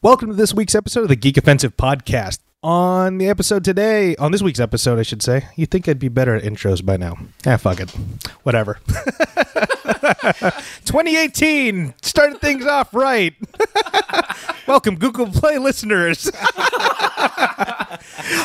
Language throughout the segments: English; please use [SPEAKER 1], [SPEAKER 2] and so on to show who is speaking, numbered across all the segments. [SPEAKER 1] Welcome to this week's episode of the Geek Offensive Podcast. On the episode today, on this week's episode, I should say, you'd think I'd be better at intros by now. Ah, fuck it. Whatever. 2018, started things off right. Welcome, Google Play listeners.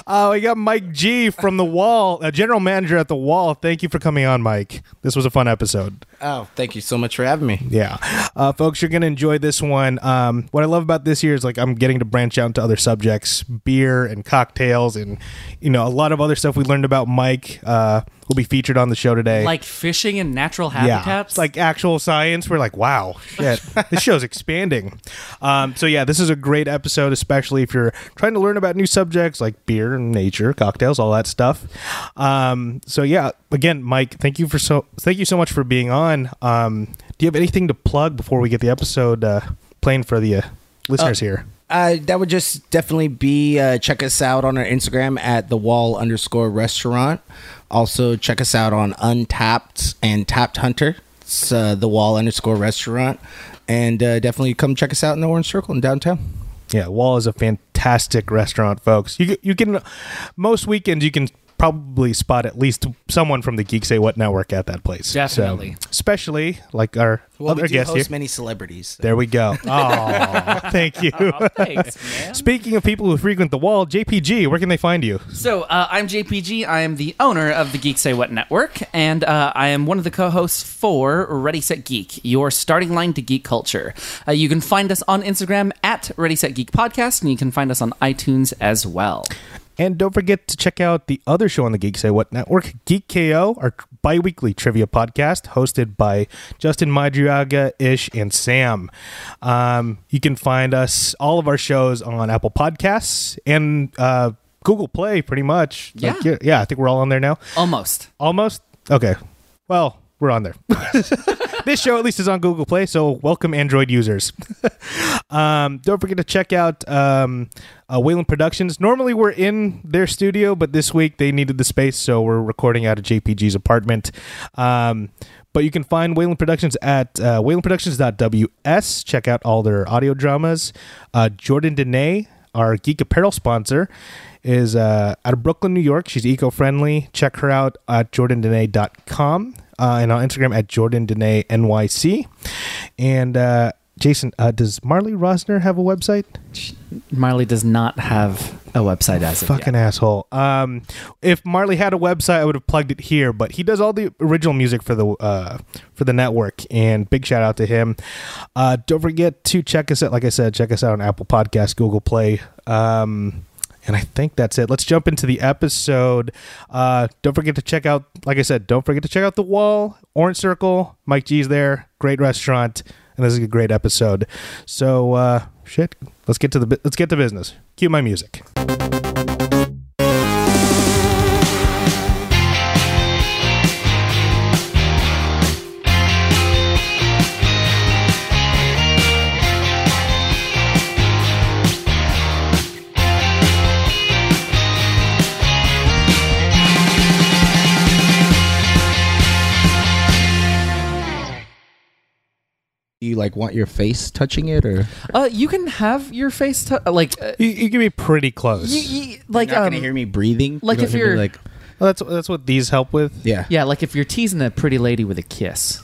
[SPEAKER 1] uh, we got Mike G from The Wall, uh, general manager at The Wall. Thank you for coming on, Mike. This was a fun episode.
[SPEAKER 2] Oh, thank you so much for having me.
[SPEAKER 1] Yeah, uh, folks, you're gonna enjoy this one. Um, what I love about this year is like I'm getting to branch out into other subjects, beer and cocktails, and you know a lot of other stuff we learned about. Mike uh, will be featured on the show today.
[SPEAKER 3] like fishing in natural
[SPEAKER 1] yeah,
[SPEAKER 3] habitats.
[SPEAKER 1] it's like actual science. We're like, wow, shit, this show's expanding. Um, so yeah, this is a great episode, especially if you're trying to learn about new subjects like beer and nature, cocktails, all that stuff. Um, so yeah, again, Mike, thank you for so thank you so much for being on. Um, do you have anything to plug before we get the episode uh, playing for the uh, listeners here?
[SPEAKER 2] Uh, that would just definitely be uh, check us out on our Instagram at the wall underscore restaurant. Also, check us out on Untapped and Tapped Hunter. It's uh, the wall underscore restaurant. And uh, definitely come check us out in the Orange Circle in downtown.
[SPEAKER 1] Yeah, Wall is a fantastic restaurant, folks. You you can most weekends you can probably spot at least someone from the Geek Say What network at that place. So,
[SPEAKER 3] Definitely.
[SPEAKER 1] especially like our
[SPEAKER 2] Well,
[SPEAKER 1] other
[SPEAKER 2] we do
[SPEAKER 1] guest here.
[SPEAKER 2] host many celebrities.
[SPEAKER 1] there we go. Oh, thank you.
[SPEAKER 3] Thanks, man.
[SPEAKER 1] Speaking of people who frequent the Wall, JPG, where can they find you?
[SPEAKER 3] So uh, I'm JPG. I am the owner of the Geek Say What Network, and uh, I am one of the co-hosts for Ready Set Geek, your starting line to geek culture. Uh, you can find us on Instagram at Ready Set Geek Podcast, and you can find us on iTunes as well.
[SPEAKER 1] And don't forget to check out the other show on the Geek Say What Network, Geek KO, our bi weekly trivia podcast hosted by Justin Madriaga, Ish, and Sam. Um, you can find us, all of our shows, on Apple Podcasts and uh, Google Play, pretty much. Like,
[SPEAKER 3] Yeah.
[SPEAKER 1] yeah, I think we're all on there now.
[SPEAKER 3] Almost.
[SPEAKER 1] Almost? Okay. Well, we're on there. this show at least is on Google Play, so welcome Android users. um, don't forget to check out um, uh, Wayland Productions. Normally we're in their studio, but this week they needed the space, so we're recording out of JPG's apartment. Um, but you can find Wayland Productions at uh, waylandproductions.ws. Check out all their audio dramas. Uh, Jordan Dene, our geek apparel sponsor, is uh, out of Brooklyn, New York. She's eco-friendly. Check her out at jordandene.com uh, and on Instagram at jordandene.nyc. And uh, Jason, uh, does Marley Rosner have a website?
[SPEAKER 3] Marley does not have a website as of
[SPEAKER 1] Fucking asshole. Um, if Marley had a website, I would have plugged it here. But he does all the original music for the uh, for the network, and big shout out to him. Uh, don't forget to check us out. Like I said, check us out on Apple Podcasts, Google Play. Um, and I think that's it. Let's jump into the episode. Uh, don't forget to check out, like I said, don't forget to check out The Wall, Orange Circle. Mike G's there. Great restaurant. And this is a great episode. So, uh, shit, let's get to the bu- let's get to business. Cue my music.
[SPEAKER 2] You like want your face touching it or?
[SPEAKER 3] yet. Uh, you can have your face t- like uh,
[SPEAKER 1] You, you can be pretty close.
[SPEAKER 3] you, you, like
[SPEAKER 2] You're not
[SPEAKER 3] um,
[SPEAKER 2] gonna hear me breathing.
[SPEAKER 3] like
[SPEAKER 2] don't
[SPEAKER 3] if
[SPEAKER 2] hear me,
[SPEAKER 3] you're-
[SPEAKER 2] like
[SPEAKER 1] Well, that's that's what these help with.
[SPEAKER 2] yeah
[SPEAKER 3] yeah, like if you're teasing a pretty lady with a kiss.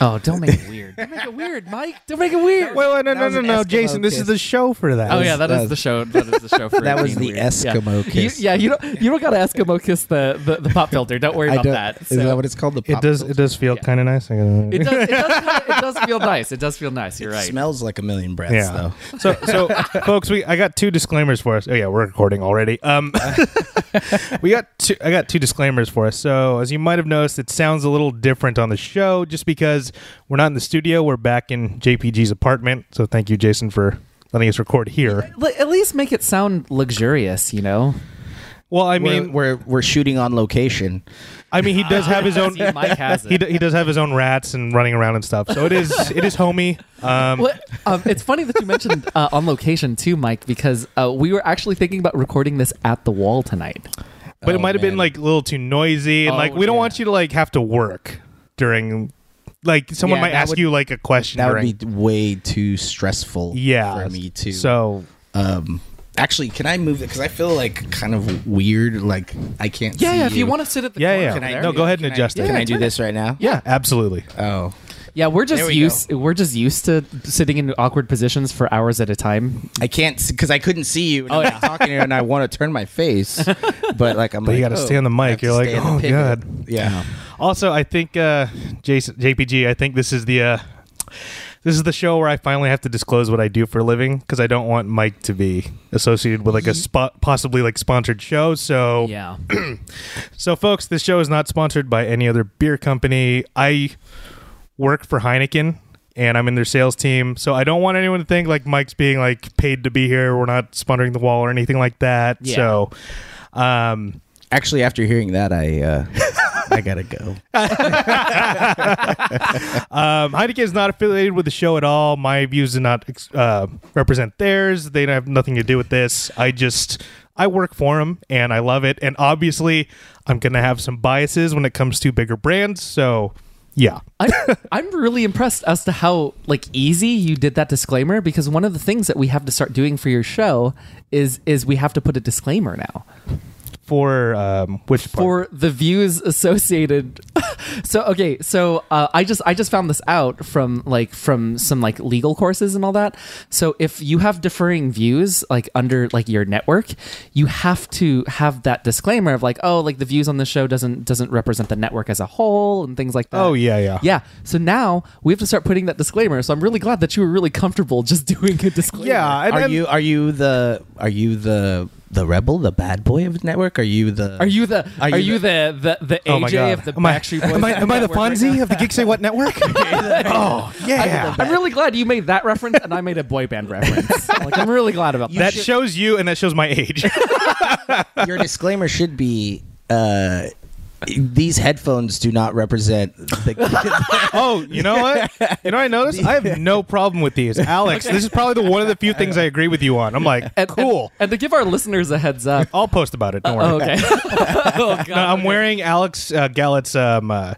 [SPEAKER 3] oh, don't make it weird. Don't make it weird, Mike. Don't make it weird.
[SPEAKER 1] Well, no,
[SPEAKER 2] That
[SPEAKER 1] no,
[SPEAKER 2] was
[SPEAKER 1] no,
[SPEAKER 2] an
[SPEAKER 1] no,
[SPEAKER 2] Eskimo
[SPEAKER 1] Jason. This is
[SPEAKER 2] kiss.
[SPEAKER 1] the show for that.
[SPEAKER 3] Oh yeah, that is
[SPEAKER 2] uh,
[SPEAKER 3] the show. That is the show. For
[SPEAKER 2] That was
[SPEAKER 3] being
[SPEAKER 2] the
[SPEAKER 3] weird.
[SPEAKER 2] Eskimo
[SPEAKER 3] yeah.
[SPEAKER 2] kiss.
[SPEAKER 3] You, yeah, you don't you don't gotta Eskimo kiss the, the, the pop filter. Don't worry
[SPEAKER 2] I
[SPEAKER 3] about
[SPEAKER 2] don't-
[SPEAKER 3] that.
[SPEAKER 2] Is
[SPEAKER 3] So-
[SPEAKER 2] that what it's called? The
[SPEAKER 1] It
[SPEAKER 2] pop
[SPEAKER 1] does.
[SPEAKER 2] filter?
[SPEAKER 1] It does feel
[SPEAKER 3] Yeah.
[SPEAKER 1] kind of nice.
[SPEAKER 3] it does, it, does kinda- it does feel nice. It does feel nice. You're right.
[SPEAKER 2] Smells like a million breaths
[SPEAKER 1] yeah.
[SPEAKER 2] though.
[SPEAKER 1] So, so, folks, we I got two disclaimers for us. Oh yeah, we're recording already. Um, we got two. I got two disclaimers for us. So, as you might have noticed, it sounds a little different on the show just because we're not in the studio. We're back in JPG's apartment. So, thank you, Jason, for letting us record here.
[SPEAKER 3] L- at least make it sound luxurious, you know.
[SPEAKER 1] Well, I
[SPEAKER 2] I
[SPEAKER 1] mean,
[SPEAKER 2] mean, we're we're shooting on location.
[SPEAKER 1] I mean, he does have his own.
[SPEAKER 3] See, Mike has
[SPEAKER 1] he,
[SPEAKER 3] it.
[SPEAKER 1] d- he does have his own rats and running around and stuff. So it is it is homey. Um,
[SPEAKER 3] Well, um, it's funny that you mentioned uh, on location too, Mike, because uh, we were actually thinking about recording this at the wall tonight.
[SPEAKER 1] but it
[SPEAKER 2] Oh,
[SPEAKER 1] might have been
[SPEAKER 2] man.
[SPEAKER 1] like a little too noisy and
[SPEAKER 3] Oh,
[SPEAKER 1] like we don't
[SPEAKER 3] yeah.
[SPEAKER 1] want you to like have to work during like someone
[SPEAKER 2] Yeah,
[SPEAKER 1] might
[SPEAKER 2] that
[SPEAKER 1] ask
[SPEAKER 2] would-
[SPEAKER 1] you like a question.
[SPEAKER 2] That
[SPEAKER 1] during-
[SPEAKER 2] would be way too stressful
[SPEAKER 1] yeah
[SPEAKER 2] for me too.
[SPEAKER 1] So
[SPEAKER 2] um actually can I move it cuz I feel like kind of weird like I can't
[SPEAKER 4] Yeah,
[SPEAKER 2] see
[SPEAKER 4] yeah. If you want to sit at the
[SPEAKER 1] Yeah,
[SPEAKER 4] corner
[SPEAKER 1] yeah.
[SPEAKER 4] over there.
[SPEAKER 1] No, go ahead and
[SPEAKER 2] Can I-
[SPEAKER 1] adjust it.
[SPEAKER 2] Can
[SPEAKER 1] Yeah,
[SPEAKER 2] I do this right now?
[SPEAKER 1] yeah, absolutely.
[SPEAKER 2] Oh.
[SPEAKER 3] Yeah, we're just
[SPEAKER 2] There we
[SPEAKER 3] used we're just used to sitting in awkward positions for hours at a time.
[SPEAKER 2] I can't because I couldn't see you. And I'm not talking to you, and I want to turn my face, but like I'm.
[SPEAKER 1] But
[SPEAKER 2] like,
[SPEAKER 1] you got to
[SPEAKER 2] oh,
[SPEAKER 1] stay on the
[SPEAKER 2] I
[SPEAKER 1] mic.
[SPEAKER 2] have to
[SPEAKER 1] You're like,
[SPEAKER 2] stay in the
[SPEAKER 1] oh
[SPEAKER 2] pivot."
[SPEAKER 1] god.
[SPEAKER 2] Yeah.
[SPEAKER 1] Also, I think uh, Jason JPG. I think this is the uh, this is the show where I finally have to disclose what I do for a living because I don't want Mike to be associated with like a spot possibly like sponsored show.
[SPEAKER 2] Oh.
[SPEAKER 1] So
[SPEAKER 3] Yeah.
[SPEAKER 1] so folks, this show is not sponsored by any other beer company. I work for Heineken and I'm in their sales team, so I don't want anyone to think like Mike's being like paid to be here. We're not sponsoring the wall or anything like that.
[SPEAKER 3] Yeah.
[SPEAKER 1] So. Um,
[SPEAKER 2] Actually, after hearing that, I uh, I gotta go.
[SPEAKER 1] Uh, Um, Heineken is not affiliated with the show at all. My views do not ex- uh, represent theirs. They have nothing to do with this. I just I work for them and I love it. And obviously, I'm gonna have some biases when it comes to bigger brands. So yeah,
[SPEAKER 3] I'm, I'm really impressed as to how like easy you did that disclaimer because one of the things that we have to start doing for your show is is we have to put a disclaimer now
[SPEAKER 1] for um, which part?
[SPEAKER 3] for the views associated. so okay, so uh, I just I just found this out from like from some like legal courses and all that. So if you have differing views like under like your network, you have to have that disclaimer of like oh like the views on the show doesn't doesn't represent the network as a whole and things like that.
[SPEAKER 1] Oh, yeah, yeah.
[SPEAKER 3] yeah. So now we have to start putting that disclaimer. So I'm really glad that you were really comfortable just doing a disclaimer.
[SPEAKER 1] yeah, and
[SPEAKER 2] are
[SPEAKER 1] then-
[SPEAKER 2] you are you the are you the the rebel, the bad boy of the network? Are you the
[SPEAKER 3] Are you the
[SPEAKER 2] Are
[SPEAKER 3] are,
[SPEAKER 2] you
[SPEAKER 3] you, the the the, the
[SPEAKER 1] Oh my
[SPEAKER 3] AJ
[SPEAKER 1] god!
[SPEAKER 3] of the
[SPEAKER 1] am I,
[SPEAKER 3] Backstreet Boys?
[SPEAKER 1] am I, am I the
[SPEAKER 3] network right
[SPEAKER 1] Fonzie of the Geek Say What Network? oh yeah,
[SPEAKER 3] I'm really glad you made that reference and I made a boy band reference. Like, I'm really glad about
[SPEAKER 1] that
[SPEAKER 3] that.
[SPEAKER 1] shows you and that shows my age.
[SPEAKER 2] your disclaimer should be. Uh, these headphones do not represent the.
[SPEAKER 1] Oh, you know what? You know what I noticed? I have no problem with these. Alex, this is probably the one of the few things I agree with you on. I'm like,
[SPEAKER 3] And,
[SPEAKER 1] cool.
[SPEAKER 3] And, and to give our listeners a heads up.
[SPEAKER 1] I'll post about it. Don't worry.
[SPEAKER 3] Oh, okay. oh, God.
[SPEAKER 1] No, I'm wearing Alex uh, Gallet's um, uh,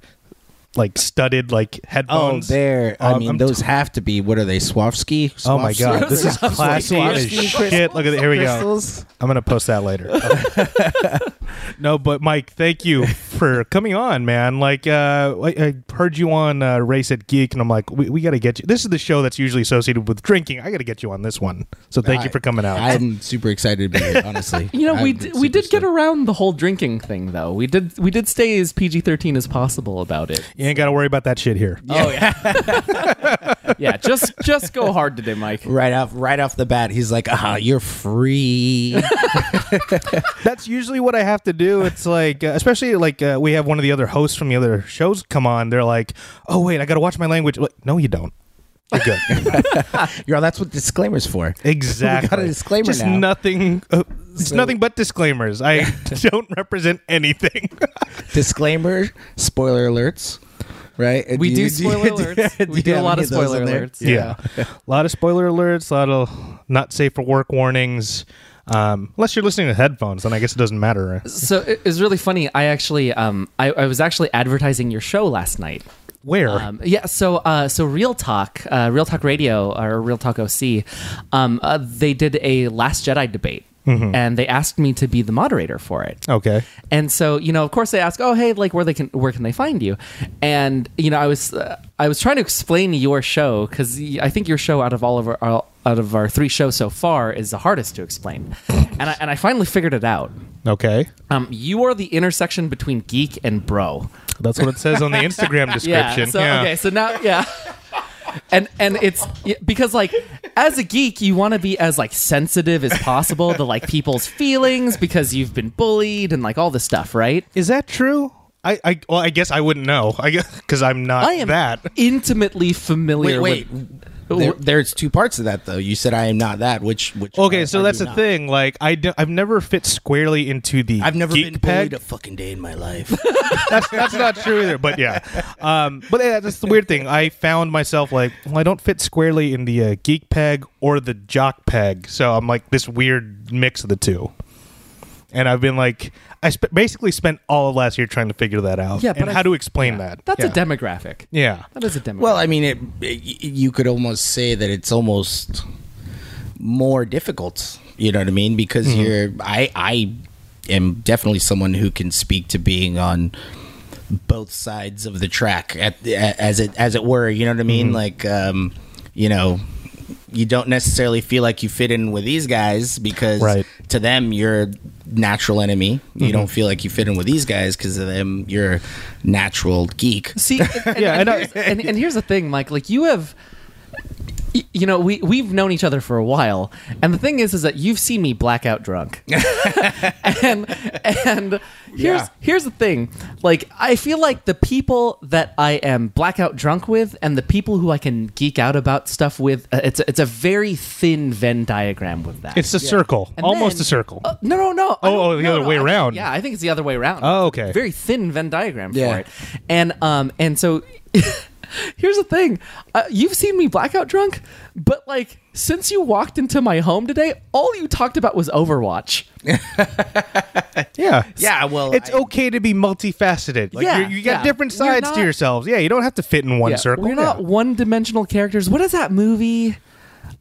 [SPEAKER 1] like studded like
[SPEAKER 2] Oh,
[SPEAKER 1] headphones.
[SPEAKER 2] there. I
[SPEAKER 1] Um,
[SPEAKER 2] mean,
[SPEAKER 1] I'm
[SPEAKER 2] those have to be. What are they? Swarovski.
[SPEAKER 1] Oh my god,
[SPEAKER 2] Swarovski?
[SPEAKER 1] this is classy as
[SPEAKER 2] Swarovski
[SPEAKER 1] shit. Look at it. Here we go.
[SPEAKER 2] crystals?
[SPEAKER 1] I'm gonna post that later. Okay. no, but Mike, thank you for coming on, man. Like, uh, I, I heard you on uh, Race at Geek, and I'm like, we, we got to get you. This is the show that's usually associated with drinking. I got to get you on this one. So thank you
[SPEAKER 2] I-
[SPEAKER 1] for coming out.
[SPEAKER 2] I'm super excited to be here, honestly.
[SPEAKER 3] you know, we
[SPEAKER 2] I'm
[SPEAKER 3] d- we
[SPEAKER 2] super
[SPEAKER 3] did get
[SPEAKER 2] stoked.
[SPEAKER 3] around the whole drinking thing, though. We did we did stay as PG-13 as possible about it.
[SPEAKER 1] you ain't got to worry about that shit here.
[SPEAKER 3] Oh yeah, yeah. Just just go hard today, Mike.
[SPEAKER 2] right off right off the bat. He's like, "Ah, you're free."
[SPEAKER 1] That's usually what I have to do. It's like, uh, especially like uh, we have one of the other hosts from the other shows come on. They're like, "Oh wait, I got to watch my language." Like, no, you don't. You're good.
[SPEAKER 2] you know, that's what disclaimers for.
[SPEAKER 1] exactly.
[SPEAKER 2] We got a disclaimer
[SPEAKER 1] Just
[SPEAKER 2] now.
[SPEAKER 1] nothing. Uh, it's nothing but disclaimers. I don't represent anything.
[SPEAKER 2] Disclaimer, spoiler alerts, right?
[SPEAKER 3] We do spoiler alerts. We do a
[SPEAKER 2] have
[SPEAKER 3] lot
[SPEAKER 2] any
[SPEAKER 3] of
[SPEAKER 2] those
[SPEAKER 3] spoiler
[SPEAKER 2] in there?
[SPEAKER 3] alerts. Yeah.
[SPEAKER 1] a lot of spoiler alerts. A lot of not safe for work warnings. Um, unless you're listening to headphones, then I guess it doesn't matter.
[SPEAKER 3] So it was really funny. I actually um I, I was actually advertising your show last night.
[SPEAKER 1] Where?
[SPEAKER 3] Um, yeah, so uh, so Real Talk, uh, Real Talk Radio, or Real Talk OC, um, uh, they did a Last Jedi debate, and they asked me to be the moderator for it.
[SPEAKER 1] okay.
[SPEAKER 3] And so, you know, of course, they ask, "Oh, hey, like, where they can, where can they find you?" And you know, I was, uh, I was trying to explain your show because I think your show out of all of our, our- out of our three shows so far is the hardest to explain, and I, and I finally figured it out.
[SPEAKER 1] Okay.
[SPEAKER 3] Um, you are the intersection between geek and bro.
[SPEAKER 1] That's what it says on the Instagram description.
[SPEAKER 3] Yeah. So okay. So now, yeah. And and it's yeah, because like as a geek, you want to be as like sensitive as possible to like people's feelings because you've been bullied and like all this stuff, right?
[SPEAKER 1] Is that true? I, I well, I guess I wouldn't know. I guess because I'm not
[SPEAKER 3] I am
[SPEAKER 1] that.
[SPEAKER 3] intimately familiar.
[SPEAKER 2] Wait, wait.
[SPEAKER 3] with
[SPEAKER 2] There, there's two parts to that though. You said I am not that. Which, which
[SPEAKER 1] Okay,
[SPEAKER 2] part
[SPEAKER 1] so
[SPEAKER 2] are
[SPEAKER 1] that's
[SPEAKER 2] you
[SPEAKER 1] the
[SPEAKER 2] not?
[SPEAKER 1] thing. Like I, do, I've never fit squarely into the.
[SPEAKER 2] I've never
[SPEAKER 1] geek
[SPEAKER 2] been
[SPEAKER 1] peg.
[SPEAKER 2] bullied a fucking day in my life.
[SPEAKER 1] that's that's not true either. But yeah, um, but yeah, that's the weird thing. I found myself like, well, I don't fit squarely in the uh, geek peg or the jock peg. So I'm like this weird mix of the two. and I've been like, I sp- basically spent all of last year trying to figure that out.
[SPEAKER 3] Yeah,
[SPEAKER 1] and
[SPEAKER 3] but I-
[SPEAKER 1] how to explain that?
[SPEAKER 3] That's
[SPEAKER 1] yeah.
[SPEAKER 3] a demographic.
[SPEAKER 1] Yeah,
[SPEAKER 3] That is a demographic.
[SPEAKER 2] Well, I mean, it, it- y- you could almost say that it's almost more difficult. You know what I mean? Because you're, I, I am definitely someone who can speak to being on both sides of the track, at the- a- as it as it were. You know what I mean? Like, um, you know. You don't necessarily feel like you fit in with these guys because
[SPEAKER 1] Right.
[SPEAKER 2] to them you're natural enemy. You don't feel like you fit in with these guys because to them you're natural geek.
[SPEAKER 3] See, and,
[SPEAKER 1] Yeah, I
[SPEAKER 3] and,
[SPEAKER 1] know.
[SPEAKER 3] here's, and, and here's the thing, Mike. Like you have, y- you know, we we've known each other for a while, and the thing is, is that you've seen me blackout drunk, and and here's
[SPEAKER 2] Yeah.
[SPEAKER 3] here's the thing. Like I feel like the people that I am blackout drunk with, and the people who I can geek out about stuff with, uh, it's a, it's a very thin Venn diagram with that.
[SPEAKER 1] it's a circle,
[SPEAKER 3] And
[SPEAKER 1] almost
[SPEAKER 3] then-
[SPEAKER 1] a circle.
[SPEAKER 3] Uh, no, no, no. I
[SPEAKER 1] Oh,
[SPEAKER 3] don't-
[SPEAKER 1] oh, the
[SPEAKER 3] no,
[SPEAKER 1] other
[SPEAKER 3] no,
[SPEAKER 1] way
[SPEAKER 3] I think-
[SPEAKER 1] around.
[SPEAKER 3] yeah, I think it's the other way around.
[SPEAKER 1] Oh, okay.
[SPEAKER 3] Very thin Venn diagram
[SPEAKER 2] Yeah.
[SPEAKER 3] for it, and um, and so here's the thing: uh, you've seen me blackout drunk, but like since you walked into my home today, all you talked about was Overwatch.
[SPEAKER 1] yeah,
[SPEAKER 2] Yeah, well,
[SPEAKER 1] it's
[SPEAKER 2] I-
[SPEAKER 1] okay to be multifaceted. Like
[SPEAKER 3] Yeah,
[SPEAKER 1] you're- you got
[SPEAKER 3] yeah.
[SPEAKER 1] different
[SPEAKER 3] We're
[SPEAKER 1] sides
[SPEAKER 3] not-
[SPEAKER 1] to yourselves. Yeah, you don't have to fit in one
[SPEAKER 3] Yeah,
[SPEAKER 1] circle.
[SPEAKER 3] We're not
[SPEAKER 1] Yeah.
[SPEAKER 3] one-dimensional characters. What is that movie?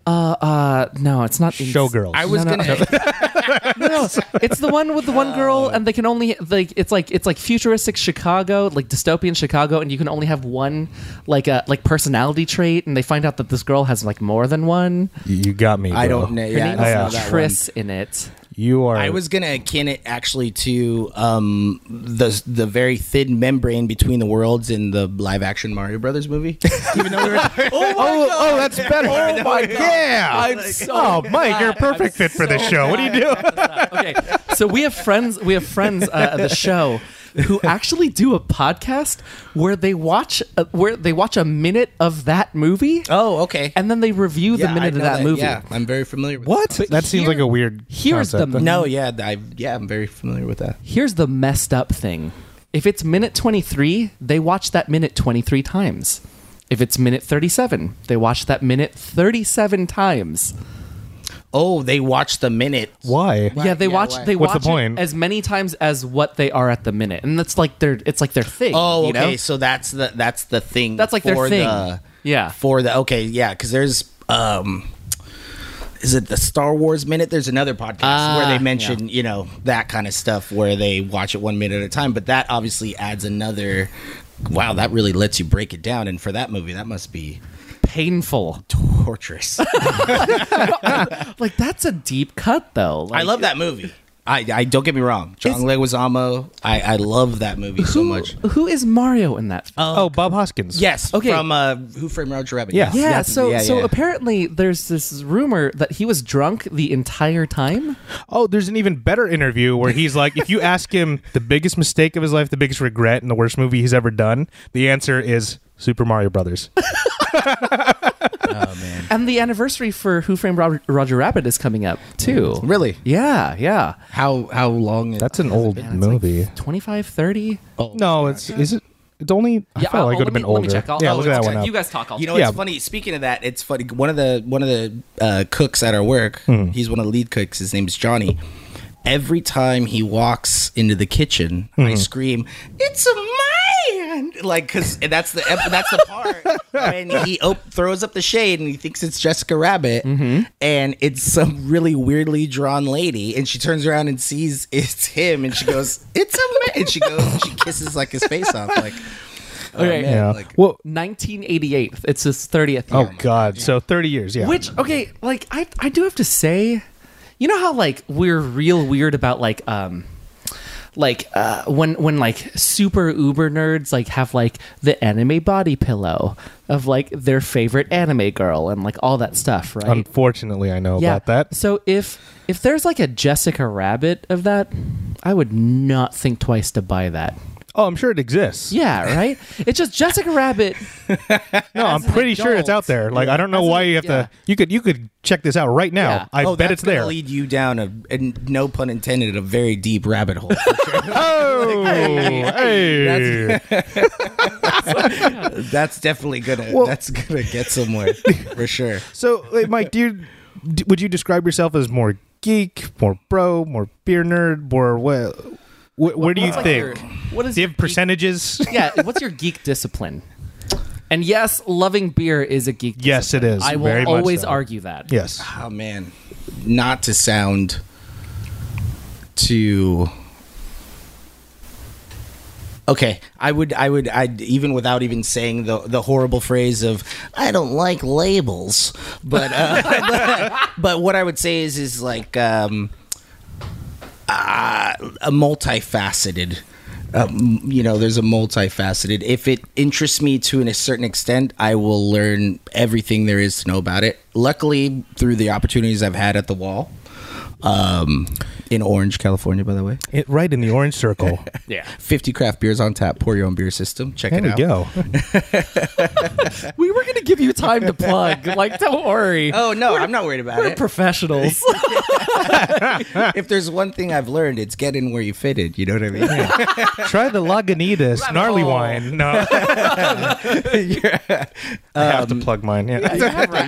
[SPEAKER 3] Uh, uh, no, it's not it's-
[SPEAKER 1] Showgirls. I
[SPEAKER 2] was
[SPEAKER 3] No, no,
[SPEAKER 2] gonna-
[SPEAKER 3] no, no, it's the one with the one girl,
[SPEAKER 2] Oh.
[SPEAKER 3] and they can only like it's like it's like futuristic Chicago, like dystopian Chicago, and you can only have one like uh, like personality trait, and they find out that this girl has like more than one.
[SPEAKER 1] You got me.
[SPEAKER 2] I
[SPEAKER 1] bro.
[SPEAKER 2] don't know.
[SPEAKER 3] Her
[SPEAKER 2] Yeah,
[SPEAKER 3] name
[SPEAKER 2] I
[SPEAKER 1] is
[SPEAKER 2] don't know
[SPEAKER 3] is
[SPEAKER 2] that one.
[SPEAKER 3] Tris in it.
[SPEAKER 1] You are.
[SPEAKER 2] I was gonna akin it actually to um, the the very thin membrane between the worlds in the live action Mario Brothers movie. Even though we were
[SPEAKER 1] Oh, oh, that's better. Oh my god. Yeah.
[SPEAKER 3] I'm so
[SPEAKER 1] oh, Mike, you're a perfect fit for this show. What do you do?
[SPEAKER 3] okay, so we have friends. We have friends uh, at the show who actually do a podcast where they watch uh, where they watch a minute of that movie.
[SPEAKER 2] oh, okay.
[SPEAKER 3] and then they review the
[SPEAKER 2] Yeah, I
[SPEAKER 3] minute of
[SPEAKER 2] know
[SPEAKER 3] that, movie.
[SPEAKER 2] Yeah, I'm very familiar. with
[SPEAKER 1] What? that seems
[SPEAKER 3] here-
[SPEAKER 1] like a weird.
[SPEAKER 3] here's the
[SPEAKER 1] concept.
[SPEAKER 2] that. No, yeah, I yeah, I'm very familiar with that.
[SPEAKER 3] Here's the messed up thing. If it's minute 23, they watch that minute 23 times. If it's minute 37, they watch that minute 37 times.
[SPEAKER 2] Oh, they watched the minute.
[SPEAKER 1] Why?
[SPEAKER 3] yeah, they
[SPEAKER 2] yeah,
[SPEAKER 3] watch
[SPEAKER 2] why?
[SPEAKER 3] they
[SPEAKER 1] What's the
[SPEAKER 3] watch it
[SPEAKER 1] point?
[SPEAKER 3] as many times as what they are at the minute. And that's like their it's like their thing,
[SPEAKER 2] Oh,
[SPEAKER 3] you
[SPEAKER 2] okay.
[SPEAKER 3] know?
[SPEAKER 2] So that's the that's the thing.
[SPEAKER 3] That's like their
[SPEAKER 2] for
[SPEAKER 3] thing.
[SPEAKER 2] the-
[SPEAKER 3] Yeah.
[SPEAKER 2] For the okay, yeah, because there's um, is it the Star Wars minute? There's another podcast where
[SPEAKER 3] Ah,
[SPEAKER 2] they mention you know that kind of stuff where they watch it one minute at a time, but that obviously adds another. Wow, that really lets you break it down. And for that movie, that must be
[SPEAKER 3] Painful.
[SPEAKER 2] torturous.
[SPEAKER 3] Like that's a deep cut though. Like,
[SPEAKER 2] I love that movie. I, I don't get me wrong, John Leguizamo. I, I love that movie so
[SPEAKER 3] who,
[SPEAKER 2] much.
[SPEAKER 3] Who is Mario in that? film?
[SPEAKER 1] Oh, Bob Hoskins.
[SPEAKER 2] Yes,
[SPEAKER 3] Okay.
[SPEAKER 2] From uh, Who Framed Roger Rabbit?
[SPEAKER 1] Yeah.
[SPEAKER 2] Yes,
[SPEAKER 3] Yeah,
[SPEAKER 2] that's-
[SPEAKER 3] so so
[SPEAKER 2] yeah.
[SPEAKER 3] apparently there's this rumor that he was drunk the entire time.
[SPEAKER 1] Oh, there's an even better interview where he's like, if you ask him the biggest mistake of his life, the biggest regret, and the worst movie he's ever done, the answer is Super Mario Brothers.
[SPEAKER 3] And the anniversary for Who Framed Roger, Roger Rabbit is coming up too.
[SPEAKER 2] Really?
[SPEAKER 3] Yeah, yeah.
[SPEAKER 2] How how long?
[SPEAKER 1] That's an old movie.
[SPEAKER 3] 25, 30.
[SPEAKER 1] no, it's is it? It's only. I felt like it would have been older. yeah, look that one up.
[SPEAKER 3] You guys talk. I'll
[SPEAKER 2] you know,
[SPEAKER 1] Yeah.
[SPEAKER 2] it's funny. Speaking of that, it's funny. One of the one of the uh, cooks at our work.
[SPEAKER 1] Hmm.
[SPEAKER 2] He's one of the lead cooks. His name is Johnny. Every time he walks into the kitchen,
[SPEAKER 1] Hmm.
[SPEAKER 2] I scream, "It's a man!" Like, cause that's the ep- that's the part when he op- throws up the shade and he thinks it's Jessica Rabbit,
[SPEAKER 1] Mm-hmm.
[SPEAKER 2] and it's some really weirdly drawn lady, and she turns around and sees it's him, and she goes, "It's a man!" And she goes, and she kisses like his face off, like, oh,
[SPEAKER 3] Okay.
[SPEAKER 2] man,
[SPEAKER 1] yeah.
[SPEAKER 2] like-
[SPEAKER 1] well,
[SPEAKER 3] 1988. It's his 30th
[SPEAKER 1] oh
[SPEAKER 3] year.
[SPEAKER 1] God. So 30 years. Yeah.
[SPEAKER 3] Which okay, like I I do have to say, you know how like we're real weird about like um like uh when when like super uber nerds like have like the anime body pillow of like their favorite anime girl and like all that stuff, right?
[SPEAKER 1] Unfortunately, I know about that.
[SPEAKER 3] So if if there's like a Jessica Rabbit of that, I would not think twice to buy that.
[SPEAKER 1] Oh, I'm sure it exists.
[SPEAKER 3] Yeah, right? it's just Jessica Rabbit.
[SPEAKER 1] No, I'm
[SPEAKER 3] an
[SPEAKER 1] pretty sure it's
[SPEAKER 3] adult.
[SPEAKER 1] out there. Like I don't know
[SPEAKER 3] As an-
[SPEAKER 1] why you have to. You could you could check this out right now.
[SPEAKER 3] Yeah.
[SPEAKER 1] I
[SPEAKER 2] oh,
[SPEAKER 1] bet it's
[SPEAKER 2] that's
[SPEAKER 1] there.
[SPEAKER 2] gonna lead you down a, and no pun intended, a very deep rabbit hole.
[SPEAKER 1] Oh, hey.
[SPEAKER 2] that's definitely gonna that's gonna get somewhere for sure.
[SPEAKER 1] So, wait, Mike, do you d- would you describe yourself as more geek, more bro, more beer nerd, more what? Wh- where do you
[SPEAKER 4] What's like your-
[SPEAKER 1] think?
[SPEAKER 4] what is
[SPEAKER 1] Do you
[SPEAKER 4] your geek-
[SPEAKER 1] have percentages?
[SPEAKER 3] yeah.
[SPEAKER 4] What's your geek discipline?
[SPEAKER 3] And yes, loving beer is a geek.
[SPEAKER 1] yes, it is.
[SPEAKER 4] I will
[SPEAKER 1] Very much
[SPEAKER 4] always
[SPEAKER 1] so.
[SPEAKER 4] argue that.
[SPEAKER 1] Yes.
[SPEAKER 2] Oh man, not to sound too. Okay, I would, I would, I even without even saying the the horrible phrase of "I don't like labels," but uh, but, but what I would say is is like um, uh, a multifaceted. Um, you know, there's a multifaceted. If it interests me to an- a certain extent, I will learn everything there is to know about it. Luckily, through the opportunities I've had at the wall, um, in Orange, California, by the way,
[SPEAKER 1] It, right in the orange circle.
[SPEAKER 4] Yeah.
[SPEAKER 2] 50 craft beers on tap. Pour your own beer system. Check
[SPEAKER 1] There
[SPEAKER 2] it
[SPEAKER 1] we
[SPEAKER 2] out.
[SPEAKER 1] go.
[SPEAKER 3] We were gonna give you time to plug. Like, don't worry.
[SPEAKER 2] Oh no, I'm not worried about
[SPEAKER 3] We're
[SPEAKER 2] it.
[SPEAKER 3] professionals.
[SPEAKER 2] if there's one thing I've learned, it's get in where you fitted. You know what I mean?
[SPEAKER 1] Try the Lagunitas gnarly wine. No. I have
[SPEAKER 2] Um,
[SPEAKER 1] to plug mine. Yeah.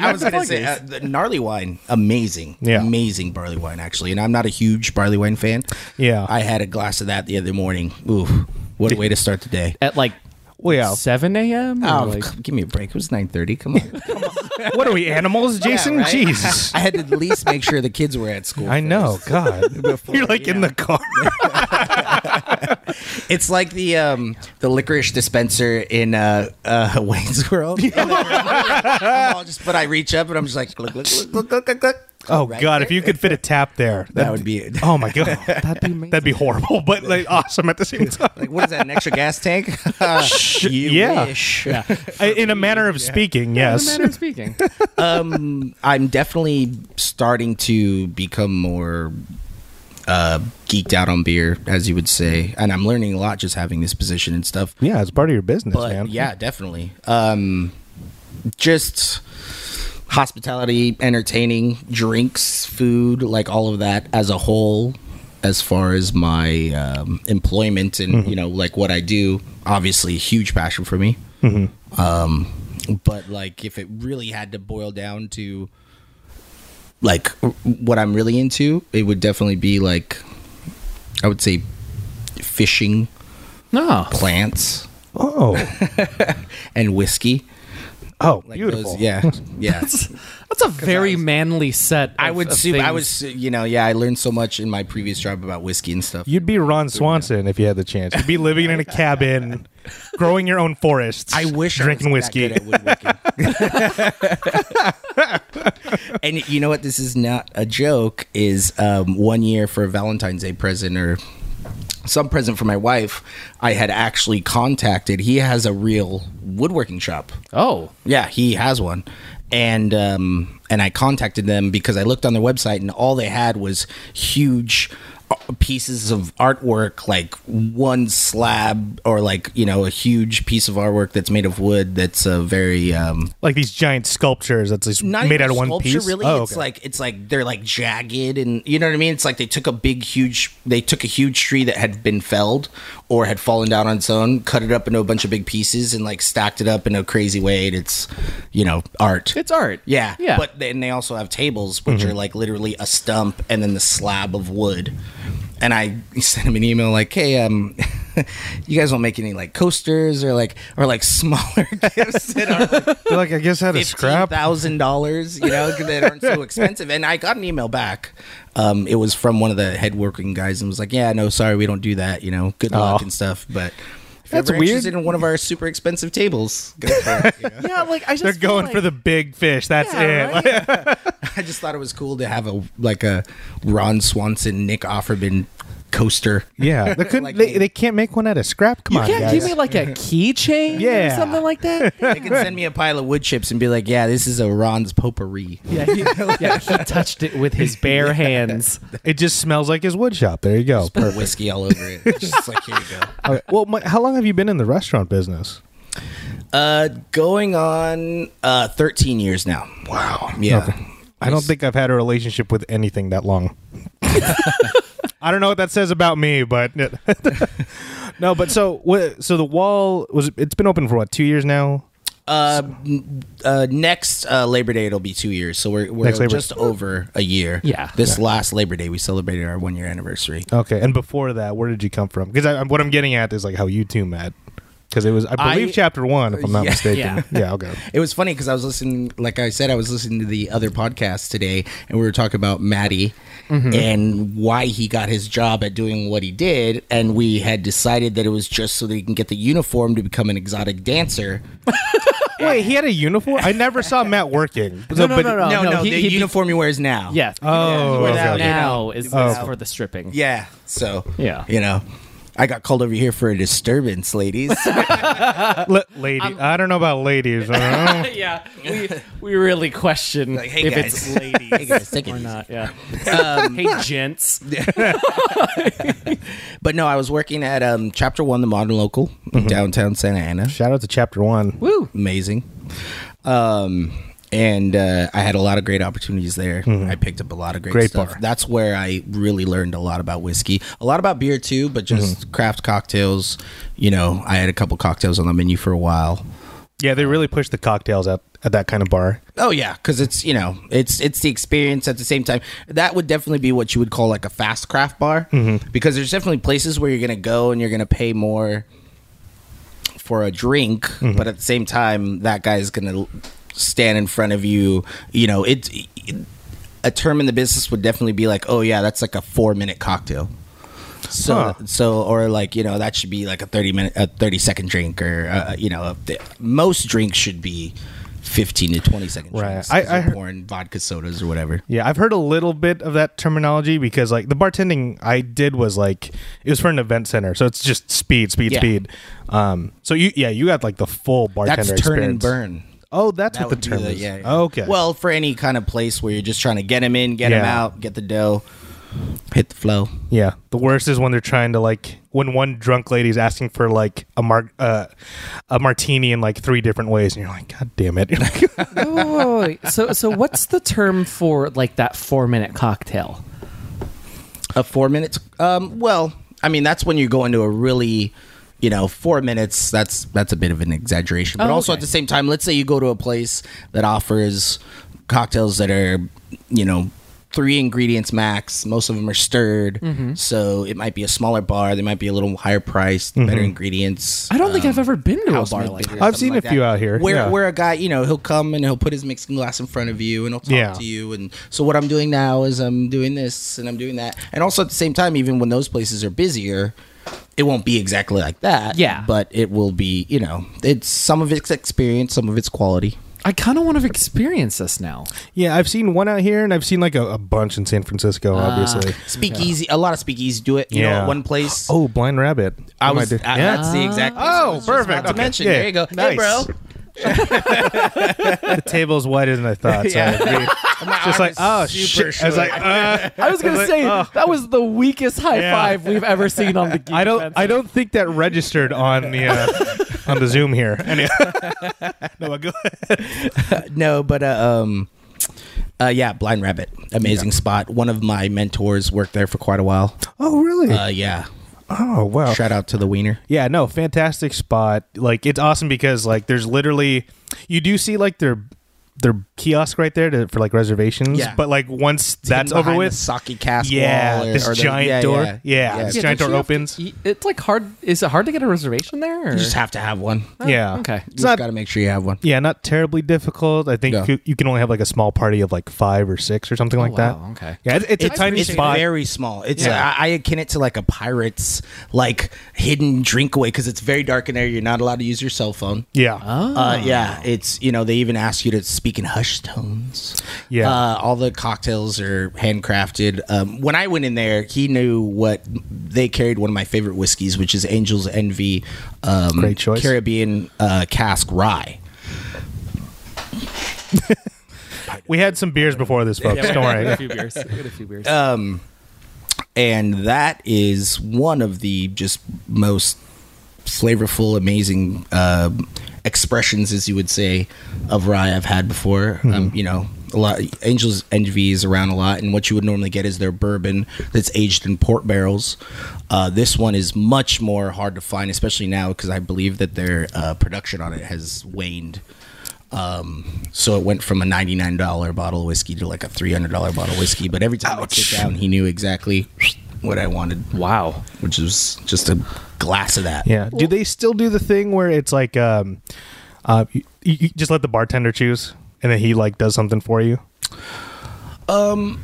[SPEAKER 2] I was gonna say uh, the gnarly wine, amazing,
[SPEAKER 1] Yeah.
[SPEAKER 2] amazing barley wine actually. And I'm not a huge barley wine fan.
[SPEAKER 1] Yeah.
[SPEAKER 2] I had a glass of that the other morning. Ooh, what a way to start the day.
[SPEAKER 3] At like
[SPEAKER 1] Well, yeah.
[SPEAKER 3] seven a.m. or,
[SPEAKER 2] Oh,
[SPEAKER 3] like-
[SPEAKER 2] c- give me a break. It was 9:30. Come on.
[SPEAKER 1] What are we, animals, Jason?
[SPEAKER 2] right?
[SPEAKER 1] Jesus.
[SPEAKER 2] I had to at least make sure the kids were at school.
[SPEAKER 1] I know. God. You're like in the car.
[SPEAKER 2] It's like the um the licorice dispenser in uh uh Wayne's World. I'm all just, but I reach up and I'm just like look look look look look look. look.
[SPEAKER 1] Oh,
[SPEAKER 2] Right
[SPEAKER 1] God.
[SPEAKER 2] there.
[SPEAKER 1] If you could fit a tap there, that'd-
[SPEAKER 2] would be it.
[SPEAKER 1] Oh, my God. That'd
[SPEAKER 3] That'd be amazing.
[SPEAKER 1] be horrible, but like awesome at the same time.
[SPEAKER 2] Like what is that? An extra gas tank? you
[SPEAKER 1] yeah.
[SPEAKER 2] wish.
[SPEAKER 1] in a manner of speaking,
[SPEAKER 3] Doesn't
[SPEAKER 1] yes.
[SPEAKER 3] matter of speaking.
[SPEAKER 2] um, I'm definitely starting to become more uh, geeked out on beer, as you would say, and I'm learning a lot just having this position and stuff.
[SPEAKER 1] Yeah, it's part of your business,
[SPEAKER 2] But
[SPEAKER 1] man.
[SPEAKER 2] yeah, definitely. Um, just hospitality, entertaining, drinks, food, like all of that as a whole. As far as my um, employment and you know, like what I do, obviously, a huge passion for me. Um, but like, if it really had to boil down to like what I'm really into, it would definitely be like I would say fishing,
[SPEAKER 3] No.
[SPEAKER 2] plants,
[SPEAKER 1] Oh,
[SPEAKER 2] and whiskey.
[SPEAKER 1] oh,
[SPEAKER 2] Like
[SPEAKER 1] beautiful.
[SPEAKER 2] those- yeah, yeah.
[SPEAKER 3] That's a very manly set.
[SPEAKER 2] I
[SPEAKER 3] of-
[SPEAKER 2] would
[SPEAKER 3] of
[SPEAKER 2] see. I was,
[SPEAKER 3] things.
[SPEAKER 2] you know, yeah. I learned so much in my previous job about whiskey and stuff.
[SPEAKER 1] You'd be Ron Swanson if you had the chance. You'd be living in a cabin, growing your own forests.
[SPEAKER 2] I wish
[SPEAKER 1] drinking
[SPEAKER 2] I was that
[SPEAKER 1] whiskey.
[SPEAKER 2] good at woodworking. and you know what? This is not a joke. Is um, one year for a Valentine's Day present or some present for my wife? I had actually contacted. He has a real woodworking shop.
[SPEAKER 3] Oh.
[SPEAKER 2] Yeah, he has one. And um, and I contacted them because I looked on their website and all they had was huge uh, pieces of artwork, like one slab or like you know a huge piece of artwork that's made of wood. That's a very um,
[SPEAKER 1] like these giant sculptures that's just
[SPEAKER 2] not
[SPEAKER 1] made
[SPEAKER 2] even
[SPEAKER 1] out of one
[SPEAKER 2] sculpture,
[SPEAKER 1] piece.
[SPEAKER 2] Really,
[SPEAKER 1] Oh,
[SPEAKER 2] it's
[SPEAKER 1] okay.
[SPEAKER 2] like it's like they're like jagged, and you know what I mean. It's like they took a big, huge. They took a huge tree that had been felled or had fallen down on its own, cut it up into a bunch of big pieces, and like stacked it up in a crazy way. And it's, you know, art.
[SPEAKER 3] It's art.
[SPEAKER 2] yeah,
[SPEAKER 3] Yeah.
[SPEAKER 2] But then they also have tables, which
[SPEAKER 1] Mm-hmm.
[SPEAKER 2] are like literally a stump and then the slab of wood. And I sent him an email like, "Hey, um, you guys won't make any like coasters or like or like smaller gifts that are like,
[SPEAKER 1] They're like I guess how to
[SPEAKER 2] fifteen
[SPEAKER 1] scrap.
[SPEAKER 2] thousand dollars, you know, 'cause that aren't so expensive. And I got an email back. Um, it was from one of the head working guys and was like, "Yeah, no, sorry, we don't do that. You know, good luck
[SPEAKER 1] Oh.
[SPEAKER 2] and stuff." But if
[SPEAKER 1] That's
[SPEAKER 2] you're ever
[SPEAKER 1] weird.
[SPEAKER 2] interested in one of our super expensive tables, go for it, you know?
[SPEAKER 3] Yeah, like I just
[SPEAKER 1] They're
[SPEAKER 3] feel
[SPEAKER 1] going
[SPEAKER 3] like-
[SPEAKER 1] for the big fish. That's
[SPEAKER 3] Yeah,
[SPEAKER 1] it.
[SPEAKER 3] right?
[SPEAKER 2] I just thought it was cool to have a like a Ron Swanson, Nick Offerman coaster.
[SPEAKER 1] yeah, they couldn't.
[SPEAKER 2] Like
[SPEAKER 1] they,
[SPEAKER 2] me.
[SPEAKER 1] they can't make one out of scrap. Come
[SPEAKER 3] You
[SPEAKER 1] on,
[SPEAKER 3] can't
[SPEAKER 1] guys.
[SPEAKER 3] give me like a keychain
[SPEAKER 1] Yeah.
[SPEAKER 3] or something like that.
[SPEAKER 2] They could send me a pile of wood chips and be like, "Yeah, this is a Ron's potpourri."
[SPEAKER 3] Yeah, he, yeah, he touched it with his bare hands.
[SPEAKER 1] it just smells like his wood shop. There you go.
[SPEAKER 2] Put whiskey all over it. It's just like here you go.
[SPEAKER 1] Okay. Well, my, how long have you been in the restaurant business?
[SPEAKER 2] Uh, going on uh 13 years now. Wow. Yeah.
[SPEAKER 1] I don't think I've had a relationship with anything that long. I don't know what that says about me, but no. But so wha- so the wall was. It's been open for what two years now.
[SPEAKER 2] Uh, n- uh, next uh, Labor Day it'll be two years, so we're we're
[SPEAKER 1] Next Labor-
[SPEAKER 2] just over a year.
[SPEAKER 3] Yeah.
[SPEAKER 2] this last Labor Day we celebrated our one year anniversary.
[SPEAKER 1] Okay, and before that, where did you come from? Because what I'm getting at is like how you two met. Because it was, I believe,
[SPEAKER 2] I-
[SPEAKER 1] chapter one, if I'm not
[SPEAKER 2] Yeah.
[SPEAKER 1] mistaken. Yeah. okay.
[SPEAKER 2] It was funny because I was listening, like I said, I was listening to the other podcast today, and we were talking about Maddie
[SPEAKER 3] Mm-hmm.
[SPEAKER 2] and why he got his job at doing what he did, and we had decided that it was just so that he can get the uniform to become an exotic dancer.
[SPEAKER 1] Wait, he had a uniform. I never saw Matt working. So,
[SPEAKER 3] no,
[SPEAKER 1] but-
[SPEAKER 3] Oh, no, no.
[SPEAKER 2] no, no,
[SPEAKER 3] he-
[SPEAKER 2] the
[SPEAKER 3] he'd be-
[SPEAKER 2] uniform he wears now.
[SPEAKER 3] Yeah.
[SPEAKER 1] Oh,
[SPEAKER 2] We're
[SPEAKER 1] okay,
[SPEAKER 2] now-
[SPEAKER 1] okay.
[SPEAKER 3] now is
[SPEAKER 2] Oh.
[SPEAKER 3] is for the stripping.
[SPEAKER 2] Yeah. So
[SPEAKER 3] Yeah.
[SPEAKER 2] you know, I got called over here for a disturbance, ladies.
[SPEAKER 1] L- lady, I don't know about ladies. I don't know.
[SPEAKER 3] yeah. We, we really question
[SPEAKER 2] Like, hey,
[SPEAKER 3] if
[SPEAKER 2] guys.
[SPEAKER 3] it's ladies
[SPEAKER 2] Hey, guys, take it
[SPEAKER 3] or
[SPEAKER 2] easy.
[SPEAKER 3] not. Yeah. hey gents.
[SPEAKER 2] but no, I was working at um, Chapter One, the Modern Local,
[SPEAKER 3] Mm-hmm.
[SPEAKER 2] in downtown Santa Ana.
[SPEAKER 1] Shout out to chapter one.
[SPEAKER 3] Woo.
[SPEAKER 2] amazing. Um, and uh, I had a lot of great opportunities there. I picked up a lot of great,
[SPEAKER 1] Great
[SPEAKER 2] stuff.
[SPEAKER 1] bar.
[SPEAKER 2] That's where I really learned a lot about whiskey, a lot about beer too, but just craft cocktails. You know, I had a couple cocktails on the menu for a while.
[SPEAKER 1] Yeah, they really push the cocktails at, at that kind of bar.
[SPEAKER 2] Oh yeah, because it's you know it's it's the experience at the same time. That would definitely be what you would call like a fast craft bar, because there's definitely places where you're gonna go and you're gonna pay more for a drink,
[SPEAKER 1] Mm-hmm.
[SPEAKER 2] but at the same time that guy's gonna l- stand in front of you. You know, it, a term in the business would definitely be like, oh yeah, that's like a four minute cocktail. So
[SPEAKER 1] Huh.
[SPEAKER 2] so or like you know that should be like a thirty minute a thirty second drink or uh, you know a, most drinks should be. 15 to 20 second
[SPEAKER 1] Right.
[SPEAKER 2] drinks
[SPEAKER 1] I-
[SPEAKER 2] 'cause
[SPEAKER 1] I
[SPEAKER 2] you're
[SPEAKER 1] heard-
[SPEAKER 2] pouring vodka sodas or whatever
[SPEAKER 1] Yeah, I've heard a little bit of that terminology because like the bartending I did was like it was for an event center, so it's just speed, speed,
[SPEAKER 2] Yeah.
[SPEAKER 1] speed. Um, so you yeah, you got like the full bartender
[SPEAKER 2] that's turn and
[SPEAKER 1] experience.
[SPEAKER 2] burn
[SPEAKER 1] Oh, that's
[SPEAKER 2] that
[SPEAKER 1] what
[SPEAKER 2] would
[SPEAKER 1] the
[SPEAKER 2] be
[SPEAKER 1] term
[SPEAKER 2] the-
[SPEAKER 1] is.
[SPEAKER 2] yeah, yeah.
[SPEAKER 1] Okay.
[SPEAKER 2] well for any kind of place where you're just trying to get them in get them
[SPEAKER 1] Yeah.
[SPEAKER 2] out get the dough hit the flow
[SPEAKER 1] Yeah, the worst is when they're trying to like when one drunk lady's asking for like a mar- uh, a martini in like three different ways, and you're like, God damn it!
[SPEAKER 3] Wait, wait, wait, wait. So so what's the term for like that 4 minute cocktail?
[SPEAKER 2] a four minutes um well i mean that's when you go into a really you know four minutes that's that's a bit of an exaggeration but
[SPEAKER 3] Oh,
[SPEAKER 2] also
[SPEAKER 3] okay.
[SPEAKER 2] at the same time let's say you go to a place that offers cocktails that are you know three ingredients max most of them are stirred
[SPEAKER 3] Mm-hmm.
[SPEAKER 2] so it might be a smaller bar they might be a little higher priced
[SPEAKER 1] Mm-hmm.
[SPEAKER 2] better ingredients
[SPEAKER 3] I don't think I've ever been to a
[SPEAKER 2] house
[SPEAKER 3] bar
[SPEAKER 2] made
[SPEAKER 3] like
[SPEAKER 2] beer,
[SPEAKER 3] that.
[SPEAKER 1] that. I've
[SPEAKER 2] something
[SPEAKER 1] seen a few out here,
[SPEAKER 2] Where
[SPEAKER 1] yeah.
[SPEAKER 2] where a guy, you know, he'll come and he'll put his mixing glass in front of you and he'll talk
[SPEAKER 1] Yeah.
[SPEAKER 2] to you. And so what I'm doing now is I'm doing this and I'm doing that. And also at the same time, even when those places are busier, it won't be exactly like that.
[SPEAKER 3] Yeah.
[SPEAKER 2] But it will be, you know, it's some of its experience, some of its quality.
[SPEAKER 3] I kind of want to experience this now.
[SPEAKER 1] yeah, I've seen one out here, and I've seen like a, a bunch in San Francisco,
[SPEAKER 2] Ah.
[SPEAKER 1] obviously.
[SPEAKER 2] Speakeasy, a lot of speakeasy do it. You know,
[SPEAKER 1] Yeah.
[SPEAKER 2] at one place.
[SPEAKER 1] Oh, Blind Rabbit!
[SPEAKER 2] I
[SPEAKER 1] Am
[SPEAKER 2] was.
[SPEAKER 1] do-
[SPEAKER 2] I-
[SPEAKER 1] yeah.
[SPEAKER 2] That's the exact. place I
[SPEAKER 1] Oh,
[SPEAKER 2] was just
[SPEAKER 1] perfect.
[SPEAKER 2] about to
[SPEAKER 1] Okay.
[SPEAKER 2] mention.
[SPEAKER 1] Yeah.
[SPEAKER 2] There you go. Hey,
[SPEAKER 1] Nice.
[SPEAKER 2] bro.
[SPEAKER 1] the table's wider than I thought. So
[SPEAKER 2] Yeah.
[SPEAKER 1] I agree.
[SPEAKER 2] My
[SPEAKER 1] Just
[SPEAKER 2] arm
[SPEAKER 1] like
[SPEAKER 2] is
[SPEAKER 1] oh
[SPEAKER 2] super
[SPEAKER 1] shit! I was like,
[SPEAKER 2] short.
[SPEAKER 1] uh,
[SPEAKER 3] I was gonna say that was the weakest high
[SPEAKER 1] Yeah.
[SPEAKER 3] five we've ever seen on the. Geek
[SPEAKER 1] I don't,
[SPEAKER 3] Fence.
[SPEAKER 1] I don't think that registered on the uh, on the Zoom here. Any- no, but go ahead.
[SPEAKER 2] no, but uh, um, uh, yeah, Blind Rabbit, amazing spot. One of my mentors worked there for quite a while.
[SPEAKER 1] Oh, really?
[SPEAKER 2] Uh, yeah,
[SPEAKER 1] oh, wow.
[SPEAKER 2] shout out to the Wiener.
[SPEAKER 1] Yeah, no, fantastic spot. Like it's awesome because like there's literally you do see like their their kiosk right there to, for like reservations,
[SPEAKER 2] Yeah.
[SPEAKER 1] but like once that's
[SPEAKER 2] Hidden
[SPEAKER 1] over
[SPEAKER 2] behind
[SPEAKER 1] with,
[SPEAKER 2] The sake cask.
[SPEAKER 1] yeah,
[SPEAKER 2] wall or-
[SPEAKER 1] this
[SPEAKER 2] or the-
[SPEAKER 1] giant
[SPEAKER 2] yeah,
[SPEAKER 1] door,
[SPEAKER 2] Yeah,
[SPEAKER 1] yeah,
[SPEAKER 2] yeah.
[SPEAKER 1] this
[SPEAKER 2] You
[SPEAKER 1] giant
[SPEAKER 3] don't
[SPEAKER 1] door
[SPEAKER 3] you have to-
[SPEAKER 1] opens,
[SPEAKER 3] y- It's like hard. Is it hard to get a reservation there? Or?
[SPEAKER 2] just have to have one.
[SPEAKER 1] yeah,
[SPEAKER 3] okay. You
[SPEAKER 1] it's
[SPEAKER 2] You just
[SPEAKER 1] not.
[SPEAKER 2] got to make sure you have one.
[SPEAKER 1] yeah, not terribly difficult. I think
[SPEAKER 2] Yeah.
[SPEAKER 1] you, you can only have like a small party of like five or six or something like
[SPEAKER 3] wow,
[SPEAKER 1] that.
[SPEAKER 3] okay.
[SPEAKER 1] Yeah, it, it's a tiny
[SPEAKER 2] Oh, it's
[SPEAKER 1] spot.
[SPEAKER 2] very small. It's uh,
[SPEAKER 1] Yeah.
[SPEAKER 2] I, I akin it to like a pirate's like hidden drink away because it's very dark in there. You're not allowed to use your cell phone.
[SPEAKER 1] yeah,
[SPEAKER 2] Uh, yeah,
[SPEAKER 1] Oh.
[SPEAKER 2] it's you know they even ask you to speak in hushed tones.
[SPEAKER 1] Yeah.
[SPEAKER 2] uh, all the cocktails are handcrafted. Um, when I went in there, he knew what they carried. One of my favorite whiskeys, which is Angel's Envy, um,
[SPEAKER 1] Great choice.
[SPEAKER 2] Caribbean uh, cask rye.
[SPEAKER 1] we had some beers before this, folks. Don't worry.
[SPEAKER 3] a few beers. I got a few beers.
[SPEAKER 2] and that is one of the just most flavorful, amazing uh, expressions, as you would say, of rye I've had before. Um, you know, a lot. Angel's Envy is around a lot, and what you would normally get is their bourbon that's aged in port barrels. Uh, this one is much more hard to find, especially now because I believe that their uh, production on it has waned. Um, so it went from a ninety-nine dollar bottle of whiskey to like a three hundred dollar bottle of whiskey. But every time I sit down, he knew exactly what I wanted,
[SPEAKER 3] Wow.
[SPEAKER 2] which was just a glass of that.
[SPEAKER 1] Yeah. Do they still do the thing where it's like, um, uh, you, you just let the bartender choose, and then he like does something for you? Um.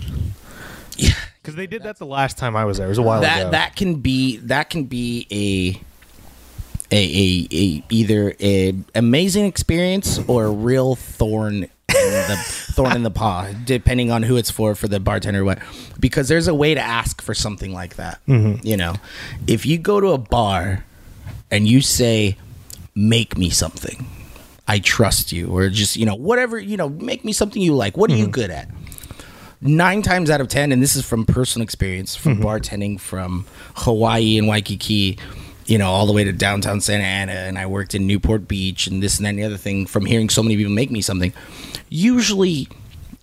[SPEAKER 1] Because they did that the last time I was there. It was a while
[SPEAKER 2] that
[SPEAKER 1] ago.
[SPEAKER 2] that can be that can be a a, a, a either a amazing experience or a real thorn in the thorn in the paw depending on who it's for for the bartender or what because there's a way to ask for something like that you know if you go to a bar and you say make me something i trust you or just you know whatever you know make me something you like what are you good at nine times out of ten, and this is from personal experience, from bartending from Hawaii and Waikiki, you know, all the way to downtown Santa Ana, and I worked in Newport Beach and this and that and the other thing. From hearing so many people make me something, usually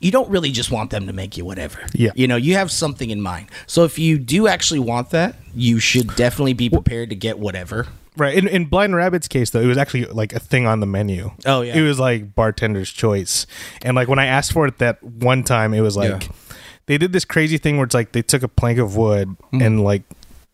[SPEAKER 2] you don't really just want them to make you whatever.
[SPEAKER 1] Yeah.
[SPEAKER 2] you know, you have something in mind. So if you do actually want that, you should definitely be prepared to get whatever.
[SPEAKER 1] right. In, in Blind Rabbit's case, though, it was actually like a thing on the menu.
[SPEAKER 2] Oh, yeah.
[SPEAKER 1] It was like bartender's choice, and like when I asked for it that one time, it was like
[SPEAKER 2] Yeah.
[SPEAKER 1] they did this crazy thing where it's like they took a plank of wood
[SPEAKER 2] Mm.
[SPEAKER 1] and like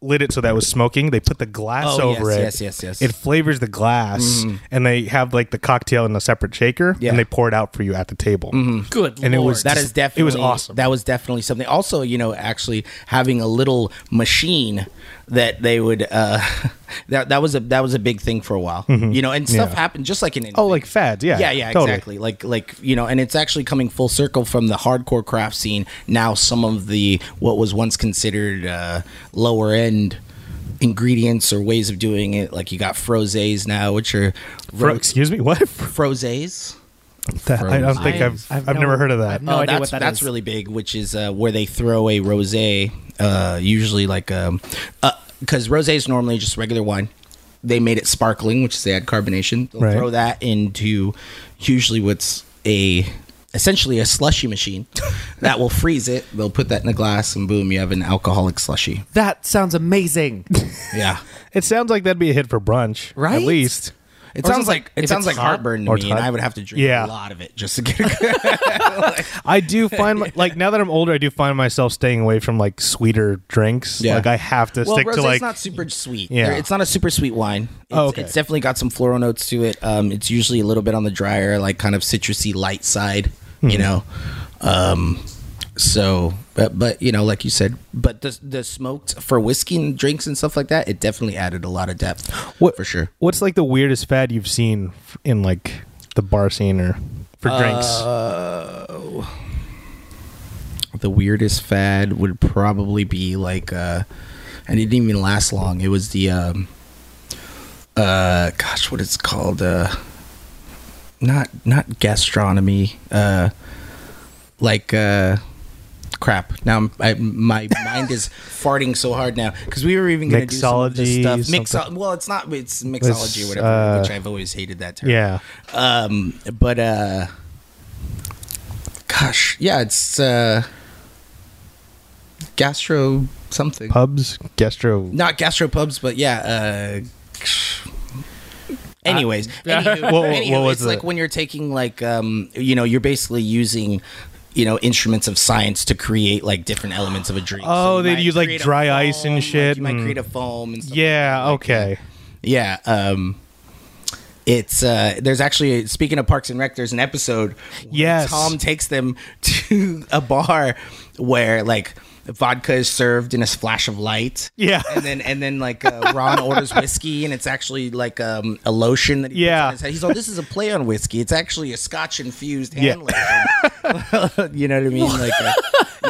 [SPEAKER 1] lit it so that it was smoking. They put the glass
[SPEAKER 2] Oh,
[SPEAKER 1] over
[SPEAKER 2] yes,
[SPEAKER 1] it.
[SPEAKER 2] yes, yes, yes.
[SPEAKER 1] It flavors the glass, and they have like the cocktail in a separate shaker,
[SPEAKER 2] Yeah. Mm-hmm.
[SPEAKER 1] and they pour it out for you at the table.
[SPEAKER 4] Good
[SPEAKER 1] And it
[SPEAKER 4] lord.
[SPEAKER 1] was
[SPEAKER 2] That
[SPEAKER 1] Just-
[SPEAKER 2] is definitely
[SPEAKER 1] it was awesome.
[SPEAKER 2] That was definitely something. Also, you know, actually having a little machine that they would uh that that was a that was a big thing for a while. You know, and stuff
[SPEAKER 1] Mm-hmm. Yeah.
[SPEAKER 2] happened just like in anything.
[SPEAKER 1] Oh, like fads, yeah,
[SPEAKER 2] yeah, yeah,
[SPEAKER 1] totally.
[SPEAKER 2] exactly. Like like you know, and it's actually coming full circle from the hardcore craft scene. Now some of the what was once considered uh lower end ingredients or ways of doing it like you got frosés now which are
[SPEAKER 1] Fro- excuse me, what?
[SPEAKER 2] frosés
[SPEAKER 1] That- I don't think I've I've,
[SPEAKER 3] I've
[SPEAKER 1] never
[SPEAKER 3] no-
[SPEAKER 1] heard of that.
[SPEAKER 3] I've no
[SPEAKER 2] Oh,
[SPEAKER 3] idea
[SPEAKER 2] that's,
[SPEAKER 3] what that
[SPEAKER 2] that's
[SPEAKER 3] is.
[SPEAKER 2] really big, which is uh, where they throw a rosé, uh, usually like um, uh, because rosé is normally just regular wine. They made it sparkling, which is they add carbonation. They'll
[SPEAKER 1] Right.
[SPEAKER 2] throw that into usually what's a essentially a slushy machine that will freeze it. They'll put that in a glass, and boom, you have an alcoholic slushy.
[SPEAKER 3] That sounds amazing.
[SPEAKER 2] Yeah.
[SPEAKER 1] It sounds like that'd be a hit for brunch,
[SPEAKER 3] Right?
[SPEAKER 1] At least.
[SPEAKER 2] It
[SPEAKER 3] Or
[SPEAKER 2] sounds
[SPEAKER 3] just like,
[SPEAKER 2] like,
[SPEAKER 3] if
[SPEAKER 2] it sounds
[SPEAKER 3] it's
[SPEAKER 2] like
[SPEAKER 3] hot
[SPEAKER 2] heartburn to
[SPEAKER 1] or
[SPEAKER 2] me, and
[SPEAKER 1] hot.
[SPEAKER 2] I would have to drink
[SPEAKER 1] Yeah.
[SPEAKER 2] a lot of it just to get a good.
[SPEAKER 1] I do find my, like now that I'm older, I do find myself staying away from like sweeter drinks.
[SPEAKER 2] Yeah.
[SPEAKER 1] Like I have to
[SPEAKER 2] well,
[SPEAKER 1] stick
[SPEAKER 2] rosé's
[SPEAKER 1] to like
[SPEAKER 2] not super sweet.
[SPEAKER 1] Yeah.
[SPEAKER 2] Yeah, it's not a super sweet wine. It's,
[SPEAKER 1] Oh, okay.
[SPEAKER 2] it's definitely got some floral notes to it. Um, it's usually a little bit on the drier, like kind of citrusy light side.
[SPEAKER 1] Hmm.
[SPEAKER 2] You know, um, so but but you know, like you said, but the the smoked for whiskey and drinks and stuff like that, it definitely added a lot of depth.
[SPEAKER 1] What-
[SPEAKER 2] for sure?
[SPEAKER 1] What's like the weirdest fad you've seen f- in like the bar scene or for drinks?
[SPEAKER 2] Uh, The weirdest fad would probably be like, uh, and it didn't even last long. It was the, um, uh, gosh, what it's called, uh, not not gastronomy, uh, like, uh, crap. Now I'm, I, my mind is farting so hard now because we were even going to do some of this
[SPEAKER 1] Mixology,
[SPEAKER 2] stuff.
[SPEAKER 1] something.
[SPEAKER 2] Mixo- well, it's not it's mixology or whatever,
[SPEAKER 1] uh,
[SPEAKER 2] which I've always hated that term.
[SPEAKER 1] Yeah.
[SPEAKER 2] Um, but uh, gosh, yeah, it's uh, gastro something.
[SPEAKER 1] Pubs, gastro.
[SPEAKER 2] Not gastro pubs, but yeah. Uh, anyways, anywho,
[SPEAKER 1] What- what
[SPEAKER 2] anywho,
[SPEAKER 1] was
[SPEAKER 2] it's like
[SPEAKER 1] it?
[SPEAKER 2] when you're taking like um, you know, you're basically using. You know, instruments of science to create like different elements of a drink.
[SPEAKER 1] Oh,
[SPEAKER 2] you
[SPEAKER 1] they'd
[SPEAKER 2] might
[SPEAKER 1] use, like,
[SPEAKER 2] create a
[SPEAKER 1] dry ice and
[SPEAKER 2] foam,
[SPEAKER 1] shit,
[SPEAKER 2] Like, you might
[SPEAKER 1] mm.
[SPEAKER 2] create a foam and stuff
[SPEAKER 1] Yeah. Okay.
[SPEAKER 2] yeah, um it's uh there's actually speaking of Parks and Rec, there's an episode where
[SPEAKER 1] Yes.
[SPEAKER 2] Tom takes them to a bar where like vodka is served in a splash of light.
[SPEAKER 1] Yeah.
[SPEAKER 2] And then and then like uh, Ron orders whiskey and it's actually like um a lotion that he
[SPEAKER 1] Yeah.
[SPEAKER 2] puts on his head. He's like, this is a play on whiskey. It's actually a scotch infused
[SPEAKER 1] Yeah.
[SPEAKER 2] hand lotion. you know what I mean? Like uh, yeah,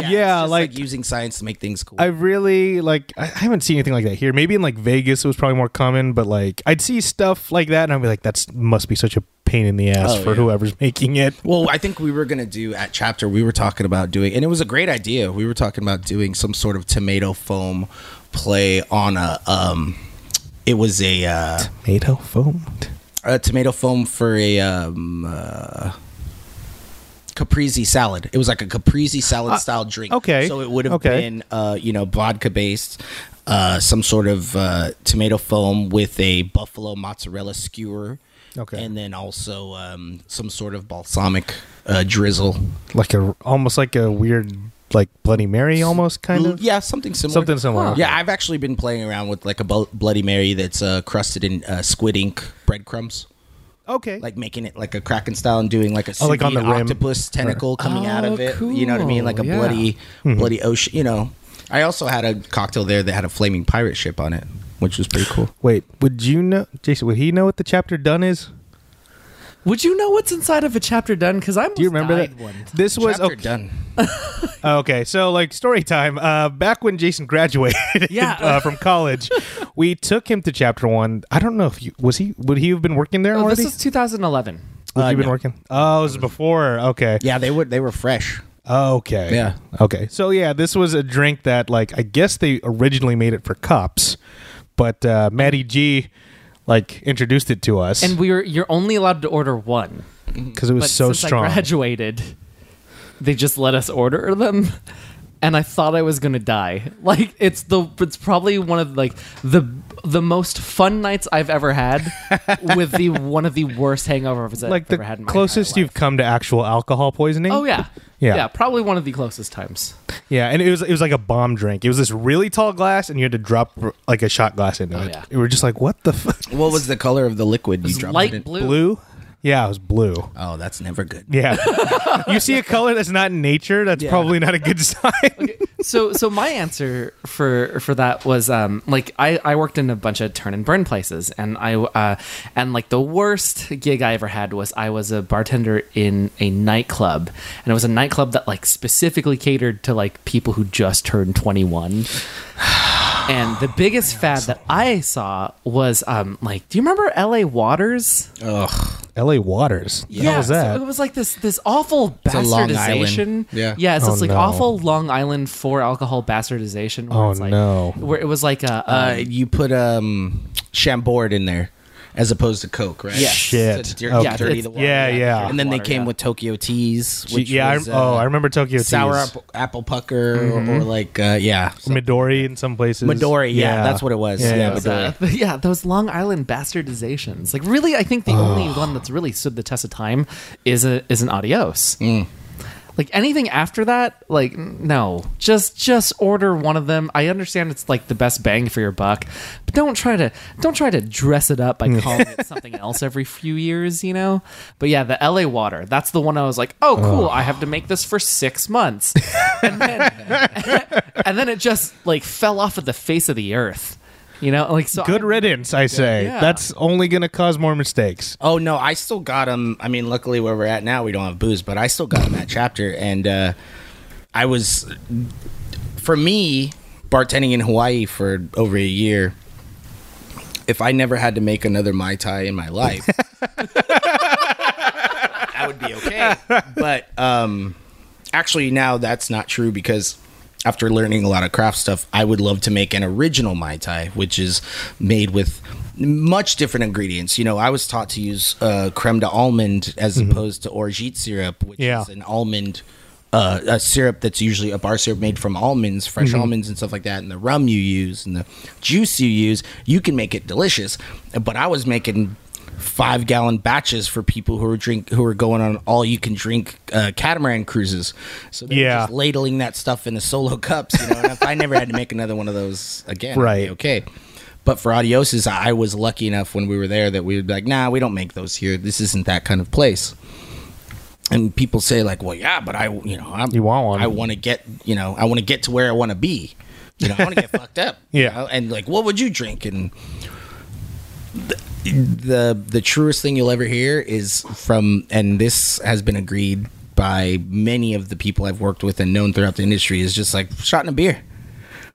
[SPEAKER 2] it's
[SPEAKER 1] Yeah,
[SPEAKER 2] just,
[SPEAKER 1] like-
[SPEAKER 2] using science to make things cool.
[SPEAKER 1] I really like. I I haven't seen anything like that here. Maybe in like Vegas, it was probably more common, but like I'd see stuff like that, and I'd be like, "That's must be such a pain in the ass
[SPEAKER 2] Oh,
[SPEAKER 1] for
[SPEAKER 2] yeah.
[SPEAKER 1] whoever's making it."
[SPEAKER 2] Well, I think we were going to do at chapter, we were talking about doing, and it was a great idea. We were talking about doing some sort of tomato foam play on a, um, it was a, uh,
[SPEAKER 1] Tomato foam.
[SPEAKER 2] a tomato foam for a, um, uh, caprese salad. It was like a caprese salad style drink.
[SPEAKER 1] Uh, okay.
[SPEAKER 2] So it would have
[SPEAKER 1] Okay.
[SPEAKER 2] been, uh, you know, vodka based, uh, some sort of uh, tomato foam with a buffalo mozzarella skewer.
[SPEAKER 1] Okay.
[SPEAKER 2] And then also um, some sort of balsamic uh, drizzle.
[SPEAKER 1] like a almost like a weird like Bloody Mary almost kind of
[SPEAKER 2] Yeah, something similar.
[SPEAKER 1] something similar.
[SPEAKER 3] Huh.
[SPEAKER 1] Okay.
[SPEAKER 2] Yeah, I've actually been playing around with like a Bo- Bloody Mary that's uh, crusted in uh, squid ink breadcrumbs.
[SPEAKER 1] Okay.
[SPEAKER 2] like making it like a Kraken style and doing like a
[SPEAKER 1] Oh, like
[SPEAKER 2] sous
[SPEAKER 1] on the
[SPEAKER 2] vide
[SPEAKER 1] rim.
[SPEAKER 2] octopus tentacle coming out
[SPEAKER 3] Oh,
[SPEAKER 2] of it. You know what I mean? Like a
[SPEAKER 3] cool, yeah.
[SPEAKER 2] bloody,
[SPEAKER 1] Mm-hmm.
[SPEAKER 2] bloody ocean. You know. I also had a cocktail there that had a flaming pirate ship on it, which was pretty cool.
[SPEAKER 1] Wait, would you know, Jason? Would he know what the chapter done is?
[SPEAKER 3] Would you know what's inside of a chapter done? Because I almost
[SPEAKER 1] Do you remember
[SPEAKER 3] died
[SPEAKER 1] that?
[SPEAKER 3] one.
[SPEAKER 1] This was
[SPEAKER 2] Chapter
[SPEAKER 1] okay.
[SPEAKER 2] done.
[SPEAKER 1] Okay, so like story time. Uh, back when Jason graduated
[SPEAKER 3] Yeah.
[SPEAKER 1] uh, from college, we took him to chapter one. I don't know if you was he would he have been working there
[SPEAKER 3] Oh, this
[SPEAKER 1] already?
[SPEAKER 3] is 2011.
[SPEAKER 1] would
[SPEAKER 2] Uh,
[SPEAKER 1] he been
[SPEAKER 2] no.
[SPEAKER 1] working? Oh, it was before. Okay.
[SPEAKER 2] Yeah, they were they were fresh.
[SPEAKER 1] Okay.
[SPEAKER 2] Yeah.
[SPEAKER 1] Okay. So yeah, this was a drink that like I guess they originally made it for cops, but uh, Maddie G like introduced it to us
[SPEAKER 3] And we were you're only allowed to order one.
[SPEAKER 1] because it was
[SPEAKER 3] But
[SPEAKER 1] so
[SPEAKER 3] since
[SPEAKER 1] strong.
[SPEAKER 3] I graduated, they just let us order them. And I thought I was gonna die. Like it's the it's probably one of like the the most fun nights I've ever had with the one of the worst hangovers I've
[SPEAKER 1] like
[SPEAKER 3] ever
[SPEAKER 1] the
[SPEAKER 3] had. In my
[SPEAKER 1] closest
[SPEAKER 3] entire
[SPEAKER 1] you've come to actual alcohol poisoning.
[SPEAKER 3] life. Oh yeah.
[SPEAKER 1] Yeah.
[SPEAKER 3] Yeah. Probably one of the closest times.
[SPEAKER 1] Yeah, and it was it was like a bomb drink. It was this really tall glass, and you had to drop like a shot glass into it.
[SPEAKER 3] Oh, yeah.
[SPEAKER 1] We were just like, what the fuck?
[SPEAKER 2] What was the color of the liquid you
[SPEAKER 3] It's
[SPEAKER 2] dropped it in?
[SPEAKER 3] light blue.
[SPEAKER 1] Blue? Yeah, it was blue.
[SPEAKER 2] Oh, that's never good.
[SPEAKER 1] Yeah, you see a color that's not in nature. That's probably not a good sign.
[SPEAKER 3] so so my answer for for that was um like I I worked in a bunch of turn and burn places and I uh and like the worst gig I ever had was I was a bartender in a nightclub and it was a nightclub that like specifically catered to like people who just turned 21 and the biggest fad that I saw was um like do you remember LA Waters
[SPEAKER 1] L.A. Waters. The hell was
[SPEAKER 3] so
[SPEAKER 1] that?
[SPEAKER 3] it was like this this awful
[SPEAKER 2] a Long Island.
[SPEAKER 3] bastardization.
[SPEAKER 2] Yeah.
[SPEAKER 3] yeah. So
[SPEAKER 1] Oh,
[SPEAKER 3] it's like
[SPEAKER 1] no.
[SPEAKER 3] awful Long Island for alcohol bastardization. Where
[SPEAKER 1] Oh,
[SPEAKER 3] it's like,
[SPEAKER 1] no.
[SPEAKER 3] Where it was like a,
[SPEAKER 2] Uh, you put um Chambord in there as opposed to Coke, right?
[SPEAKER 3] Yes.
[SPEAKER 1] Shit.
[SPEAKER 2] To dir-
[SPEAKER 1] Okay.
[SPEAKER 3] Yeah,
[SPEAKER 2] dirty
[SPEAKER 3] it's-
[SPEAKER 2] the water.
[SPEAKER 1] yeah, yeah.
[SPEAKER 2] And then they
[SPEAKER 3] Water,
[SPEAKER 2] came
[SPEAKER 3] yeah.
[SPEAKER 2] with Tokyo teas. Which
[SPEAKER 1] yeah. I,
[SPEAKER 2] was, uh,
[SPEAKER 1] oh, I remember Tokyo Teas.
[SPEAKER 2] sour apple, apple pucker or like uh, yeah
[SPEAKER 1] Midori in some places.
[SPEAKER 2] Midori, yeah, that's what it was.
[SPEAKER 1] Yeah,
[SPEAKER 2] Yeah,
[SPEAKER 1] it was,
[SPEAKER 2] Midori.
[SPEAKER 3] uh, yeah, those Long Island bastardizations. Like really, I think the only one that's really stood the test of time is a is an adios. Like anything after that, like n- no, just just order one of them. I understand it's like the best bang for your buck, but don't try to don't try to dress it up by calling it something else every few years, you know. But yeah, the L.A. water, that's the one I was like, oh cool, I have to make this for six months, and then, and then it just like fell off of the face of the earth, you know. Like so,
[SPEAKER 1] Good
[SPEAKER 3] I-
[SPEAKER 1] riddance, I say.
[SPEAKER 3] Yeah.
[SPEAKER 1] That's only gonna cause more mistakes.
[SPEAKER 2] oh no i still got them i mean luckily where we're at now we don't have booze but i still got them that chapter and uh, i was for me bartending in hawaii for over a year if i never had to make another mai tai in my life that would be okay but um actually now that's not true because after learning a lot of craft stuff, I would love to make an original mai tai, which is made with much different ingredients. You know, I was taught to use uh, creme de almond as opposed to orgeat syrup, which
[SPEAKER 1] Yeah.
[SPEAKER 2] is an almond. Uh, a syrup that's usually a bar syrup made from almonds, fresh
[SPEAKER 1] Mm-hmm.
[SPEAKER 2] almonds, and stuff like that, and the rum you use and the juice you use, you can make it delicious. But I was making five gallon batches for people who are drink who are going on all you can drink uh, catamaran cruises. So they were
[SPEAKER 1] Yeah.
[SPEAKER 2] just ladling that stuff into solo cups. You know, and if I never had to make another one of those again, I'd be
[SPEAKER 1] Right.
[SPEAKER 2] okay. But for adioses, I was lucky enough when we were there that we would be like, nah, we don't make those here. This isn't that kind of place. And people say like, well, yeah, but I, you know, I'm,
[SPEAKER 1] You want one.
[SPEAKER 2] I want to get, you know, I want to get to where I want to be. You know, I want to get fucked up. you
[SPEAKER 1] Yeah.
[SPEAKER 2] know? And like, what would you drink? And the the truest thing you'll ever hear is from and this has been agreed by many of the people I've worked with and known throughout the industry is just like shot in a beer.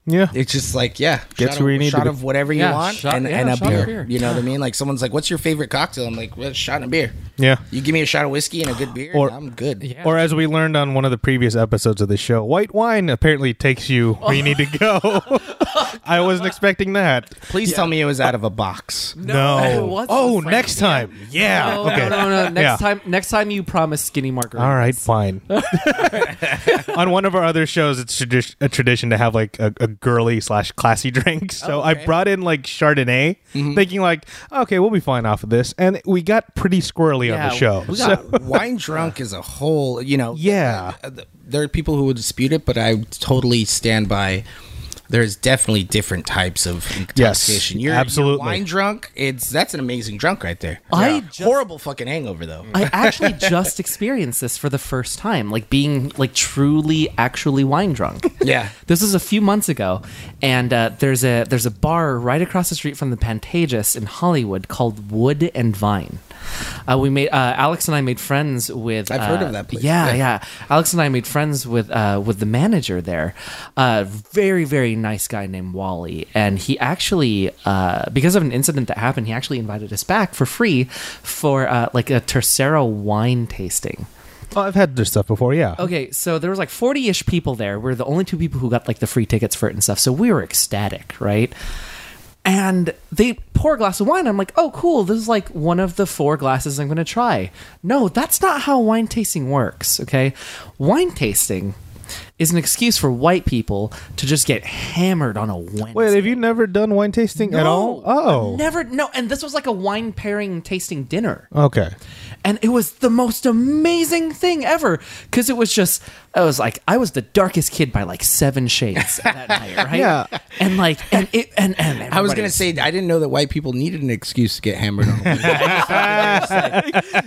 [SPEAKER 1] Yeah.
[SPEAKER 2] It's just like, yeah,
[SPEAKER 1] Gets
[SPEAKER 2] shot
[SPEAKER 1] where
[SPEAKER 2] of,
[SPEAKER 1] you need to
[SPEAKER 2] shot
[SPEAKER 1] be.
[SPEAKER 2] of whatever you
[SPEAKER 3] Yeah,
[SPEAKER 2] want
[SPEAKER 3] shot-
[SPEAKER 2] and,
[SPEAKER 3] yeah,
[SPEAKER 2] and a
[SPEAKER 3] shot of
[SPEAKER 2] beer.
[SPEAKER 3] beer.
[SPEAKER 2] You know what I mean? Like someone's like, "What's your favorite cocktail?" I'm like, well, "Shot and a beer."
[SPEAKER 1] Yeah.
[SPEAKER 2] You give me a shot of whiskey and a good beer,
[SPEAKER 1] Or-
[SPEAKER 2] and I'm good.
[SPEAKER 3] Yeah.
[SPEAKER 1] Or as we learned on one of the previous episodes of the show, white wine apparently takes you where you need to go. I wasn't expecting that.
[SPEAKER 2] Please tell me it was out of a box.
[SPEAKER 1] No.
[SPEAKER 3] What's
[SPEAKER 1] oh,
[SPEAKER 3] the frick?
[SPEAKER 1] next time. Yeah.
[SPEAKER 3] No,
[SPEAKER 1] okay.
[SPEAKER 3] no, no, no. Next
[SPEAKER 1] Yeah.
[SPEAKER 3] time, next time you promise skinny margarita.
[SPEAKER 1] All right, fine. On one of our other shows, it's tradi- a tradition to have like a, a girly slash classy drink. So I brought in like Chardonnay, thinking like, okay, we'll be fine off of this, and we got pretty squirrely on
[SPEAKER 3] Yeah,
[SPEAKER 1] the show.
[SPEAKER 3] we
[SPEAKER 1] So-
[SPEAKER 2] Wine drunk is a whole, you know.
[SPEAKER 1] yeah,
[SPEAKER 2] uh, th- There are people who would dispute it, but I totally stand by. There's definitely different types of intoxication. You're- you're
[SPEAKER 1] absolutely.
[SPEAKER 2] wine drunk. It's that's an amazing drunk right there.
[SPEAKER 3] I just- Mm.
[SPEAKER 2] horrible fucking hangover though.
[SPEAKER 3] I actually just experienced this for the first time, like being like truly, actually wine drunk.
[SPEAKER 2] Yeah.
[SPEAKER 3] This was a few months ago, and uh, there's a there's a bar right across the street from the Pantages in Hollywood called Wood and Vine. Uh, we made uh, Alex and I made friends with.
[SPEAKER 2] I've heard
[SPEAKER 3] uh,
[SPEAKER 2] of that place.
[SPEAKER 3] Yeah,
[SPEAKER 2] Yeah.
[SPEAKER 3] yeah, Alex and I made friends with uh, with the manager there, a very very nice guy named Wally, and he actually uh, because of an incident that happened, he actually invited us back for free for uh, like a Tercero wine tasting.
[SPEAKER 1] oh, I've had this stuff before. Yeah.
[SPEAKER 3] Okay, so there was like 40-ish people there. We're the only two people who got like the free tickets for it and stuff. So we were ecstatic, right? And they pour a glass of wine. I'm like, oh, cool. This is like one of the four glasses I'm going to try. No, that's not how wine tasting works, okay? Wine tasting is an excuse for white people to just get hammered on a Wednesday.
[SPEAKER 1] Wait, have you never done wine tasting at all?
[SPEAKER 3] No,
[SPEAKER 1] Oh,
[SPEAKER 3] I've Never, no. And this was like a wine pairing tasting dinner
[SPEAKER 1] okay.
[SPEAKER 3] and it was the most amazing thing ever because it was just I was like I was the darkest kid by like seven shades that night, right?
[SPEAKER 1] Yeah.
[SPEAKER 3] and like and it and and
[SPEAKER 2] I was
[SPEAKER 3] everybody
[SPEAKER 2] gonna say I didn't know that white people needed an excuse to get hammered on.
[SPEAKER 3] yeah,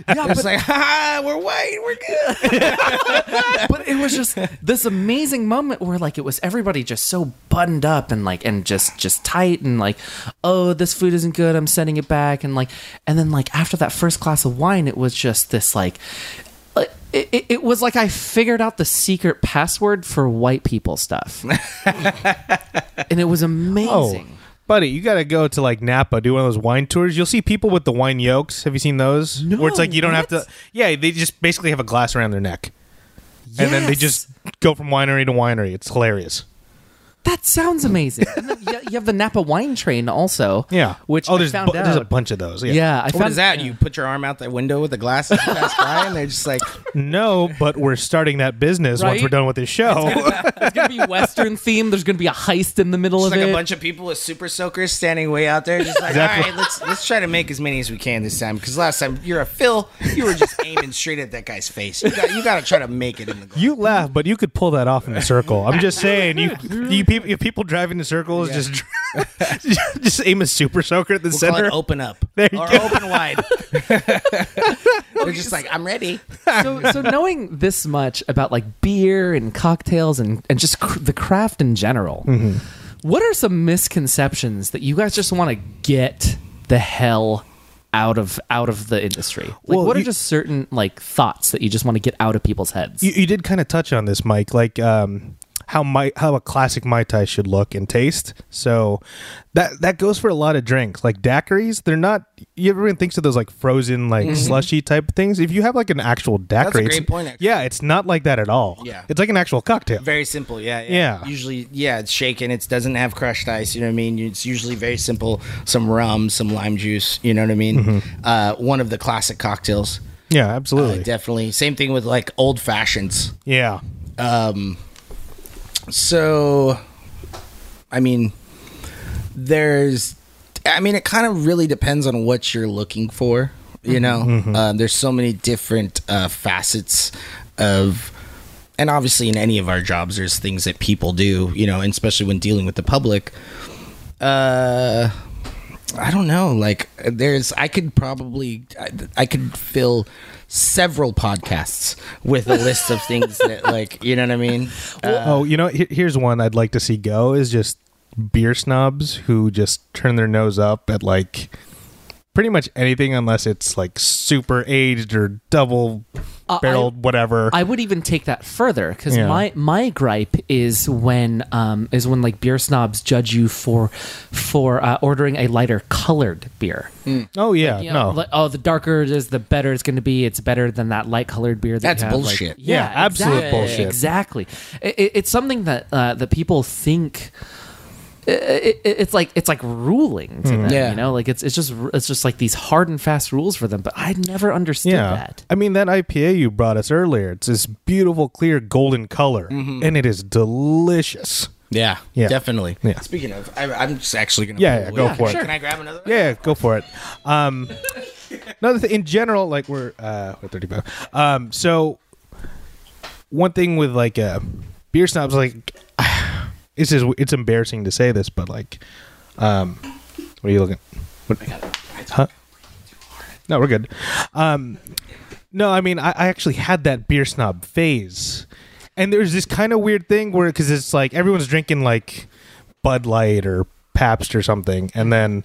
[SPEAKER 2] It's
[SPEAKER 3] but,
[SPEAKER 2] like, ha, we're white, we're good.
[SPEAKER 3] but it was just this amazing moment where like it was everybody just so buttoned up and like and just just tight and like oh this food isn't good I'm sending it back and like and then like after that first glass of wine it was just this like. like, It, it, it was like I figured out the secret password for white people stuff, and it was
[SPEAKER 1] Oh.
[SPEAKER 3] amazing.
[SPEAKER 1] Buddy, you gotta go to like Napa, do one of those wine tours. You'll see people with the wine yolks. Have you seen those? No, Where it's like you don't have
[SPEAKER 3] what?
[SPEAKER 1] to. Yeah, they just basically have a glass around their neck, and then they
[SPEAKER 3] Yes.
[SPEAKER 1] just go from winery to winery. It's hilarious.
[SPEAKER 3] That sounds amazing. and then you, you have the Napa wine train also.
[SPEAKER 1] Yeah.
[SPEAKER 3] which
[SPEAKER 1] oh,
[SPEAKER 3] I
[SPEAKER 1] there's
[SPEAKER 3] found
[SPEAKER 1] bu-
[SPEAKER 3] out.
[SPEAKER 1] there's a bunch of those. Yeah. Oh,
[SPEAKER 3] Yeah, I found
[SPEAKER 2] What is that? You put your arm out the window with the glasses and pass by, and they're just like,
[SPEAKER 1] No, but we're starting that business once
[SPEAKER 3] Right?
[SPEAKER 1] we're done with this show.
[SPEAKER 3] It's gonna be Western themed. There's gonna be a heist in the middle
[SPEAKER 2] just
[SPEAKER 3] of
[SPEAKER 2] like
[SPEAKER 3] it.
[SPEAKER 2] a bunch of people with super soakers standing way out there, just like,
[SPEAKER 1] Exactly.
[SPEAKER 2] all right, let's let's try to make as many as we can this time. Because last time you're a Phil, you were just aiming straight at that guy's face. You got, you got to try to make it in the. Glass.
[SPEAKER 1] you laugh, but you could pull that off in a circle. I'm just saying, you you people, if people drive in circles, just just aim a super soaker at the
[SPEAKER 2] We'll call
[SPEAKER 1] center.
[SPEAKER 2] it open up
[SPEAKER 1] There you
[SPEAKER 2] or
[SPEAKER 1] go.
[SPEAKER 2] open wide. They're just like, I'm ready.
[SPEAKER 3] so, so knowing this much about like beer and cocktails and and just cr- the craft in general,
[SPEAKER 1] Mm-hmm.
[SPEAKER 3] what are some misconceptions that you guys just want to get the hell out of out of the industry? Like,
[SPEAKER 1] Well,
[SPEAKER 3] what are
[SPEAKER 1] you-
[SPEAKER 3] just certain like thoughts that you just want to get out of people's heads?
[SPEAKER 1] You, you did kind of touch on this, Mike, like um, how my, how a classic mai tai should look and taste. So that that goes for a lot of drinks, like daiquiris. They're not. You everyone thinks of those like frozen, like slushy type things. If you have like an actual daiquiri, it's-
[SPEAKER 2] Mm-hmm. great point, actually.
[SPEAKER 1] yeah, it's not like that at all.
[SPEAKER 2] Yeah.
[SPEAKER 1] it's like an actual cocktail.
[SPEAKER 2] Very simple, yeah,
[SPEAKER 1] Yeah.
[SPEAKER 2] Usually, yeah, it's shaken. It doesn't have crushed ice. You know what I mean? It's usually very simple. Some rum, some lime juice. You know what I mean?
[SPEAKER 1] Mm-hmm.
[SPEAKER 2] Uh, one of the classic cocktails,
[SPEAKER 1] yeah,
[SPEAKER 2] uh,
[SPEAKER 1] absolutely.
[SPEAKER 2] definitely. Same thing with like old fashions.
[SPEAKER 1] yeah,
[SPEAKER 2] So, I mean, there's, I mean, it kind of really depends on what you're looking for. You know, uh, there's so many different uh, facets of, and obviously in any of our jobs, there's things that people do. You know, and especially when dealing with the public. Uh, I don't know. Like, there's, I could probably, I, I could fill several podcasts with a list of things that, like, you know what I mean?
[SPEAKER 3] Uh,
[SPEAKER 1] oh, you know, here, here's one I'd like to see go is just beer snobs who just turn their nose up at like pretty much anything unless it's like super aged or double
[SPEAKER 3] Uh,
[SPEAKER 1] barreled whatever.
[SPEAKER 3] I would even take that further because
[SPEAKER 1] Yeah.
[SPEAKER 3] my my gripe is when um, is when like beer snobs judge you for for uh, ordering a lighter colored beer.
[SPEAKER 2] Mm.
[SPEAKER 1] oh yeah,
[SPEAKER 3] You
[SPEAKER 1] no.
[SPEAKER 3] know, like, oh, the darker it is, the better it's going to be. It's better than that light colored beer. That you
[SPEAKER 2] That's
[SPEAKER 3] have, like-
[SPEAKER 2] bullshit.
[SPEAKER 1] Yeah, absolute
[SPEAKER 3] exactly,
[SPEAKER 1] bullshit.
[SPEAKER 3] Exactly. I- I- it's something that uh, that people think. i- i i it's like it's like ruling
[SPEAKER 1] Mm-hmm.
[SPEAKER 3] to them,
[SPEAKER 2] Yeah.
[SPEAKER 3] you know. Like it's it's just it's just like these hard and fast rules for them. But I never understood
[SPEAKER 1] yeah.
[SPEAKER 3] that.
[SPEAKER 1] I mean that IPA you brought us earlier, it's this beautiful clear golden color
[SPEAKER 3] Mm-hmm.
[SPEAKER 1] and it is delicious.
[SPEAKER 2] Yeah,
[SPEAKER 1] Yeah.
[SPEAKER 2] definitely.
[SPEAKER 1] Yeah.
[SPEAKER 2] Speaking of, I, I'm just actually gonna.
[SPEAKER 1] Yeah,
[SPEAKER 2] pull
[SPEAKER 1] yeah, go
[SPEAKER 2] away.
[SPEAKER 1] Yeah, for it. sure.
[SPEAKER 2] Can I grab another?
[SPEAKER 1] Yeah, yeah, go for it. Um, another thing in general, like we're uh, we're thirty five. Um, so one thing with like uh, beer snobs, like this is it's embarrassing to say this, but like, um, what are you looking? What? Huh? No, we're good. Um, no, I mean I, I actually had that beer snob phase, and there's this kind of weird thing where because it's like everyone's drinking like Bud Light or Pabst or something, and then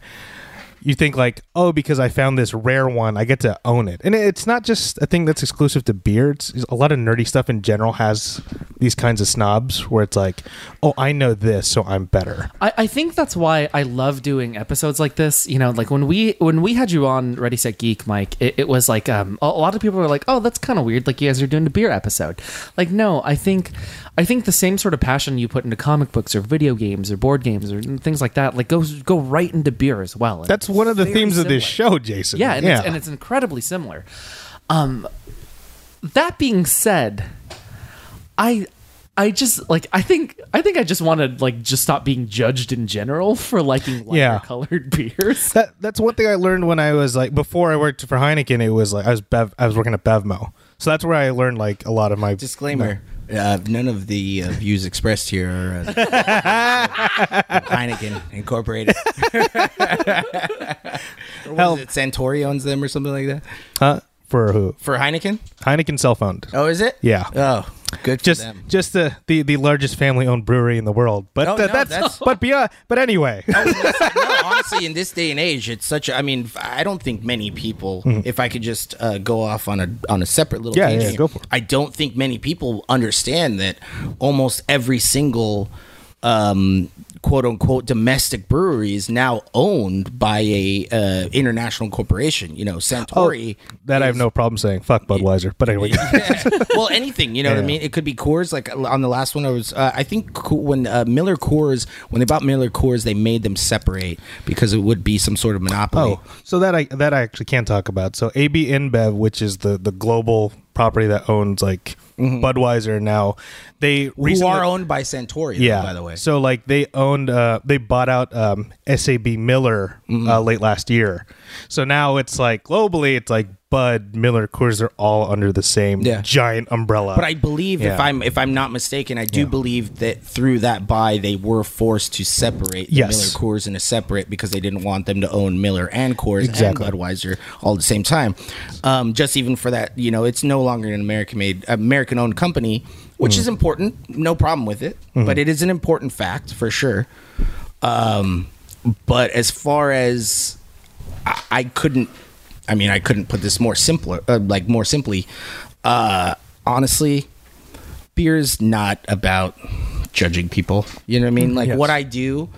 [SPEAKER 1] you think like, oh, because I found this rare one, I get to own it. And it's not just a thing that's exclusive to beer. It's, it's a lot of nerdy stuff in general has these kinds of snobs where it's like, oh, I know this, so I'm better.
[SPEAKER 3] I, I think that's why I love doing episodes like this. You know, like when we when we had you on Ready Set Geek, Mike, it, it was like um, a, a lot of people were like, "Oh, that's kind of weird." Like you guys are doing a beer episode. Like, no, I think I think the same sort of passion you put into comic books or video games or board games or things like that, like goes go right into beer as well. And
[SPEAKER 1] That's
[SPEAKER 3] it's
[SPEAKER 1] one of the
[SPEAKER 3] very
[SPEAKER 1] themes of this
[SPEAKER 3] similar.
[SPEAKER 1] show, Jason.
[SPEAKER 3] Yeah, and, It's, and it's incredibly similar. Um, that being said, I I just like I think I think I just want to like just stop being judged in general for liking lighter
[SPEAKER 1] Yeah.
[SPEAKER 3] colored beers.
[SPEAKER 1] That that's one thing I learned when I was like before I worked for Heineken. It was like I was Bev, I was working at Bevmo, so that's where I learned like a lot of my
[SPEAKER 2] Disclaimer: uh, None of the uh, views expressed here are uh, Heineken Incorporated. Or what
[SPEAKER 1] Help.
[SPEAKER 2] is it Santori owns them or something like that
[SPEAKER 1] Huh? for who
[SPEAKER 2] for Heineken.
[SPEAKER 1] Heineken cell phoned.
[SPEAKER 2] Oh, is it?
[SPEAKER 1] Yeah.
[SPEAKER 2] Oh, good for
[SPEAKER 1] just
[SPEAKER 2] them.
[SPEAKER 1] just the, the the largest family owned brewery in the world but
[SPEAKER 2] Oh,
[SPEAKER 1] uh,
[SPEAKER 2] no,
[SPEAKER 1] that's,
[SPEAKER 2] that's-
[SPEAKER 1] but beyond but anyway
[SPEAKER 2] no, honestly, in this day and age, it's such. A, I mean, I don't think many people. If I could just uh, go off on a on a separate little
[SPEAKER 1] Mm-hmm. Yeah,
[SPEAKER 2] tangent,
[SPEAKER 1] yeah, go for it.
[SPEAKER 2] I don't think many people understand that almost every single um, quote unquote domestic brewery is now owned by a uh, international corporation.
[SPEAKER 1] Oh,
[SPEAKER 2] You know, Santori.
[SPEAKER 1] that i have no problem saying fuck budweiser but anyway
[SPEAKER 2] well, anything, you know what I
[SPEAKER 1] Yeah.
[SPEAKER 2] mean? It could be Coors. Like on the last one, I was, uh, I think Co- when uh, Miller Coors, when they bought Miller Coors, they made them separate because it would be some sort of monopoly.
[SPEAKER 1] oh so that i that i actually can talk about so ab inbev which is the the global property that owns like budweiser now they
[SPEAKER 2] Mm-hmm. Who
[SPEAKER 1] recently,
[SPEAKER 2] are owned by Santori, though,
[SPEAKER 1] yeah
[SPEAKER 2] by the way.
[SPEAKER 1] so like they owned uh they bought out um sab miller
[SPEAKER 2] Mm-hmm.
[SPEAKER 1] uh, late last year so now it's like globally it's like bud miller coors are all under the same
[SPEAKER 2] Yeah.
[SPEAKER 1] giant umbrella
[SPEAKER 2] but I believe if
[SPEAKER 1] Yeah.
[SPEAKER 2] I'm if I'm not mistaken, I do believe that through that buy they were forced to separate the
[SPEAKER 1] Yes.
[SPEAKER 2] Miller Coors into separate because they didn't want them to own Miller and Coors
[SPEAKER 1] Exactly.
[SPEAKER 2] and Budweiser all at the same time. Um, just even for that, you know, it's no longer an American made American owned company,
[SPEAKER 1] Mm-hmm.
[SPEAKER 2] which is important. No problem with it, but it is an important fact for sure. Um, but as far as I, I couldn't, I mean, I couldn't put this more simpler, uh, like more simply. Uh, honestly, beer's not about judging people. You know what I mean? Like
[SPEAKER 1] Mm, yes.
[SPEAKER 2] what I do,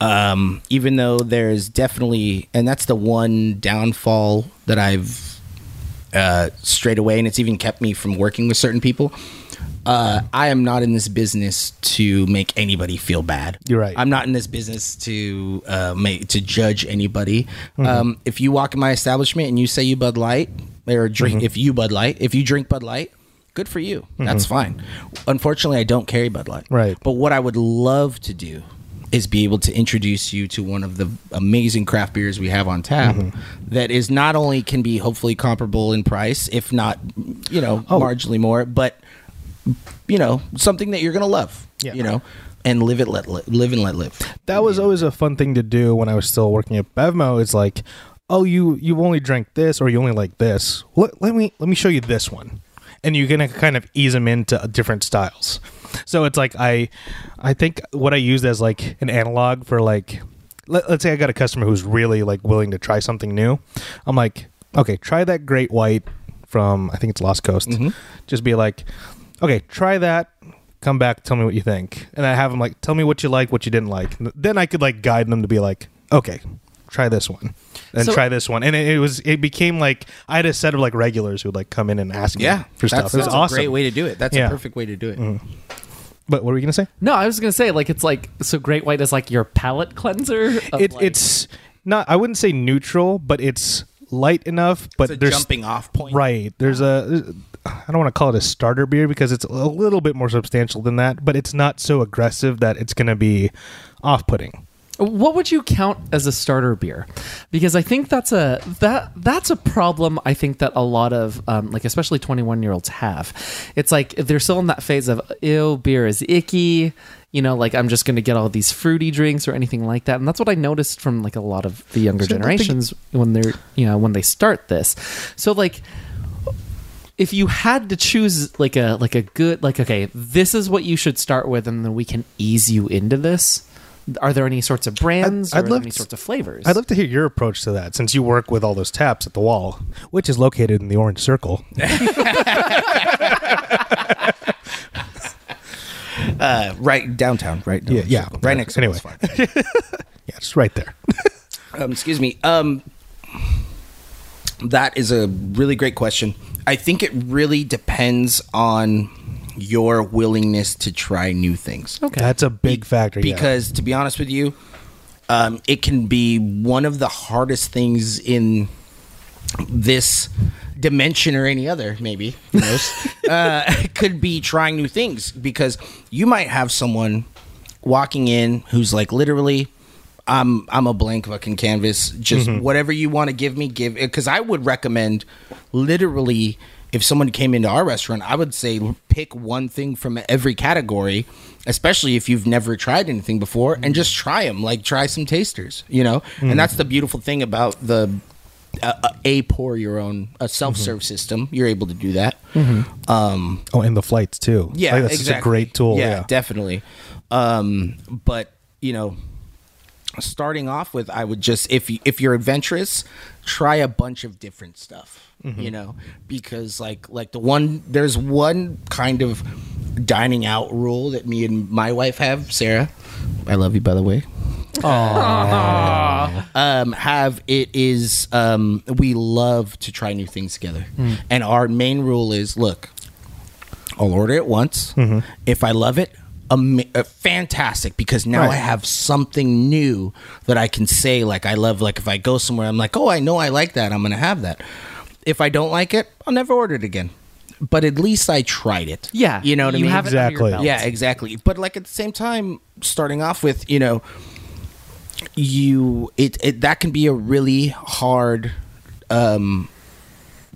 [SPEAKER 2] um, even though there's definitely, and that's the one downfall that I've uh, straight away, and it's even kept me from working with certain people. Uh, I am not in this business to make anybody feel bad.
[SPEAKER 1] You're right.
[SPEAKER 2] I'm not in this business to uh, make to judge anybody.
[SPEAKER 1] Mm-hmm.
[SPEAKER 2] Um, if you walk in my establishment and you say you Bud Light or drink,
[SPEAKER 1] Mm-hmm.
[SPEAKER 2] if you Bud Light, if you drink Bud Light, good for you. That's fine. Unfortunately, I don't carry Bud Light.
[SPEAKER 1] Right.
[SPEAKER 2] But what I would love to do is be able to introduce you to one of the amazing craft beers we have on tap
[SPEAKER 1] Mm-hmm.
[SPEAKER 2] that is not only can be hopefully comparable in price, if not, you know,
[SPEAKER 1] Oh.
[SPEAKER 2] marginally more, but you know, something that you're gonna love.
[SPEAKER 1] Yeah.
[SPEAKER 2] You know, and live it, let li- live and let live.
[SPEAKER 1] that was always a fun thing to do when I was still working at Bevmo. It's like, oh, you you only drank this or you only like this. Let, let me let me show you this one, and you're gonna kind of ease them into different styles. So it's like I, I think what I used as like an analog for like let, let's say I got a customer who's really like willing to try something new. I'm like, okay, try that great white from I think it's Lost Coast. Just be like, okay, try that. Come back, tell me what you think. And I have them like, tell me what you like, what you didn't like. And then I could like guide them to be like, okay, try this one. And
[SPEAKER 4] So-
[SPEAKER 1] try this one, and it, it was it became like I had a set of like regulars who would like come in and ask me
[SPEAKER 2] Yeah,
[SPEAKER 1] for
[SPEAKER 2] that's,
[SPEAKER 1] stuff. It was
[SPEAKER 2] that's
[SPEAKER 1] awesome.
[SPEAKER 2] a great way to do it. That's
[SPEAKER 1] Yeah. Mm-hmm.
[SPEAKER 2] a perfect way to do it.
[SPEAKER 1] But what were you gonna say?
[SPEAKER 3] No, I was gonna say like it's like so Great White is like your palate cleanser. of,
[SPEAKER 1] it,
[SPEAKER 3] like-
[SPEAKER 1] it's not i wouldn't say neutral but it's light enough but
[SPEAKER 2] It's a
[SPEAKER 1] there's
[SPEAKER 2] jumping off point.
[SPEAKER 1] right there's a there's- i don't want to call it a starter beer because it's a little bit more substantial than that but it's not so aggressive that it's going to be off-putting
[SPEAKER 3] what would you count as a starter beer? Because I think that's a that that's a problem. I think that a lot of um, like especially twenty one year olds have. It's like they're still in that phase of ew, beer is icky. You know, like I'm just going to get all these fruity drinks or anything like that, and that's what I noticed from like a lot of the younger
[SPEAKER 1] So I don't think-
[SPEAKER 3] generations when they're you know when they start this. So like if you had to choose like a like a good like okay this is what you should start with and then we can ease you into this are there any sorts of brands
[SPEAKER 1] I'd
[SPEAKER 3] or
[SPEAKER 1] love
[SPEAKER 3] any
[SPEAKER 1] to-
[SPEAKER 3] sorts of flavors
[SPEAKER 1] i'd love to hear your approach to that since you work with all those taps at the wall which is located in the orange circle
[SPEAKER 2] Uh, right downtown, right? down
[SPEAKER 1] Yeah,
[SPEAKER 2] the
[SPEAKER 1] yeah.
[SPEAKER 2] circle, right next. to
[SPEAKER 1] Anyway.
[SPEAKER 2] us.
[SPEAKER 1] yeah it's right there
[SPEAKER 2] um, excuse me. Um, that is a really great question. I think it really depends on your willingness to try new things.
[SPEAKER 3] okay
[SPEAKER 1] that's a big factor yeah.
[SPEAKER 2] Because to be honest with you, um, it can be one of the hardest things in this dimension or any other, maybe. who knows? uh, could be trying new things because you might have someone walking in who's like literally. I'm I'm a blank fucking canvas. Just whatever you want to give me, give it. Because I would recommend, literally, if someone came into our restaurant, I would say pick one thing from every category, especially if you've never tried anything before, and just try them. Like try some tasters, you know. And that's the beautiful thing about the uh, uh, a pour your own a self serve
[SPEAKER 1] Mm-hmm.
[SPEAKER 2] system. You're able to do that. Um,
[SPEAKER 1] oh and the flights too
[SPEAKER 2] yeah,
[SPEAKER 1] Like, that's
[SPEAKER 2] exactly.
[SPEAKER 1] such a great tool
[SPEAKER 2] Yeah,
[SPEAKER 1] yeah,
[SPEAKER 2] definitely. Um, but you know, starting off with, I would just if you, if you're adventurous, try a bunch of different stuff.
[SPEAKER 1] Mm-hmm.
[SPEAKER 2] You know, because like like the one there's one kind of dining out rule that me and my wife have, Sarah. I love you, by the way. Um, have it is um, we love to try new things together,
[SPEAKER 3] Hmm.
[SPEAKER 2] and our main rule is look, I'll order it once.
[SPEAKER 3] Mm-hmm.
[SPEAKER 2] If I love it, ama- uh, fantastic because now I have something new that I can say like I love. Like if I go somewhere, I'm like, oh, I know I like that. I'm gonna have that. If I don't like it, I'll never order it again. But at least I tried it.
[SPEAKER 3] yeah
[SPEAKER 2] you know what I
[SPEAKER 3] you
[SPEAKER 2] mean.
[SPEAKER 3] have it under your
[SPEAKER 1] Exactly.
[SPEAKER 3] belt.
[SPEAKER 2] Yeah, exactly. But like at the same time, starting off with you know, you it, it that can be a really hard um,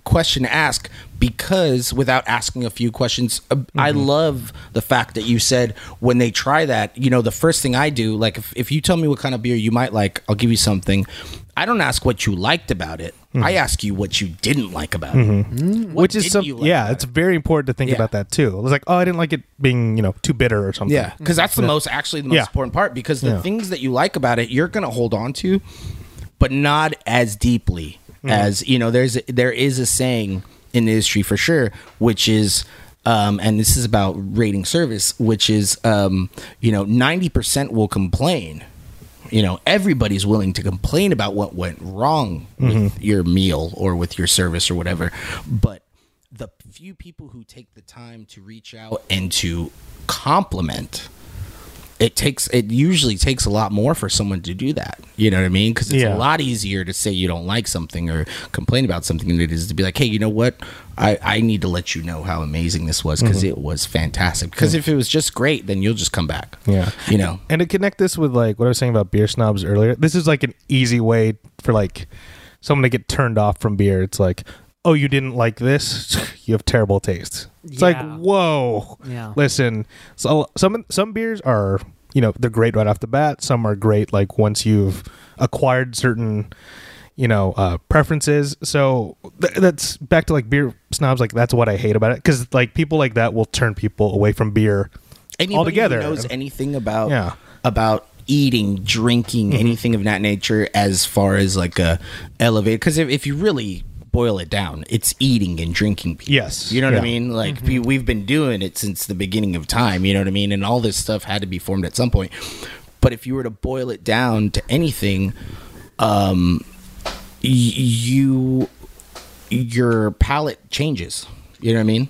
[SPEAKER 2] question to ask because without asking a few questions, uh, I love the fact that you said when they try that, you know, the first thing I do, like if if you tell me what kind of beer you might like, I'll give you something. I don't ask what you liked about it. I ask you what you didn't like about it. What
[SPEAKER 1] which is
[SPEAKER 2] did
[SPEAKER 1] some,
[SPEAKER 2] you like
[SPEAKER 1] yeah
[SPEAKER 2] about
[SPEAKER 1] it's very important to think
[SPEAKER 2] Yeah.
[SPEAKER 1] about that too it was like oh i didn't like it being you know too bitter or something
[SPEAKER 2] Yeah, because that's the most actually the most
[SPEAKER 1] Yeah.
[SPEAKER 2] important part because the
[SPEAKER 1] Yeah.
[SPEAKER 2] things that you like about it you're gonna hold on to, but not as deeply
[SPEAKER 1] Mm-hmm.
[SPEAKER 2] as you know. There's there is a saying in the industry for sure, which is. Um, and this is about rating service, which is, um, you know, 90% will complain. You know, everybody's willing to complain about what went wrong
[SPEAKER 1] Mm-hmm.
[SPEAKER 2] with your meal or with your service or whatever. But the few people who take the time to reach out and to compliment it takes it usually takes a lot more for someone to do that you know what i mean because it's
[SPEAKER 1] Yeah.
[SPEAKER 2] a lot easier to say you don't like something or complain about something than it is to be like hey you know what i, I need to let you know how amazing this was because
[SPEAKER 1] Mm-hmm.
[SPEAKER 2] it was fantastic because if it was just great then you'll just come back
[SPEAKER 1] Yeah.
[SPEAKER 2] you know
[SPEAKER 1] And to connect this with like what I was saying about beer snobs earlier, this is like an easy way for like someone to get turned off from beer. It's like, oh, you didn't like this? you have terrible taste. It's
[SPEAKER 3] Yeah.
[SPEAKER 1] like, whoa.
[SPEAKER 3] Yeah.
[SPEAKER 1] Listen, so some some beers are you know they're great right off the bat. Some are great like once you've acquired certain you know uh, preferences. So th- that's back to like beer snobs. Like that's what I hate about it because like people like that will turn people away from beer
[SPEAKER 2] Anybody who
[SPEAKER 1] altogether.
[SPEAKER 2] knows anything about
[SPEAKER 1] Yeah. Mm-hmm.
[SPEAKER 2] about eating, drinking, anything of that nature as far as like a elevator. Because if, if you really boil it down, it's eating and drinking. people.
[SPEAKER 1] Yes.
[SPEAKER 2] You know what
[SPEAKER 1] Yeah. Mm-hmm.
[SPEAKER 2] I mean? Like we, we've been doing it since the beginning of time. You know what I mean? And all this stuff had to be formed at some point. But if you were to boil it down to anything, um, y- you your palate changes. You know what I mean?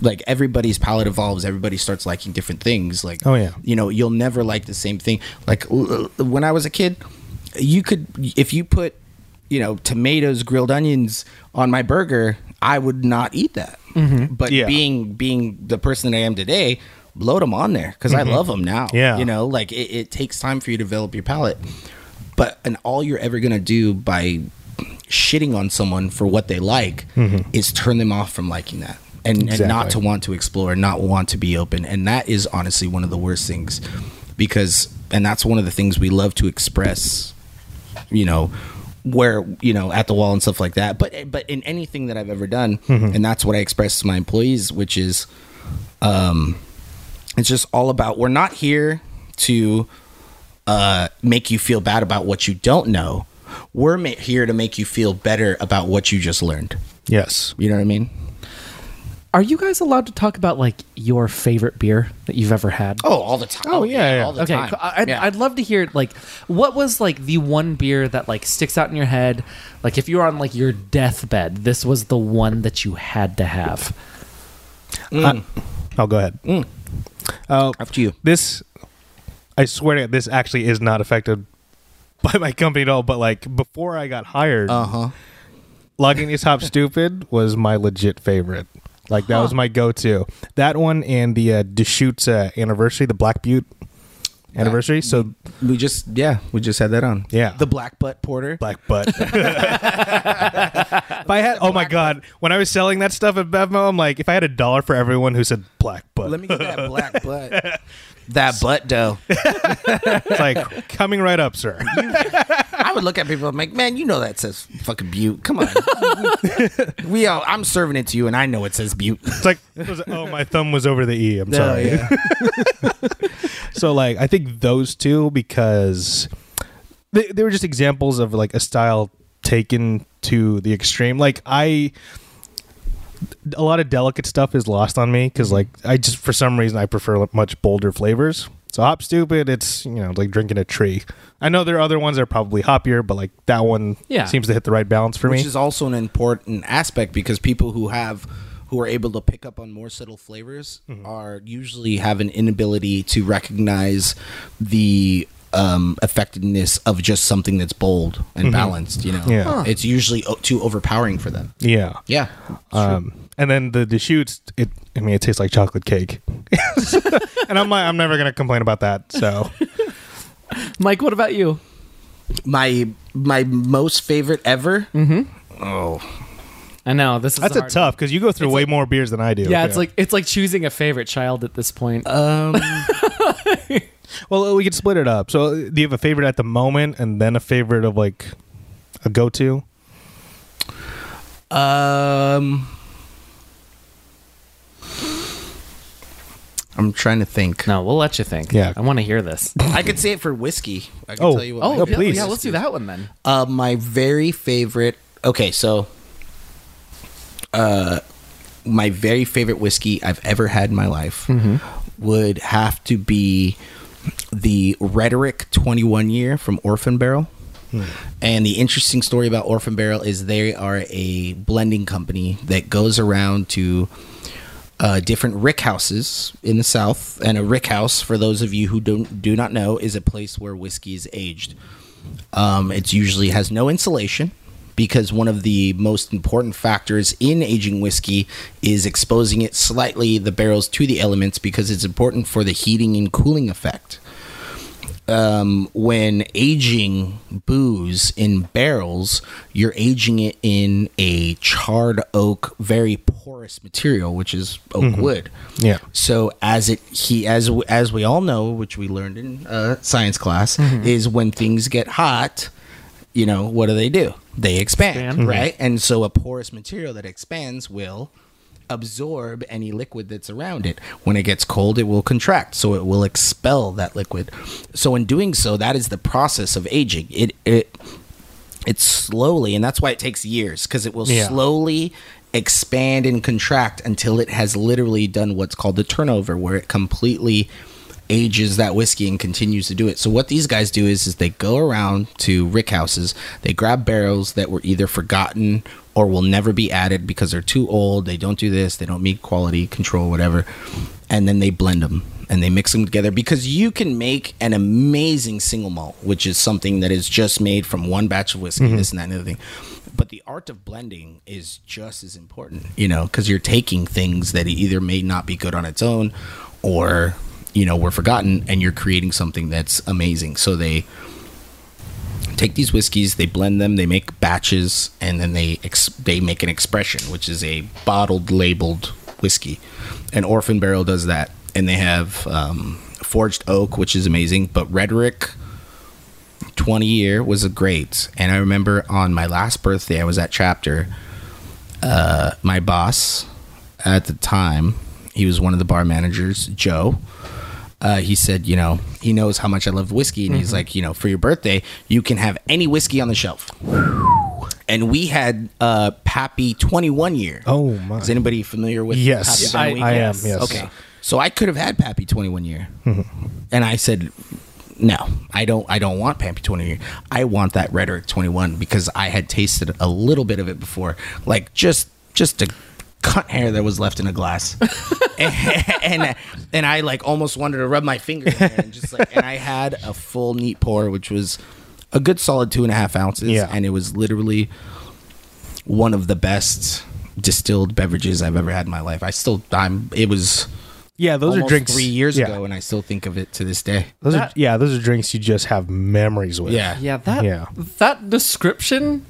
[SPEAKER 2] Like everybody's palate evolves. Everybody starts liking different things. Like
[SPEAKER 1] Oh, yeah.
[SPEAKER 2] you know you'll never like the same thing. Like l- l- when I was a kid, you could if you put you know tomatoes, grilled onions on my burger, I would not eat that. But
[SPEAKER 1] Yeah.
[SPEAKER 2] being being the person that I am today, load them on there because I love them now.
[SPEAKER 1] Mm-hmm. Yeah.
[SPEAKER 2] you know, like it, it takes time for you to develop your palate. But and all you're ever gonna do by shitting on someone for what they like is turn them off from liking that and, and not
[SPEAKER 1] Exactly.
[SPEAKER 2] to want to explore not want to be open and that is honestly one of the worst things because and that's one of the things we love to express you know where you know at the wall and stuff like that but but in anything that i've ever done and that's what i express to my employees which is um it's just all about we're not here to uh, make you feel bad about what you don't know. We're ma- here to make you feel better about what you just learned.
[SPEAKER 1] Yes.
[SPEAKER 2] You know what I mean?
[SPEAKER 3] Are you guys allowed to talk about like your favorite beer that you've ever had?
[SPEAKER 2] Oh, all the time.
[SPEAKER 1] Oh, yeah, yeah.
[SPEAKER 2] all the
[SPEAKER 3] okay,
[SPEAKER 2] time.
[SPEAKER 3] cool. I'd,
[SPEAKER 2] Yeah.
[SPEAKER 3] I'd love to hear like what was like the one beer that like sticks out in your head? Like if you were on like your deathbed, this was the one that you had to have.
[SPEAKER 2] Mm.
[SPEAKER 1] I'll oh, go ahead.
[SPEAKER 2] Up to you.
[SPEAKER 1] This, I swear to God, this actually is not affected by my company at all. But like before I got hired,
[SPEAKER 2] Uh huh.
[SPEAKER 1] Logging is Hop Stupid was my legit favorite. Like that was my go-to. That one and the uh, Deschutes uh, anniversary, the Black Butte anniversary. So
[SPEAKER 2] We just yeah, we just had that on.
[SPEAKER 1] Yeah.
[SPEAKER 2] the black butt porter.
[SPEAKER 1] black butt. if I had, oh my god, when I was selling that stuff at Bevmo, I'm like, if I had a dollar for everyone who said black butt,
[SPEAKER 2] Let me get that black butt. that butt dough.
[SPEAKER 1] it's like coming right up, sir.
[SPEAKER 2] I would look at people and I'm like, man, you know that says fucking butte. Come on. we all. I'm serving it to you, and I know it says butte.
[SPEAKER 1] It's like, it was- oh, my thumb was over the e. I'm sorry. so like, I think those two because they, they were just examples of like a style taken to the extreme. Like I, a lot of delicate stuff is lost on me because like I just for some reason I prefer much bolder flavors. So hop stupid, it's you know like drinking a tree. I know there are other ones that are probably hoppier, but like that one
[SPEAKER 3] Yeah.
[SPEAKER 1] seems to hit the right balance for
[SPEAKER 2] which
[SPEAKER 1] me.
[SPEAKER 2] is also an important aspect because people who have who are able to pick up on more subtle flavors
[SPEAKER 1] Mm-hmm.
[SPEAKER 2] are usually have an inability to recognize the um, effectiveness of just something that's bold and balanced. You know,
[SPEAKER 1] Mm-hmm. Yeah. Huh.
[SPEAKER 2] it's usually o- too overpowering for them.
[SPEAKER 1] yeah.
[SPEAKER 2] Yeah,
[SPEAKER 1] Um, and then the Deschutes, it I mean, it tastes like chocolate cake, and I'm like, I'm never gonna complain about that. So
[SPEAKER 3] Mike, what about you?
[SPEAKER 2] my my most favorite ever.
[SPEAKER 1] Mm-hmm.
[SPEAKER 2] Oh,
[SPEAKER 3] I know this is
[SPEAKER 1] that's
[SPEAKER 3] a
[SPEAKER 1] a
[SPEAKER 3] hard
[SPEAKER 1] tough because you go through way more beers than I do.
[SPEAKER 3] one. Yeah, it's like it's like choosing a favorite child at this point.
[SPEAKER 1] Uh,
[SPEAKER 2] um,
[SPEAKER 1] well, we could split it up. So uh, do you have a favorite at the moment, and then a favorite of like a go-to?
[SPEAKER 2] um, I'm trying to think.
[SPEAKER 3] no, we'll let you think.
[SPEAKER 1] Yeah.
[SPEAKER 3] I want to hear this.
[SPEAKER 2] I could say it for whiskey. I can
[SPEAKER 1] Oh.
[SPEAKER 2] tell you what
[SPEAKER 1] Oh,
[SPEAKER 2] my
[SPEAKER 1] yeah, please.
[SPEAKER 3] Yeah, let's do that one then.
[SPEAKER 2] Uh, my very favorite. Okay, so, uh, my very favorite whiskey I've ever had in my life would have to be the Rhetoric 21 year from Orphan Barrel. And the interesting story about Orphan Barrel is they are a blending company that goes around to uh, different rick houses in the South. And a rick house, for those of you who don't do not know, is a place where whiskey is aged. Um, it usually has no insulation because one of the most important factors in aging whiskey is exposing it slightly the barrels to the elements because it's important for the heating and cooling effect. Um, when aging booze in barrels, you're aging it in a charred oak, very porous material, which is oak wood.
[SPEAKER 1] Yeah.
[SPEAKER 2] So as it he as w- as we all know, which we learned in uh, science class, is when things get hot, you know, what do they do? They expand,
[SPEAKER 3] Expand.
[SPEAKER 2] right? And so a porous material that expands will absorb any liquid that's around it. When it gets cold, it will contract, so it will expel that liquid. So in doing so, that is the process of aging. It it it's slowly, and that's why it takes years because it will
[SPEAKER 1] Yeah.
[SPEAKER 2] slowly expand and contract until it has literally done what's called the turnover, where it completely ages that whiskey and continues to do it. So what these guys do is is they go around to rick houses, they grab barrels that were either forgotten or will never be added because they're too old, they don't do this, they don't meet quality control whatever, and then they blend them and they mix them together because you can make an amazing single malt, which is something that is just made from one batch of whiskey, this and that and the other thing. But the art of blending is just as important, you know, because you're taking things that either may not be good on its own or, you know, were forgotten and you're creating something that's amazing. So they take these whiskeys, they blend them, they make batches, and then they ex- they make an expression, which is a bottled labeled whiskey. An Orphan Barrel does that, and they have um, forged oak, which is amazing. But Rhetoric, twenty year was a great. And I remember on my last birthday, I was at Chapter. Uh, my boss at the time, he was one of the bar managers, Joe uh, he said, you know, he knows how much I love whiskey, and he's
[SPEAKER 1] Mm-hmm.
[SPEAKER 2] like, you know, for your birthday, you can have any whiskey on the shelf. And we had uh, Pappy 21 year.
[SPEAKER 1] Oh, my.
[SPEAKER 2] Is anybody familiar with?
[SPEAKER 1] Yes,
[SPEAKER 2] Pappy
[SPEAKER 1] I, I
[SPEAKER 2] Van Winkle?
[SPEAKER 1] am.
[SPEAKER 4] yes.
[SPEAKER 1] Yes.
[SPEAKER 2] Okay, so I could have had Pappy 21 year,
[SPEAKER 1] Mm-hmm.
[SPEAKER 2] and I said, no, I don't. I don't want Pappy 21 year. I want that Rhetoric 21 because I had tasted a little bit of it before, like just just a cunt hair that was left in a glass, and, and I like almost wanted to rub my finger in there and just like, and I had a full neat pour, which was a good solid two and a half ounces,
[SPEAKER 1] Yeah.
[SPEAKER 2] and it was literally one of the best distilled beverages I've ever had in my life. I still, I'm, it was
[SPEAKER 1] Yeah, those are
[SPEAKER 2] almost
[SPEAKER 1] drinks.
[SPEAKER 2] three years
[SPEAKER 1] yeah.
[SPEAKER 2] ago, and I still think of it to this day.
[SPEAKER 1] Those are
[SPEAKER 3] That-
[SPEAKER 1] yeah, those are drinks you just have memories with.
[SPEAKER 2] Yeah.
[SPEAKER 3] Yeah, that
[SPEAKER 1] Yeah.
[SPEAKER 3] that description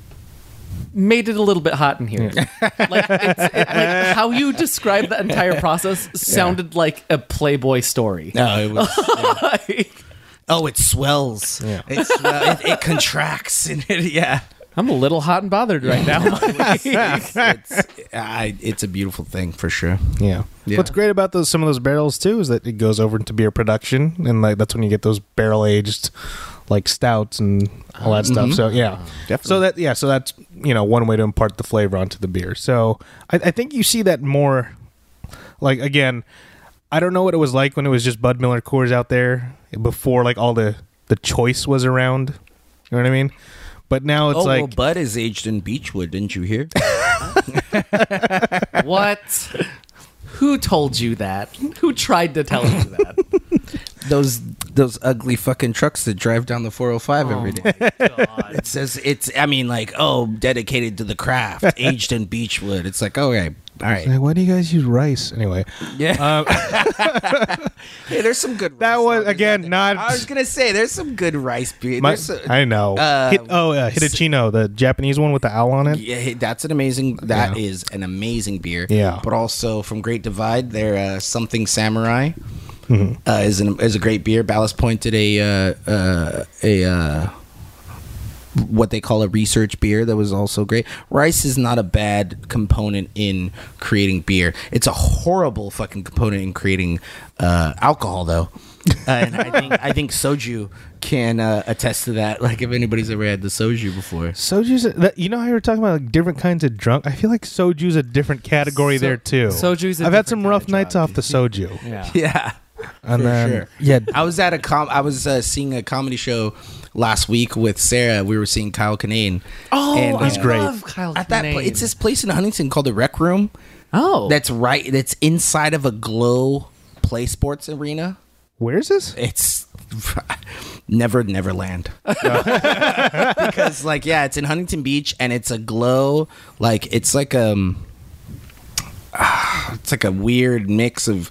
[SPEAKER 3] made it a little bit hot in here. like, it's, it, like how you described the entire process sounded like a Playboy story.
[SPEAKER 2] No, it was.
[SPEAKER 3] Like,
[SPEAKER 2] oh, it swells.
[SPEAKER 1] Yeah.
[SPEAKER 2] It, swell, it, it contracts, and it, yeah.
[SPEAKER 3] I'm a little hot and bothered right now.
[SPEAKER 2] It's, it's, I, it's a beautiful thing for sure.
[SPEAKER 1] Yeah.
[SPEAKER 2] Yeah.
[SPEAKER 1] What's great about those some of those barrels too is that it goes over into beer production and like that's when you get those barrel aged like stouts and all that stuff. So yeah.
[SPEAKER 2] Mm-hmm. Definitely.
[SPEAKER 1] So that yeah, so that's you know, one way to impart the flavor onto the beer. So I, I think you see that more like again, I don't know what it was like when it was just Bud Miller Coors out there before like all the the choice was around. You know what I mean? But now it's
[SPEAKER 2] oh,
[SPEAKER 1] like
[SPEAKER 2] well, Bud is aged in Beechwood, didn't you hear?
[SPEAKER 3] what? Who told you that? Who tried to tell you that?
[SPEAKER 2] those those ugly fucking trucks that drive down the 405 every day. Oh. It says it's. I mean, like, oh, dedicated to the craft, aged in Beechwood. It's like, okay, all right.
[SPEAKER 1] Like, why do you guys use rice anyway?
[SPEAKER 2] Yeah. Uh, hey, there's some good.
[SPEAKER 1] That
[SPEAKER 2] rice
[SPEAKER 1] was,
[SPEAKER 2] lagers out
[SPEAKER 1] again,
[SPEAKER 2] there.
[SPEAKER 1] not-
[SPEAKER 2] I was gonna say there's some good rice beer.
[SPEAKER 1] My-
[SPEAKER 2] there's a-
[SPEAKER 1] I know.
[SPEAKER 2] uh,
[SPEAKER 1] Hit- oh, uh, Hitachino, the Japanese one with the owl on it.
[SPEAKER 2] yeah, hey, that's an amazing. That is
[SPEAKER 1] Yeah.
[SPEAKER 2] an amazing beer.
[SPEAKER 1] Yeah.
[SPEAKER 2] But also from Great Divide, their uh, something samurai
[SPEAKER 1] Mm-hmm.
[SPEAKER 2] uh, is an, is a great beer. Ballast Point did a uh, uh, a uh, what they call a research beer that was also great. Rice is not a bad component in creating beer. It's a horrible fucking component in creating uh, alcohol, though. Uh, and I think I think soju can uh, attest to that. Like if anybody's ever had the soju before.
[SPEAKER 1] Soju's, a, uh, that, you know how you were talking about like different kinds of drunk. I feel like soju's a different category
[SPEAKER 3] So-
[SPEAKER 1] there too.
[SPEAKER 3] soju's a
[SPEAKER 1] I've had
[SPEAKER 3] different
[SPEAKER 1] some
[SPEAKER 3] kind
[SPEAKER 1] rough
[SPEAKER 3] of
[SPEAKER 1] nights
[SPEAKER 3] drug.
[SPEAKER 1] off the soju,
[SPEAKER 3] Yeah.
[SPEAKER 2] Yeah.
[SPEAKER 1] and
[SPEAKER 2] For
[SPEAKER 1] then
[SPEAKER 2] sure.
[SPEAKER 1] yeah,
[SPEAKER 2] I was at a com. I was uh, seeing a comedy show last week with Sarah. We were seeing Kyle Kinane.
[SPEAKER 3] Oh,
[SPEAKER 2] And,
[SPEAKER 3] I
[SPEAKER 1] he's great.
[SPEAKER 3] love Kyle
[SPEAKER 2] At that, pla-
[SPEAKER 3] Kinane.
[SPEAKER 2] it's this place in Huntington called the Rec Room.
[SPEAKER 3] oh,
[SPEAKER 2] That's right. That's inside of a Glow Play Sports Arena.
[SPEAKER 1] where is this?
[SPEAKER 2] It's never Neverland. because like yeah, it's in Huntington Beach and it's a Glow like it's like um it's like a weird mix of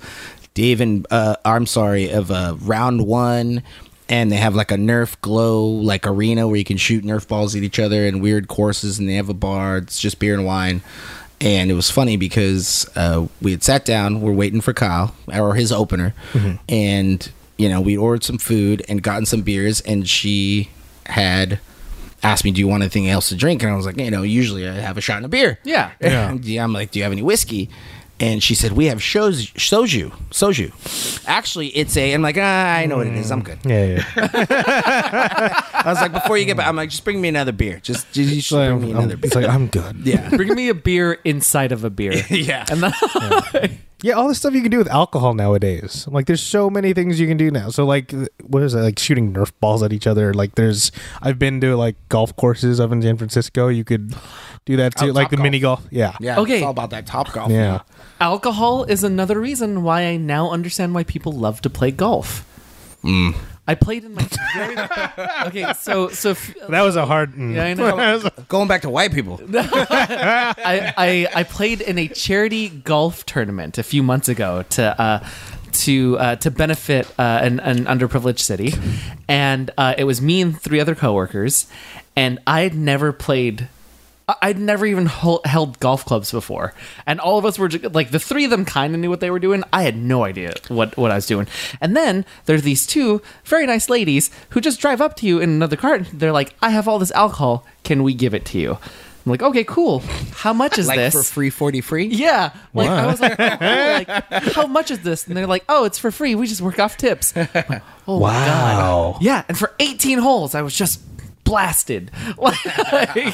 [SPEAKER 2] Dave and uh, I'm sorry of uh, round one, and they have like a Nerf glow like arena where you can shoot Nerf balls at each other and weird courses, and they have a bar. It's just beer and wine. And it was funny because uh, we had sat down, we're waiting for Kyle or his opener, and you know we ordered some food and gotten some beers, and she had asked me, "Do you want anything else to drink?" And I was like, "You know, usually I have a shot and a beer."
[SPEAKER 3] Yeah.
[SPEAKER 1] Yeah.
[SPEAKER 2] Yeah, I'm like, do you have any whiskey? and she said we have shows soju soju. Actually, it's a. I'm like ah, I know what it is. I'm good.
[SPEAKER 1] Yeah, yeah.
[SPEAKER 2] I was like before you get back. I'm like just bring me another beer. Just, just you should bring me
[SPEAKER 1] I'm-
[SPEAKER 2] another beer.
[SPEAKER 1] it's like I'm good.
[SPEAKER 2] Yeah.
[SPEAKER 3] Bring me a beer inside of a beer.
[SPEAKER 2] Yeah.
[SPEAKER 3] And then,
[SPEAKER 1] Yeah, all the stuff you can do with alcohol nowadays. Like, there's so many things you can do now. So, like, uh, what is it? Like shooting Nerf balls at each other. Like, there's. I've been to like golf courses up in San Francisco. You could do that too,
[SPEAKER 2] Oh,
[SPEAKER 1] like the
[SPEAKER 2] Topgolf.
[SPEAKER 1] mini golf. Yeah.
[SPEAKER 2] Yeah.
[SPEAKER 3] Okay.
[SPEAKER 2] It's all about that top golf.
[SPEAKER 1] Yeah.
[SPEAKER 3] alcohol is another reason why I now understand why people love to play golf. I played in my very okay. So so if,
[SPEAKER 1] That was a hard. mm.
[SPEAKER 3] Yeah, I know.
[SPEAKER 1] That was a-
[SPEAKER 2] Going back to white people.
[SPEAKER 3] I, I I played in a charity golf tournament a few months ago to uh, to uh, to benefit uh, an, an underprivileged city, and uh, it was me and three other coworkers, and I had never played. I- I'd never even hol- held golf clubs before, and all of us were ju- like the three of them kind of knew what they were doing. I had no idea what what I was doing. And then there's these two very nice ladies who just drive up to you in another car. And they're like, "I have all this alcohol. Can we give it to you?" I'm like, "Okay, cool. How much is
[SPEAKER 2] Like
[SPEAKER 3] this?"
[SPEAKER 2] for free forty free.
[SPEAKER 3] Yeah, like I was like, oh, cool. like, how much is this? And they're like, oh, it's for free. We just work off tips. I'm like, oh my god. Yeah, and for 18 holes, I was just blasted. Like,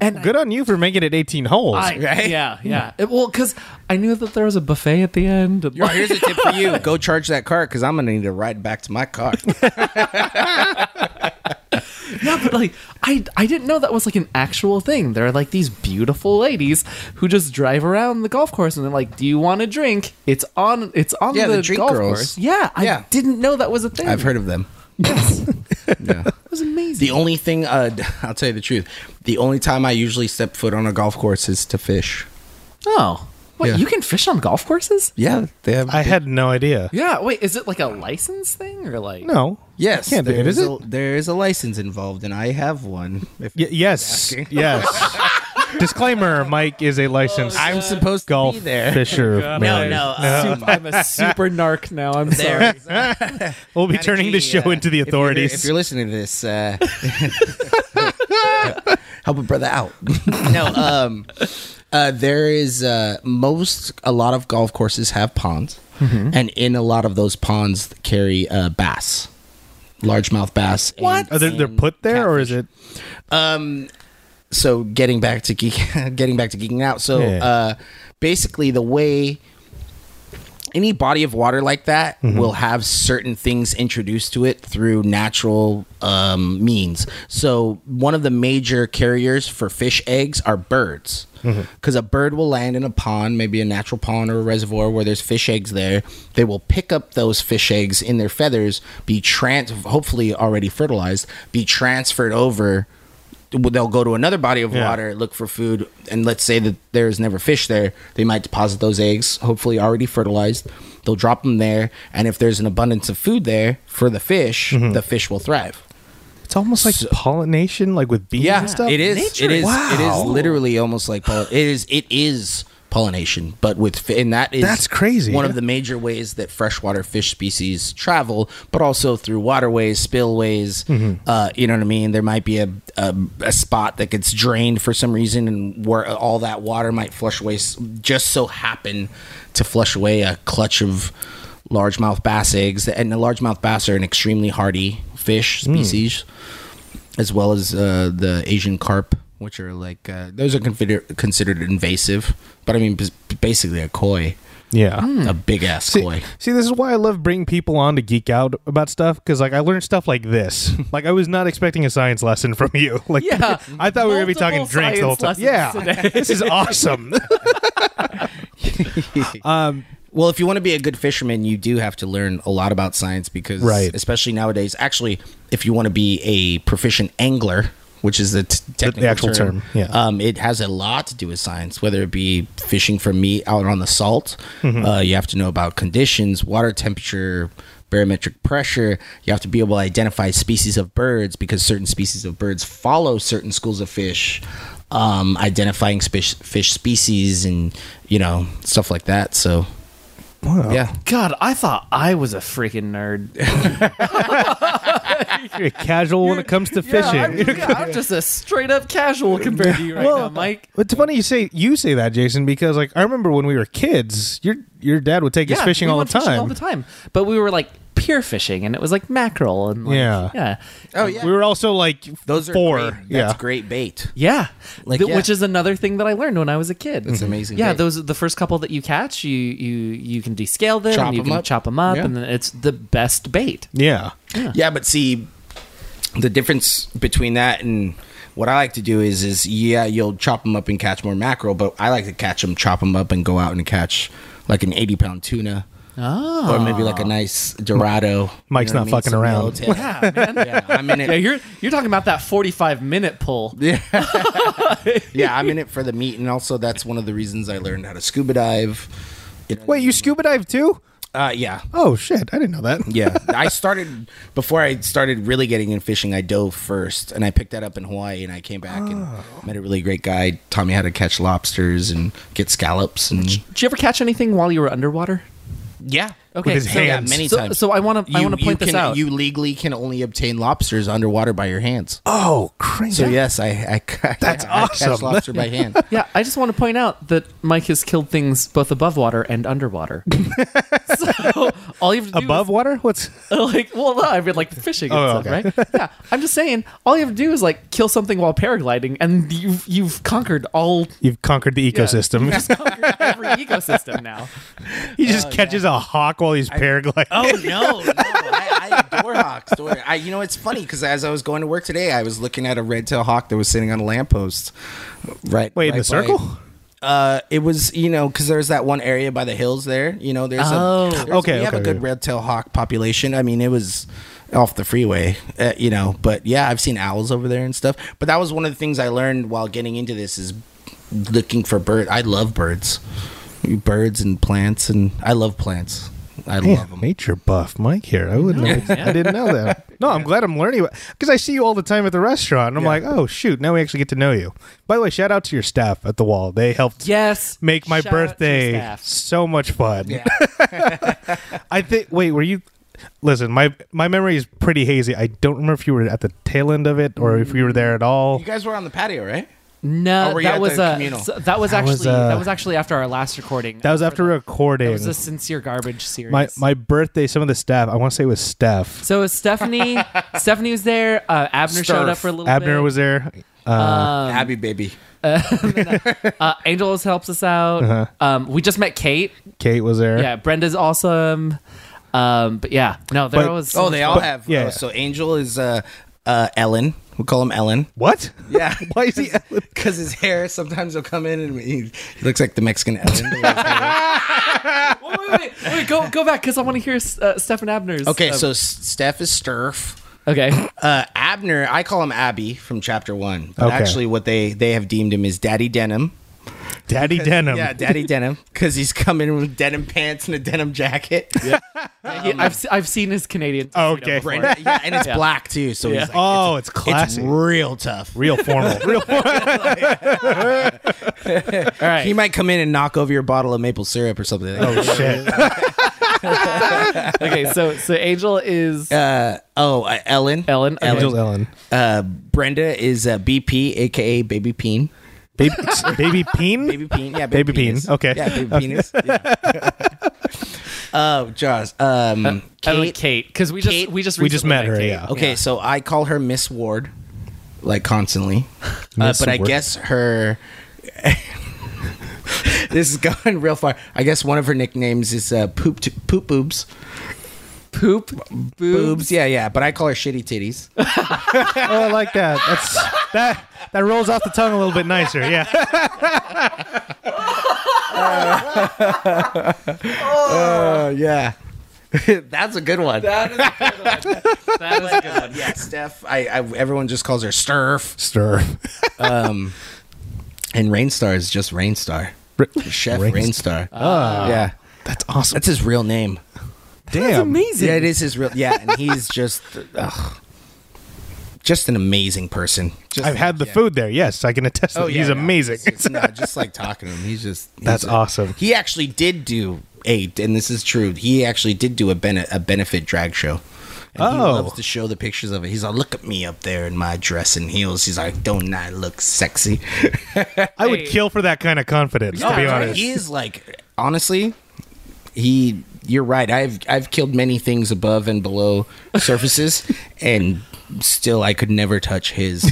[SPEAKER 3] and
[SPEAKER 1] Good on you for making it 18 holes.
[SPEAKER 3] I, yeah, yeah. It- well, because I knew that there was a buffet at the end. and,
[SPEAKER 2] Well,
[SPEAKER 3] like-
[SPEAKER 2] here's a tip for you: go charge that car because I'm gonna need to ride back to my car.
[SPEAKER 3] yeah, but like I I didn't know that was like an actual thing. There are like these beautiful ladies who just drive around the golf course and they're like, "Do you want a drink?" It's on it's on
[SPEAKER 2] Yeah,
[SPEAKER 3] the,
[SPEAKER 2] the drink
[SPEAKER 3] golf
[SPEAKER 2] girls.
[SPEAKER 3] course. Yeah, I
[SPEAKER 2] Yeah.
[SPEAKER 3] didn't know that was a thing.
[SPEAKER 2] I've heard of them.
[SPEAKER 3] Yes.
[SPEAKER 2] Yeah.
[SPEAKER 3] It was amazing.
[SPEAKER 2] The only thing, uh, I'll tell you the truth. The only time I usually step foot on a golf course is to fish.
[SPEAKER 3] Oh. Wait,
[SPEAKER 2] Yeah.
[SPEAKER 3] you can fish on golf courses?
[SPEAKER 2] Yeah, they have.
[SPEAKER 1] I had no idea.
[SPEAKER 3] Yeah. Wait, is it like a license thing or like?
[SPEAKER 1] No.
[SPEAKER 2] yes,
[SPEAKER 1] Can't be
[SPEAKER 2] there
[SPEAKER 1] it, is it?
[SPEAKER 2] a, there is a license involved, and I have one. If
[SPEAKER 1] Y- yes. Yes. Disclaimer: Mike is a licensed
[SPEAKER 2] I'm supposed
[SPEAKER 1] golf
[SPEAKER 2] to be there.
[SPEAKER 1] fisher. man.
[SPEAKER 2] uh,
[SPEAKER 3] Super- I'm a super narc now. I'm sorry.
[SPEAKER 1] We'll be turning the show into the authorities.
[SPEAKER 2] uh, If you're, listening to this, uh, help a brother out. no, um, uh, there is uh, most a lot of golf courses have ponds,
[SPEAKER 1] Mm-hmm.
[SPEAKER 2] and in a lot of those ponds carry uh, bass, largemouth bass. and-
[SPEAKER 1] Are they, they're
[SPEAKER 2] and
[SPEAKER 1] put there, or is it?
[SPEAKER 2] um so getting back to geek getting back to geeking out so
[SPEAKER 1] Yeah.
[SPEAKER 2] uh basically the way any body of water like that will have certain things introduced to it through natural um, means. So, one of the major carriers for fish eggs are birds. Because a bird will land in a pond, maybe a natural pond or a reservoir where there's fish eggs there. They will pick up those fish eggs in their feathers, be trans, hopefully already fertilized, be transferred over they'll go to another body of
[SPEAKER 1] Yeah.
[SPEAKER 2] water, look for food, and let's say that there's never fish there, they might deposit those eggs, hopefully already fertilized. They'll drop them there, and if there's an abundance of food there for the fish, the fish will thrive.
[SPEAKER 1] It's almost like pollination, like with bees and stuff.
[SPEAKER 2] it is.
[SPEAKER 3] Nature
[SPEAKER 2] It is. It
[SPEAKER 1] Wow.
[SPEAKER 2] is literally almost like poll- it is. It is pollination, but with fi- and that is
[SPEAKER 1] That's crazy.
[SPEAKER 2] One of the major ways that freshwater fish species travel, but also through waterways, spillways.
[SPEAKER 1] Mm-hmm.
[SPEAKER 2] Uh, you know what I mean? There might be a, a a spot that gets drained for some reason, and where all that water might flush away. s- Just so happen to flush away a clutch of largemouth bass eggs, and the largemouth bass are an extremely hardy fish
[SPEAKER 1] Mm.
[SPEAKER 2] species as well as uh, the Asian carp, which are like uh, those are considered considered invasive. But I mean, bas- basically a koi,
[SPEAKER 1] Yeah.
[SPEAKER 2] a big ass
[SPEAKER 1] Hmm. See,
[SPEAKER 2] koi.
[SPEAKER 1] see, this is why I love bringing people on to geek out about stuff because, like, I learned stuff like this. like, I was not expecting a science lesson from you. Like,
[SPEAKER 3] Yeah.
[SPEAKER 1] I thought we were gonna be talking
[SPEAKER 3] Multiple
[SPEAKER 1] drinks the whole time.
[SPEAKER 3] science
[SPEAKER 1] Yeah,
[SPEAKER 3] lessons
[SPEAKER 1] this is awesome.
[SPEAKER 2] Um, Well, if you want to be a good fisherman, you do have to learn a lot about science because,
[SPEAKER 1] Right.
[SPEAKER 2] especially nowadays. Actually, if you want to be a proficient angler, which is the, t- technical
[SPEAKER 1] actual term, yeah.
[SPEAKER 2] um, it has a lot to do with science. Whether it be fishing for meat out on the salt,
[SPEAKER 1] Mm-hmm.
[SPEAKER 2] uh, you have to know about conditions, water temperature. Barometric pressure. You have to be able to identify species of birds because certain species of birds follow certain schools of fish. Um, identifying fish, fish species and you know stuff like that. So yeah,
[SPEAKER 3] God, I thought I was a freaking nerd.
[SPEAKER 1] You're casual when it comes to fishing.
[SPEAKER 4] I'm, yeah, I'm just a straight up casual compared to you right now, Mike.
[SPEAKER 1] It's funny you say you say that, Jason, because like I remember when we were kids, your your dad would take us
[SPEAKER 3] Yeah,
[SPEAKER 1] fishing
[SPEAKER 3] we
[SPEAKER 1] all the
[SPEAKER 3] went
[SPEAKER 1] time.
[SPEAKER 3] Fishing all the time, but we were like pier fishing, and it was like mackerel and like,
[SPEAKER 1] Yeah.
[SPEAKER 3] yeah,
[SPEAKER 2] Oh yeah,
[SPEAKER 1] We were also like
[SPEAKER 2] those are
[SPEAKER 1] four.
[SPEAKER 2] Great. That's
[SPEAKER 1] yeah,
[SPEAKER 2] great bait.
[SPEAKER 3] Yeah.
[SPEAKER 2] Like,
[SPEAKER 3] Th-
[SPEAKER 2] yeah.
[SPEAKER 3] Which is another thing that I learned when I was a kid. It's
[SPEAKER 2] amazing
[SPEAKER 3] Yeah,
[SPEAKER 2] bait.
[SPEAKER 3] those the first couple that you catch, you you you can descale them,
[SPEAKER 2] Chop
[SPEAKER 3] and you
[SPEAKER 2] 'em
[SPEAKER 3] can
[SPEAKER 2] up.
[SPEAKER 3] chop them up,
[SPEAKER 2] Yeah.
[SPEAKER 3] and then it's the best bait.
[SPEAKER 1] yeah.
[SPEAKER 2] Yeah. but see, the difference between that and what I like to do is is yeah, you'll chop them up and catch more mackerel, but I like to catch them, chop them up, and go out and catch like an eighty pound tuna. Or maybe like a nice Dorado.
[SPEAKER 1] Ah. Mike's
[SPEAKER 2] You know
[SPEAKER 1] not
[SPEAKER 2] what
[SPEAKER 1] fucking
[SPEAKER 2] I mean? Some
[SPEAKER 1] around.
[SPEAKER 2] yellowtail. Yeah, I'm in
[SPEAKER 3] Yeah,
[SPEAKER 2] it.
[SPEAKER 3] you're you're talking about that 45 minute pull.
[SPEAKER 2] Yeah, I'm in it for the meat, and also that's one of the reasons I learned how to scuba dive. know-
[SPEAKER 1] Wait, you scuba dive too?
[SPEAKER 2] Uh, yeah,
[SPEAKER 1] Oh shit, I didn't know that.
[SPEAKER 2] yeah. I started before I started really getting in fishing. I dove first, and I picked that up in Hawaii, and I came back
[SPEAKER 3] Ah.
[SPEAKER 2] and met a really great guy. Taught me how to catch lobsters and get scallops, and
[SPEAKER 3] Did you ever catch anything while you were underwater?
[SPEAKER 2] yeah,
[SPEAKER 3] Okay,
[SPEAKER 1] his
[SPEAKER 3] so,
[SPEAKER 1] hands.
[SPEAKER 2] yeah, many
[SPEAKER 3] so-
[SPEAKER 2] times.
[SPEAKER 3] so I wanna- I wanna point
[SPEAKER 2] you
[SPEAKER 3] this
[SPEAKER 2] can-
[SPEAKER 3] out.
[SPEAKER 2] You legally can only obtain lobsters underwater by your hands.
[SPEAKER 1] Oh, crazy.
[SPEAKER 2] So yes, I, I,
[SPEAKER 1] That's
[SPEAKER 2] I, catch
[SPEAKER 1] awesome.
[SPEAKER 2] lobster by hand.
[SPEAKER 3] Yeah, I just want to point out that Mike has killed things both above water and underwater. so all you have to do
[SPEAKER 1] above
[SPEAKER 3] is,
[SPEAKER 1] water? What's
[SPEAKER 3] like well no, I mean like fishing and
[SPEAKER 1] Oh,
[SPEAKER 3] stuff,
[SPEAKER 1] okay.
[SPEAKER 3] right? Yeah. I'm just saying all you have to do is like kill something while paragliding and you've you've conquered all
[SPEAKER 1] you've conquered the ecosystem?
[SPEAKER 3] conquered every ecosystem now.
[SPEAKER 1] he
[SPEAKER 3] Oh,
[SPEAKER 1] just catches a hawk while he's paragliding.
[SPEAKER 2] Oh no, no! I, I adore hawks. Adore- I, you know, it's funny because as I was going to work today, I was looking at a red-tailed hawk that was sitting on a lamppost. Right.
[SPEAKER 1] Wait, in
[SPEAKER 2] right
[SPEAKER 1] the circle?
[SPEAKER 2] by- uh, it was you know because there's that one area by the hills there. You know, there's
[SPEAKER 3] Oh.
[SPEAKER 2] a there's-
[SPEAKER 1] Okay,
[SPEAKER 2] We have a
[SPEAKER 1] okay,
[SPEAKER 2] good
[SPEAKER 1] okay.
[SPEAKER 2] red-tailed hawk population. I mean, it was off the freeway, uh, you know. But yeah, I've seen owls over there and stuff. But that was one of the things I learned while getting into this is looking for bird. I love birds, birds and plants, and I love plants. I love
[SPEAKER 1] Damn,
[SPEAKER 2] them.
[SPEAKER 1] nature buff Mike here. I wouldn't. have- I didn't know that. No, I'm glad I'm learning because I see you all the time at the restaurant, and I'm like, oh shoot, now we actually get to know you. By the way, shout out to your staff at the wall. They helped
[SPEAKER 3] Yes.
[SPEAKER 1] make my
[SPEAKER 3] Shout out to
[SPEAKER 1] birthday
[SPEAKER 3] staff.
[SPEAKER 1] so much fun. I think. Wait, were you? Listen, my my memory is pretty hazy. I don't remember if you were at the tail end of it or if you were there at all.
[SPEAKER 2] You guys were on the patio, right?
[SPEAKER 3] No,
[SPEAKER 2] Or Oh, were you
[SPEAKER 3] that
[SPEAKER 2] at
[SPEAKER 3] was
[SPEAKER 2] the
[SPEAKER 3] uh,
[SPEAKER 2] communal?
[SPEAKER 3] s- that was
[SPEAKER 1] That
[SPEAKER 3] actually
[SPEAKER 1] was, uh,
[SPEAKER 3] that was actually after our last recording.
[SPEAKER 1] That was after
[SPEAKER 3] recording.
[SPEAKER 1] recording.
[SPEAKER 3] That was a sincere garbage series.
[SPEAKER 1] my my birthday. Some of the staff. I want to say it was Steph.
[SPEAKER 3] so it was Stephanie, Stephanie was there. Uh, Abner showed
[SPEAKER 2] Sturf.
[SPEAKER 3] up for a little
[SPEAKER 1] Abner
[SPEAKER 3] bit.
[SPEAKER 1] was there.
[SPEAKER 2] Abby baby.
[SPEAKER 3] Uh, Angelos helps us out.
[SPEAKER 1] Uh-huh.
[SPEAKER 3] Um, we just met Kate.
[SPEAKER 1] Kate was there.
[SPEAKER 3] Yeah, Brenda's awesome. Um, but yeah, no, there
[SPEAKER 1] But-
[SPEAKER 3] was. so
[SPEAKER 2] Oh, they
[SPEAKER 3] much
[SPEAKER 2] all
[SPEAKER 3] fun.
[SPEAKER 2] have.
[SPEAKER 1] yeah.
[SPEAKER 2] Yeah. so Angel is uh, uh, Ellen. We'll call him Ellen.
[SPEAKER 1] What?
[SPEAKER 2] Yeah.
[SPEAKER 1] Why is he?
[SPEAKER 2] Because his hair sometimes will come in and he, he looks like the Mexican Ellen.
[SPEAKER 3] Wait, wait, wait, wait, go go back because I want to hear uh, Stefan Abner's.
[SPEAKER 2] okay,
[SPEAKER 3] um,
[SPEAKER 2] so S- Steph is Sturf.
[SPEAKER 3] okay,
[SPEAKER 2] Uh, Abner, I call him Abby from chapter one. But
[SPEAKER 1] Okay.
[SPEAKER 2] Actually, what they, they have deemed him is Daddy Denim.
[SPEAKER 1] Daddy Denim.
[SPEAKER 2] Yeah, Daddy Denim. Because he's coming with denim pants and a denim jacket. Yeah.
[SPEAKER 3] Yeah, I've se- I've seen his Canadian. tuxedo
[SPEAKER 1] Oh, Okay.
[SPEAKER 3] before.
[SPEAKER 2] Brenda, yeah and it's
[SPEAKER 3] Yeah.
[SPEAKER 2] black too. So he's like,
[SPEAKER 1] Oh, it's,
[SPEAKER 2] it's
[SPEAKER 1] classic.
[SPEAKER 2] real tough.
[SPEAKER 1] real formal. Real formal.
[SPEAKER 3] All right.
[SPEAKER 2] He might come in and knock over your bottle of maple syrup or something. Oh,
[SPEAKER 1] Shit.
[SPEAKER 3] okay, so so Angel is
[SPEAKER 2] uh, oh, uh, Ellen.
[SPEAKER 3] Ellen. Okay.
[SPEAKER 1] Angel's Ellen.
[SPEAKER 2] Uh, Brenda is uh, BP, aka Baby Peen.
[SPEAKER 1] Baby, baby Peen.
[SPEAKER 2] Baby Peen, yeah.
[SPEAKER 1] Baby Peen,
[SPEAKER 2] penis.
[SPEAKER 1] okay.
[SPEAKER 2] Yeah, Baby Penis. Yeah. oh, Jaws.
[SPEAKER 1] Uh,
[SPEAKER 2] Um,
[SPEAKER 3] Ellen
[SPEAKER 2] Kate.
[SPEAKER 3] uh, Kate because we just
[SPEAKER 2] Kate-
[SPEAKER 3] we just
[SPEAKER 1] We just
[SPEAKER 3] recently
[SPEAKER 1] met her,
[SPEAKER 3] Kate.
[SPEAKER 1] yeah.
[SPEAKER 2] Okay, so I call her Miss Ward, like constantly. Uh,
[SPEAKER 1] Miss
[SPEAKER 2] but I
[SPEAKER 1] Ward.
[SPEAKER 2] guess her. this is going real far. I guess one of her nicknames is uh, poop t- poop boobs.
[SPEAKER 3] Poop boobs.
[SPEAKER 2] Boobs, yeah, yeah. But I call her shitty titties.
[SPEAKER 1] Oh, I like that. That's that. That rolls off the tongue a little bit nicer. Yeah.
[SPEAKER 2] Oh yeah, that's a good one.
[SPEAKER 3] That was a good one.
[SPEAKER 2] yeah, Steph. I, I everyone just calls her Sturf.
[SPEAKER 1] Stir.
[SPEAKER 2] Um, And Rainstar is just Rainstar. Chef
[SPEAKER 1] Rain-
[SPEAKER 2] Rainstar. yeah.
[SPEAKER 1] That's awesome.
[SPEAKER 2] That's his real name.
[SPEAKER 1] Damn.
[SPEAKER 3] amazing.
[SPEAKER 2] Yeah, it is his real Yeah, and he's just ugh, just an amazing person. Just Oh,
[SPEAKER 1] I've had the food there. Yes, I can attest. that he's
[SPEAKER 2] yeah, no,
[SPEAKER 1] amazing.
[SPEAKER 2] It's, it's not just like talking to him. He's just he's
[SPEAKER 1] That's
[SPEAKER 2] a-
[SPEAKER 1] awesome.
[SPEAKER 2] He actually did do a and this is true. He actually did do a bene, a benefit drag show. And he
[SPEAKER 1] Oh.
[SPEAKER 2] loves to show the pictures of it. He's like, look at me up there in my dress and heels. He's like, don't I look sexy?
[SPEAKER 1] I would kill for that kind of confidence, to be honest.
[SPEAKER 2] He is like honestly, he you're right. I've I've killed many things above and below surfaces and still I could never touch his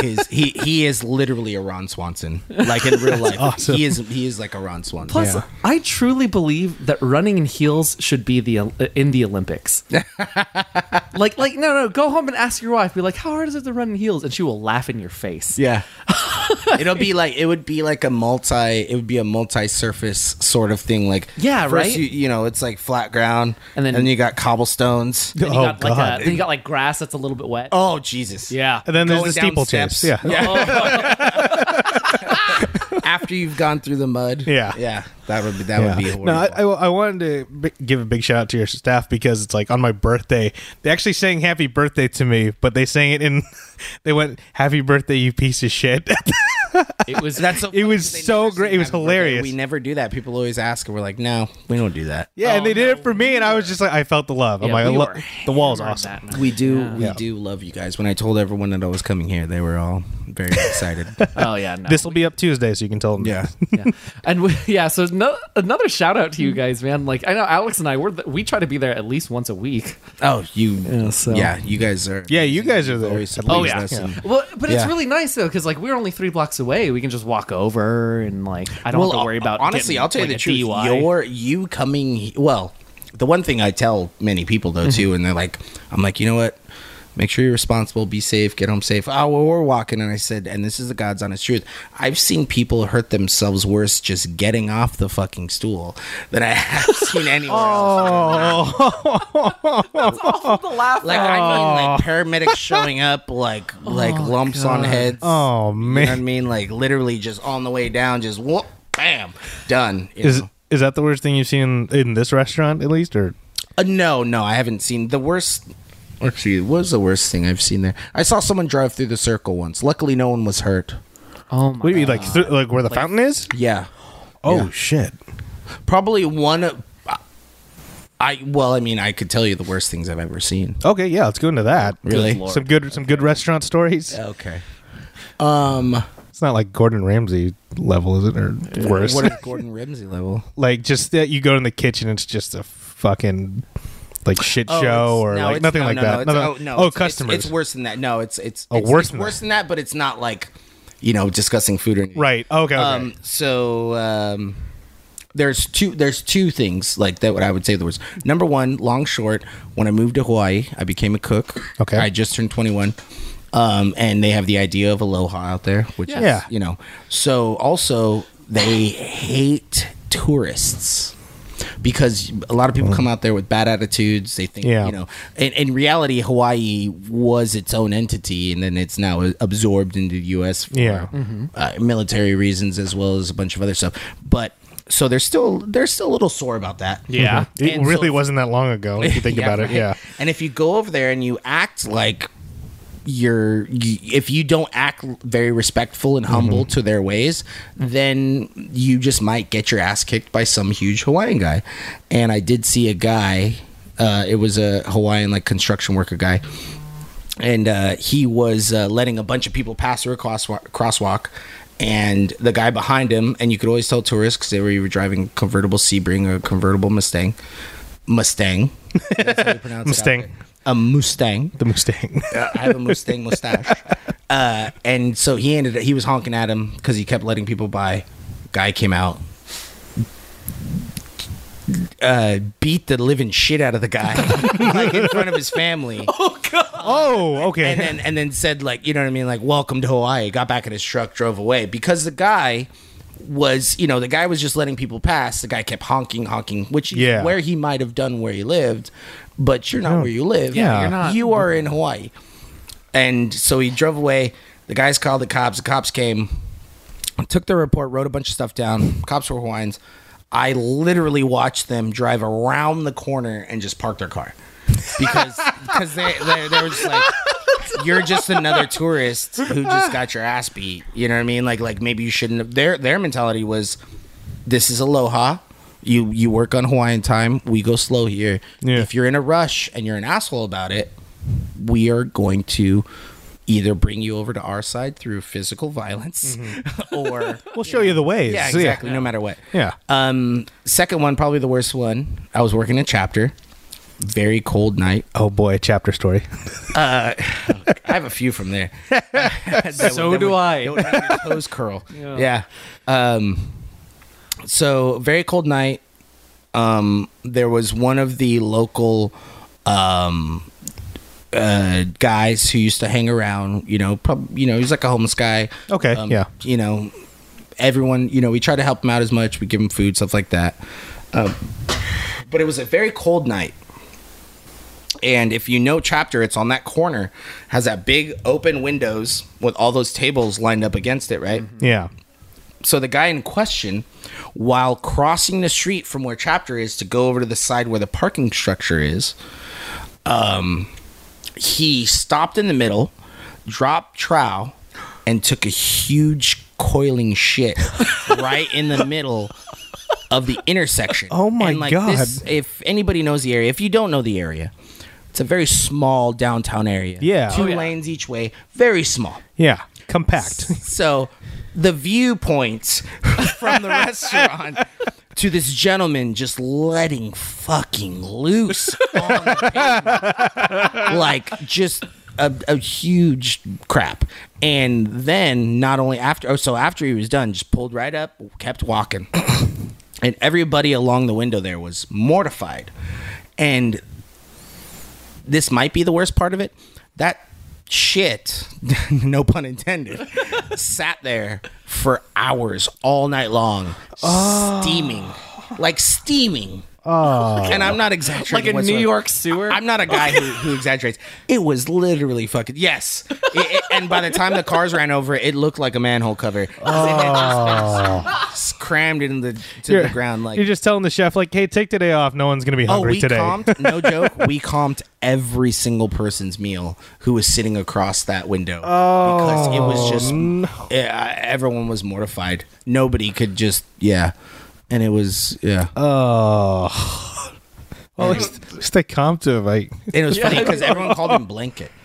[SPEAKER 2] his he he is literally a Ron Swanson. Like in real life.
[SPEAKER 1] awesome.
[SPEAKER 2] He is he is like a Ron Swanson.
[SPEAKER 3] Plus, I truly believe that running in heels should be the uh, in the Olympics. like, like no, no, go home and ask your wife. Be like, how hard is it to run in heels? And she will laugh in your face.
[SPEAKER 2] Yeah. It'll be like it would be like a multi it would be a multi-surface sort of thing like
[SPEAKER 3] Yeah,
[SPEAKER 2] first
[SPEAKER 3] right?
[SPEAKER 2] you, you know, it's like flat ground and
[SPEAKER 3] And then-
[SPEAKER 2] then, you got cobblestones.
[SPEAKER 3] Then you
[SPEAKER 1] Oh,
[SPEAKER 3] got like
[SPEAKER 1] God.
[SPEAKER 3] a, then you got like grass that's a little bit wet.
[SPEAKER 2] Oh Jesus.
[SPEAKER 3] Yeah.
[SPEAKER 1] and then there's
[SPEAKER 2] Going
[SPEAKER 1] the
[SPEAKER 2] down
[SPEAKER 1] steeplechase. Yeah.
[SPEAKER 2] steps.
[SPEAKER 3] Oh,
[SPEAKER 2] After you've gone through the mud.
[SPEAKER 1] Yeah.
[SPEAKER 2] Yeah. That would be that would be
[SPEAKER 1] Yeah.
[SPEAKER 2] horrible.
[SPEAKER 1] no, I, I, I wanted to b- give a big shout out to your staff because it's like on my birthday they actually sang happy birthday to me but they sang it in they went happy birthday you piece of shit
[SPEAKER 3] It was
[SPEAKER 2] That's so
[SPEAKER 1] It was
[SPEAKER 2] funny 'cause they
[SPEAKER 1] so
[SPEAKER 2] never sing
[SPEAKER 1] great. It was
[SPEAKER 2] Happy Birthday.
[SPEAKER 1] hilarious.
[SPEAKER 2] We never do that. People always ask, and we're like, no, we don't do that.
[SPEAKER 1] yeah and they did it for me and i was just like i felt the love i'm
[SPEAKER 3] Oh, Yeah,
[SPEAKER 1] like I
[SPEAKER 3] we
[SPEAKER 1] Oh, lo-
[SPEAKER 3] were
[SPEAKER 1] the wall's
[SPEAKER 3] hammered
[SPEAKER 1] awesome
[SPEAKER 3] that night.
[SPEAKER 2] We do. We do love you guys. When I told everyone that I was coming here, they were all very excited.
[SPEAKER 3] Oh yeah, no.
[SPEAKER 1] this will be up tuesday so you can tell them
[SPEAKER 2] yeah.
[SPEAKER 3] yeah. And we, yeah, so no, another shout out to you guys, man. Like I know Alex and I we're th- we try to be there at least once a week.
[SPEAKER 2] Oh, you. Yeah,
[SPEAKER 3] so-
[SPEAKER 2] you guys are.
[SPEAKER 1] Yeah, you guys are there.
[SPEAKER 2] Always
[SPEAKER 1] At
[SPEAKER 3] Oh
[SPEAKER 2] please
[SPEAKER 3] yeah.
[SPEAKER 2] us and-
[SPEAKER 3] Well, but it's
[SPEAKER 2] Yeah.
[SPEAKER 3] really nice though cuz like we're only 3 blocks away. We can just walk over and like I don't have to worry about
[SPEAKER 2] honestly.
[SPEAKER 3] getting,
[SPEAKER 2] I'll tell you the
[SPEAKER 3] like, a
[SPEAKER 2] truth.
[SPEAKER 3] DUI.
[SPEAKER 2] Your you coming well. The one thing I tell many people
[SPEAKER 3] Mm-hmm.
[SPEAKER 2] though too, and they're like, I'm like, you know what? Make sure you're responsible, be safe, get home safe. Oh, well, we're walking, and I said, and this is the God's honest truth. I've seen people hurt themselves worse just getting off the fucking stool than I have seen anywhere else.
[SPEAKER 3] the laugh.
[SPEAKER 2] Like I mean, like paramedics showing up, like like lumps on heads.
[SPEAKER 1] oh
[SPEAKER 2] You know what I
[SPEAKER 1] man
[SPEAKER 2] mean? Like literally just on the way down, just whoop, bam, done. you
[SPEAKER 1] is
[SPEAKER 2] know?
[SPEAKER 1] is that the worst thing you've seen in, in this restaurant at least or
[SPEAKER 2] Uh, no, no, I haven't seen the worst. Let's see, what was the worst thing I've seen there? I saw someone drive through the circle once. Luckily, no one was hurt.
[SPEAKER 3] oh my
[SPEAKER 1] what do you mean like th- like where the fountain is
[SPEAKER 2] Yeah,
[SPEAKER 1] oh
[SPEAKER 2] Yeah.
[SPEAKER 1] shit
[SPEAKER 2] probably one. of- I well, I mean, I could tell you the worst things I've ever seen.
[SPEAKER 1] okay yeah let's go into that
[SPEAKER 2] Really?
[SPEAKER 3] Lord.
[SPEAKER 1] some good some good restaurant stories
[SPEAKER 2] Okay. Um,
[SPEAKER 1] It's not like Gordon Ramsay level, is it? Or worse.
[SPEAKER 2] Uh, what is Gordon Ramsay level?
[SPEAKER 1] like just that you go in the kitchen, it's just a fucking like shit
[SPEAKER 2] Oh,
[SPEAKER 1] show or like nothing like that.
[SPEAKER 2] No,
[SPEAKER 1] Nothing-
[SPEAKER 2] it's- oh, no,
[SPEAKER 1] oh,
[SPEAKER 2] it's- it's-
[SPEAKER 1] customers.
[SPEAKER 2] It's, worse than that. No, it's it's,
[SPEAKER 1] Oh,
[SPEAKER 2] it's
[SPEAKER 1] worse
[SPEAKER 2] it's
[SPEAKER 1] than
[SPEAKER 2] worse
[SPEAKER 1] that.
[SPEAKER 2] than that, but it's not like you know discussing food or anything.
[SPEAKER 1] right. Oh, Okay. okay.
[SPEAKER 2] Um, so um, there's two there's two things like that. What I would say the worst. Number one, long short. When I moved to Hawaii, I became a cook.
[SPEAKER 1] Okay.
[SPEAKER 2] I just turned 21. Um, and they have the idea of aloha out there, which
[SPEAKER 1] Yeah.
[SPEAKER 2] is you know. So also they hate tourists because a lot of people come out there with bad attitudes. They think
[SPEAKER 1] Mm. Yeah.
[SPEAKER 2] you know. In, in reality, Hawaii was its own entity, and then it's now absorbed into the U.S. for
[SPEAKER 1] Yeah.
[SPEAKER 2] uh, military reasons as well as a bunch of other stuff. But so they're still they're still a little sore about that.
[SPEAKER 3] Yeah.
[SPEAKER 1] it
[SPEAKER 2] and so
[SPEAKER 1] really
[SPEAKER 2] if-
[SPEAKER 1] wasn't that long ago if you think about it.
[SPEAKER 2] right.
[SPEAKER 1] Yeah.
[SPEAKER 2] And if you go over there and you act like you're you, if you don't act very respectful and humble
[SPEAKER 1] Mm-hmm.
[SPEAKER 2] to their ways, then you just might get your ass kicked by some huge Hawaiian guy. And I did see a guy. Uh, it was a Hawaiian like construction worker guy and uh, he was uh, letting a bunch of people pass through a crosswalk, crosswalk and the guy behind him and you could always tell tourists because they were either driving convertible sebring or convertible mustang mustang That's how you pronounce it out
[SPEAKER 1] Mustang.
[SPEAKER 2] there. a mustang
[SPEAKER 1] The Mustang.
[SPEAKER 2] I have a Mustang mustache. Uh, and so he ended. He was honking at him because he kept letting people by. Guy came out, uh, beat the living shit out of the guy like in front of his family,
[SPEAKER 1] oh, okay.
[SPEAKER 2] and then and then said like, you know what I mean, like welcome to Hawaii. Got back in his truck, drove away because the guy was you know the guy was just letting people pass the guy kept honking honking which is
[SPEAKER 1] Yeah.
[SPEAKER 2] where he might have done where he lived but you're not where you live
[SPEAKER 1] Yeah. You're
[SPEAKER 3] not-
[SPEAKER 2] you are in hawaii and so he drove away. The guys called the cops. The cops came, took their report, wrote a bunch of stuff down. Cops were Hawaiians. I literally watched them drive around the corner and just park their car because because they, they they were just like. You're just another tourist who just got your ass beat. You know what I mean? Like, like maybe you shouldn't. Have, their their mentality was, this is aloha. You you work on Hawaiian time. We go slow here.
[SPEAKER 1] Yeah.
[SPEAKER 2] If you're in a rush and you're an asshole about it, we are going to either bring you over to our side through physical violence or
[SPEAKER 1] We'll show you the ways.
[SPEAKER 2] yeah, exactly. No matter what.
[SPEAKER 1] Yeah.
[SPEAKER 2] Um, second one, probably the worst one. I was working a chapter. Very cold night.
[SPEAKER 1] Oh boy, chapter story.
[SPEAKER 2] I have a few from there.
[SPEAKER 3] So do I.
[SPEAKER 2] Don't have your toes curl. Yeah. Um, so very cold night. Um, there was one of the local um, uh, guys who used to hang around. You know, prob- you know, he's like a homeless guy.
[SPEAKER 1] Okay,
[SPEAKER 2] Um,
[SPEAKER 1] yeah.
[SPEAKER 2] You know, everyone. You know, we try to help him out as much. We give him food, stuff like that. Um, but it was a very cold night. And if you know chapter, it's on that corner, has that big open windows with all those tables lined up against it, right?
[SPEAKER 1] yeah.
[SPEAKER 2] So the guy in question, while crossing the street from where chapter is to go over to the side where the parking structure is, um, he stopped in the middle, dropped trowel, and took a huge coiling shit right in the middle of the intersection.
[SPEAKER 1] Oh my
[SPEAKER 2] And, like,
[SPEAKER 1] God.
[SPEAKER 2] this- if anybody knows the area, if you don't know the area, it's a very small downtown area.
[SPEAKER 1] Yeah.
[SPEAKER 2] two
[SPEAKER 1] Oh, yeah.
[SPEAKER 2] lanes each way, very small.
[SPEAKER 1] Yeah. Compact.
[SPEAKER 2] So the viewpoints from the restaurant to this gentleman just letting fucking loose on the pavement. like just a, a huge crap. And then not only after oh so after he was done, just pulled right up, kept walking. and everybody along the window there was mortified. And this might be the worst part of it. That shit, no pun intended, sat there for hours all night long,
[SPEAKER 4] Oh.
[SPEAKER 2] steaming, like steaming. And I'm not exaggerating.
[SPEAKER 4] Like a New
[SPEAKER 2] whatsoever.
[SPEAKER 4] York sewer?
[SPEAKER 2] I- I'm not a guy who, who exaggerates. It was literally fucking yes. It- it- and by the time the cars ran over, it, it looked like a manhole cover.
[SPEAKER 4] Oh.
[SPEAKER 2] Just crammed into the to the ground like Oh,
[SPEAKER 1] you're just telling the chef like, "Hey, take today off. No one's gonna be hungry
[SPEAKER 2] we
[SPEAKER 1] today."
[SPEAKER 2] comped, no joke, we comped every single person's meal who was sitting across that window. Oh, because it was just yeah, everyone was mortified. Nobody could just yeah, and it was yeah.
[SPEAKER 1] Oh. Well, at least, at least they comped it. Like,
[SPEAKER 2] and it was funny because everyone called him blanket.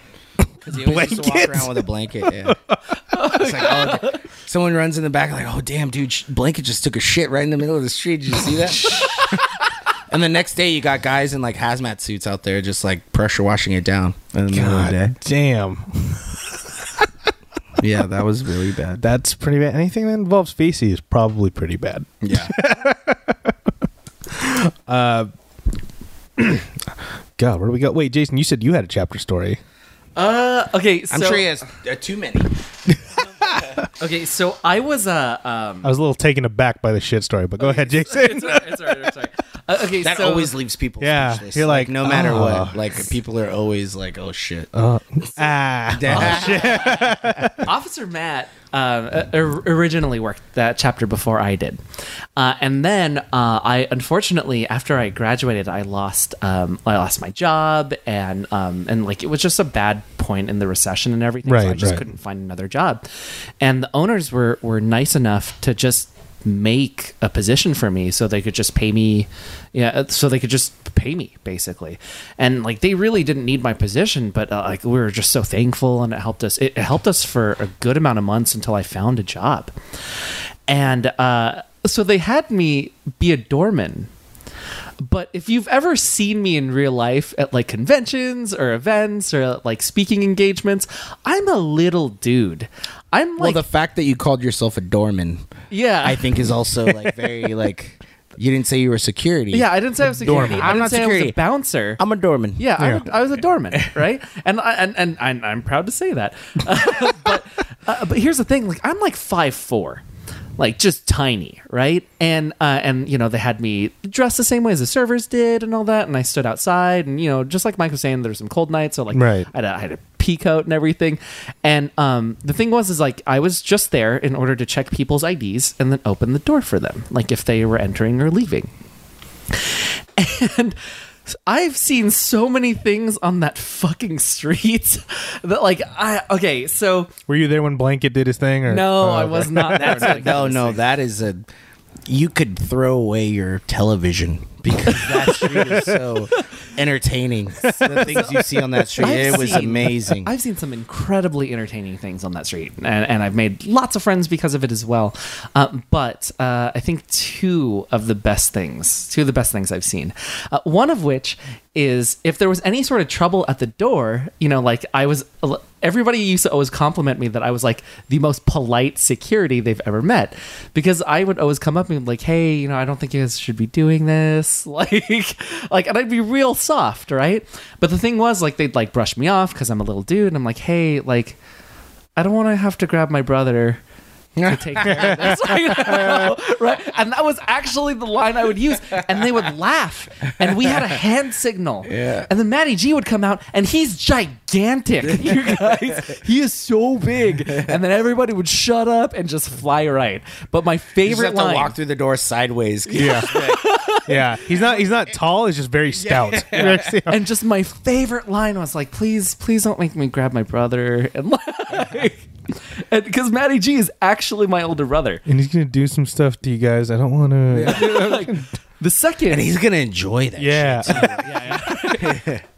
[SPEAKER 2] Because he always used to walk
[SPEAKER 1] Blanket?
[SPEAKER 2] around with a blanket. Yeah. It's like, oh, someone runs in the back like, oh damn, dude, sh- blanket just took a shit right in the middle of the street. Did you see that? and the next day, you got guys in like hazmat suits out there, just like pressure washing it down. In the middle of the day.
[SPEAKER 1] God damn,
[SPEAKER 2] Yeah, that was really bad.
[SPEAKER 1] that's pretty bad. Anything that involves feces is probably pretty bad.
[SPEAKER 2] Yeah.
[SPEAKER 1] God, where do we go? Wait, Jason, you said you had a chapter story.
[SPEAKER 3] Uh, okay, so
[SPEAKER 2] I'm sure he has uh, too many.
[SPEAKER 3] okay, so I was uh, um,
[SPEAKER 1] I was a little taken aback by the shit story, but go ahead, Jason.
[SPEAKER 3] it's all right, it's all right, it's all right. Uh, okay,
[SPEAKER 2] That
[SPEAKER 3] so
[SPEAKER 2] always leaves people
[SPEAKER 1] Yeah,
[SPEAKER 2] speechless.
[SPEAKER 1] you're like,
[SPEAKER 2] no matter
[SPEAKER 1] "Oh."
[SPEAKER 2] what, like people are always like, oh shit.
[SPEAKER 1] ah,
[SPEAKER 3] Officer Matt um, uh, or- originally worked that chapter before I did, uh, and then uh, I unfortunately after I graduated, I lost um, I lost my job and um, and like it was just a bad point in the recession and everything. so I
[SPEAKER 1] Right,
[SPEAKER 3] just
[SPEAKER 1] right.
[SPEAKER 3] couldn't find another job, and the owners were were nice enough to just make a position for me so they could just pay me yeah uh, so they could just pay me basically and like they really didn't need my position but uh, like we were just so thankful and it helped us it helped us for a good amount of months until i found a job and uh so they had me be a doorman but if you've ever seen me in real life at like conventions or events or like speaking engagements i'm a little dude i'm
[SPEAKER 2] well,
[SPEAKER 3] like
[SPEAKER 2] the fact that you called yourself a doorman,
[SPEAKER 3] yeah
[SPEAKER 2] I think, is also like very like. You didn't say you were security.
[SPEAKER 3] Yeah, I didn't say I was security.
[SPEAKER 2] Doorman.
[SPEAKER 3] I
[SPEAKER 2] I'm
[SPEAKER 3] didn't
[SPEAKER 2] not
[SPEAKER 3] say I was
[SPEAKER 2] security.
[SPEAKER 3] a bouncer.
[SPEAKER 2] I'm a doorman.
[SPEAKER 3] yeah, I'm
[SPEAKER 1] Yeah.
[SPEAKER 3] a, I was a doorman, right? And I, and and I'm, I'm proud to say that. but uh, but here's the thing: like I'm like five four, like just tiny, right? And uh, and you know they had me dressed the same way as the servers did and all that, and I stood outside, and you know just like Mike was saying, there's some cold nights, so like
[SPEAKER 1] Right.
[SPEAKER 3] I had a, I had a pea coat and everything, and um the thing was is like I was just there in order to check people's IDs and then open the door for them, like if they were entering or leaving. And I've seen so many things on that fucking street that, like, I okay, so
[SPEAKER 1] were you there when Blanket did his thing? Or
[SPEAKER 3] no,
[SPEAKER 1] Oh,
[SPEAKER 3] I
[SPEAKER 1] okay.
[SPEAKER 3] was not. That's
[SPEAKER 2] No, no, that is a you could throw away your television because that street is so entertaining. The things you see on that street,
[SPEAKER 3] I've
[SPEAKER 2] it was
[SPEAKER 3] seen-
[SPEAKER 2] amazing.
[SPEAKER 3] I've seen some incredibly entertaining things on that street, and, and I've made lots of friends because of it as well. Uh, but uh, I think two of the best things, two of the best things I've seen, uh, one of which is if there was any sort of trouble at the door, you know, like I was, uh, everybody used to always compliment me that I was like the most polite security they've ever met because I would always come up and be like, hey, you know, I don't think you guys should be doing this. Like, like, and I'd be real soft, right? But the thing was, like, they'd like brush me off because I'm a little dude. And I'm like, hey, like, I don't want to have to grab my brother to take care of this right now, right? And that was actually the line I would use, and they would laugh, and we had a hand signal, yeah. And then Matty G would come out, and he's gigantic, you guys. He is so big, and then everybody would shut up and just fly right. But my
[SPEAKER 2] You just
[SPEAKER 3] favorite
[SPEAKER 2] have to
[SPEAKER 3] line,
[SPEAKER 2] walk through the door sideways.
[SPEAKER 1] Yeah. yeah. He's not he's not tall, he's just very stout.
[SPEAKER 3] and just my favorite line was like, "Please, please don't make me grab my brother," and like, because Matty G is actually my older brother.
[SPEAKER 1] and he's gonna do some stuff to you guys. I don't wanna
[SPEAKER 3] like, the second
[SPEAKER 2] And he's gonna enjoy that.
[SPEAKER 1] Yeah.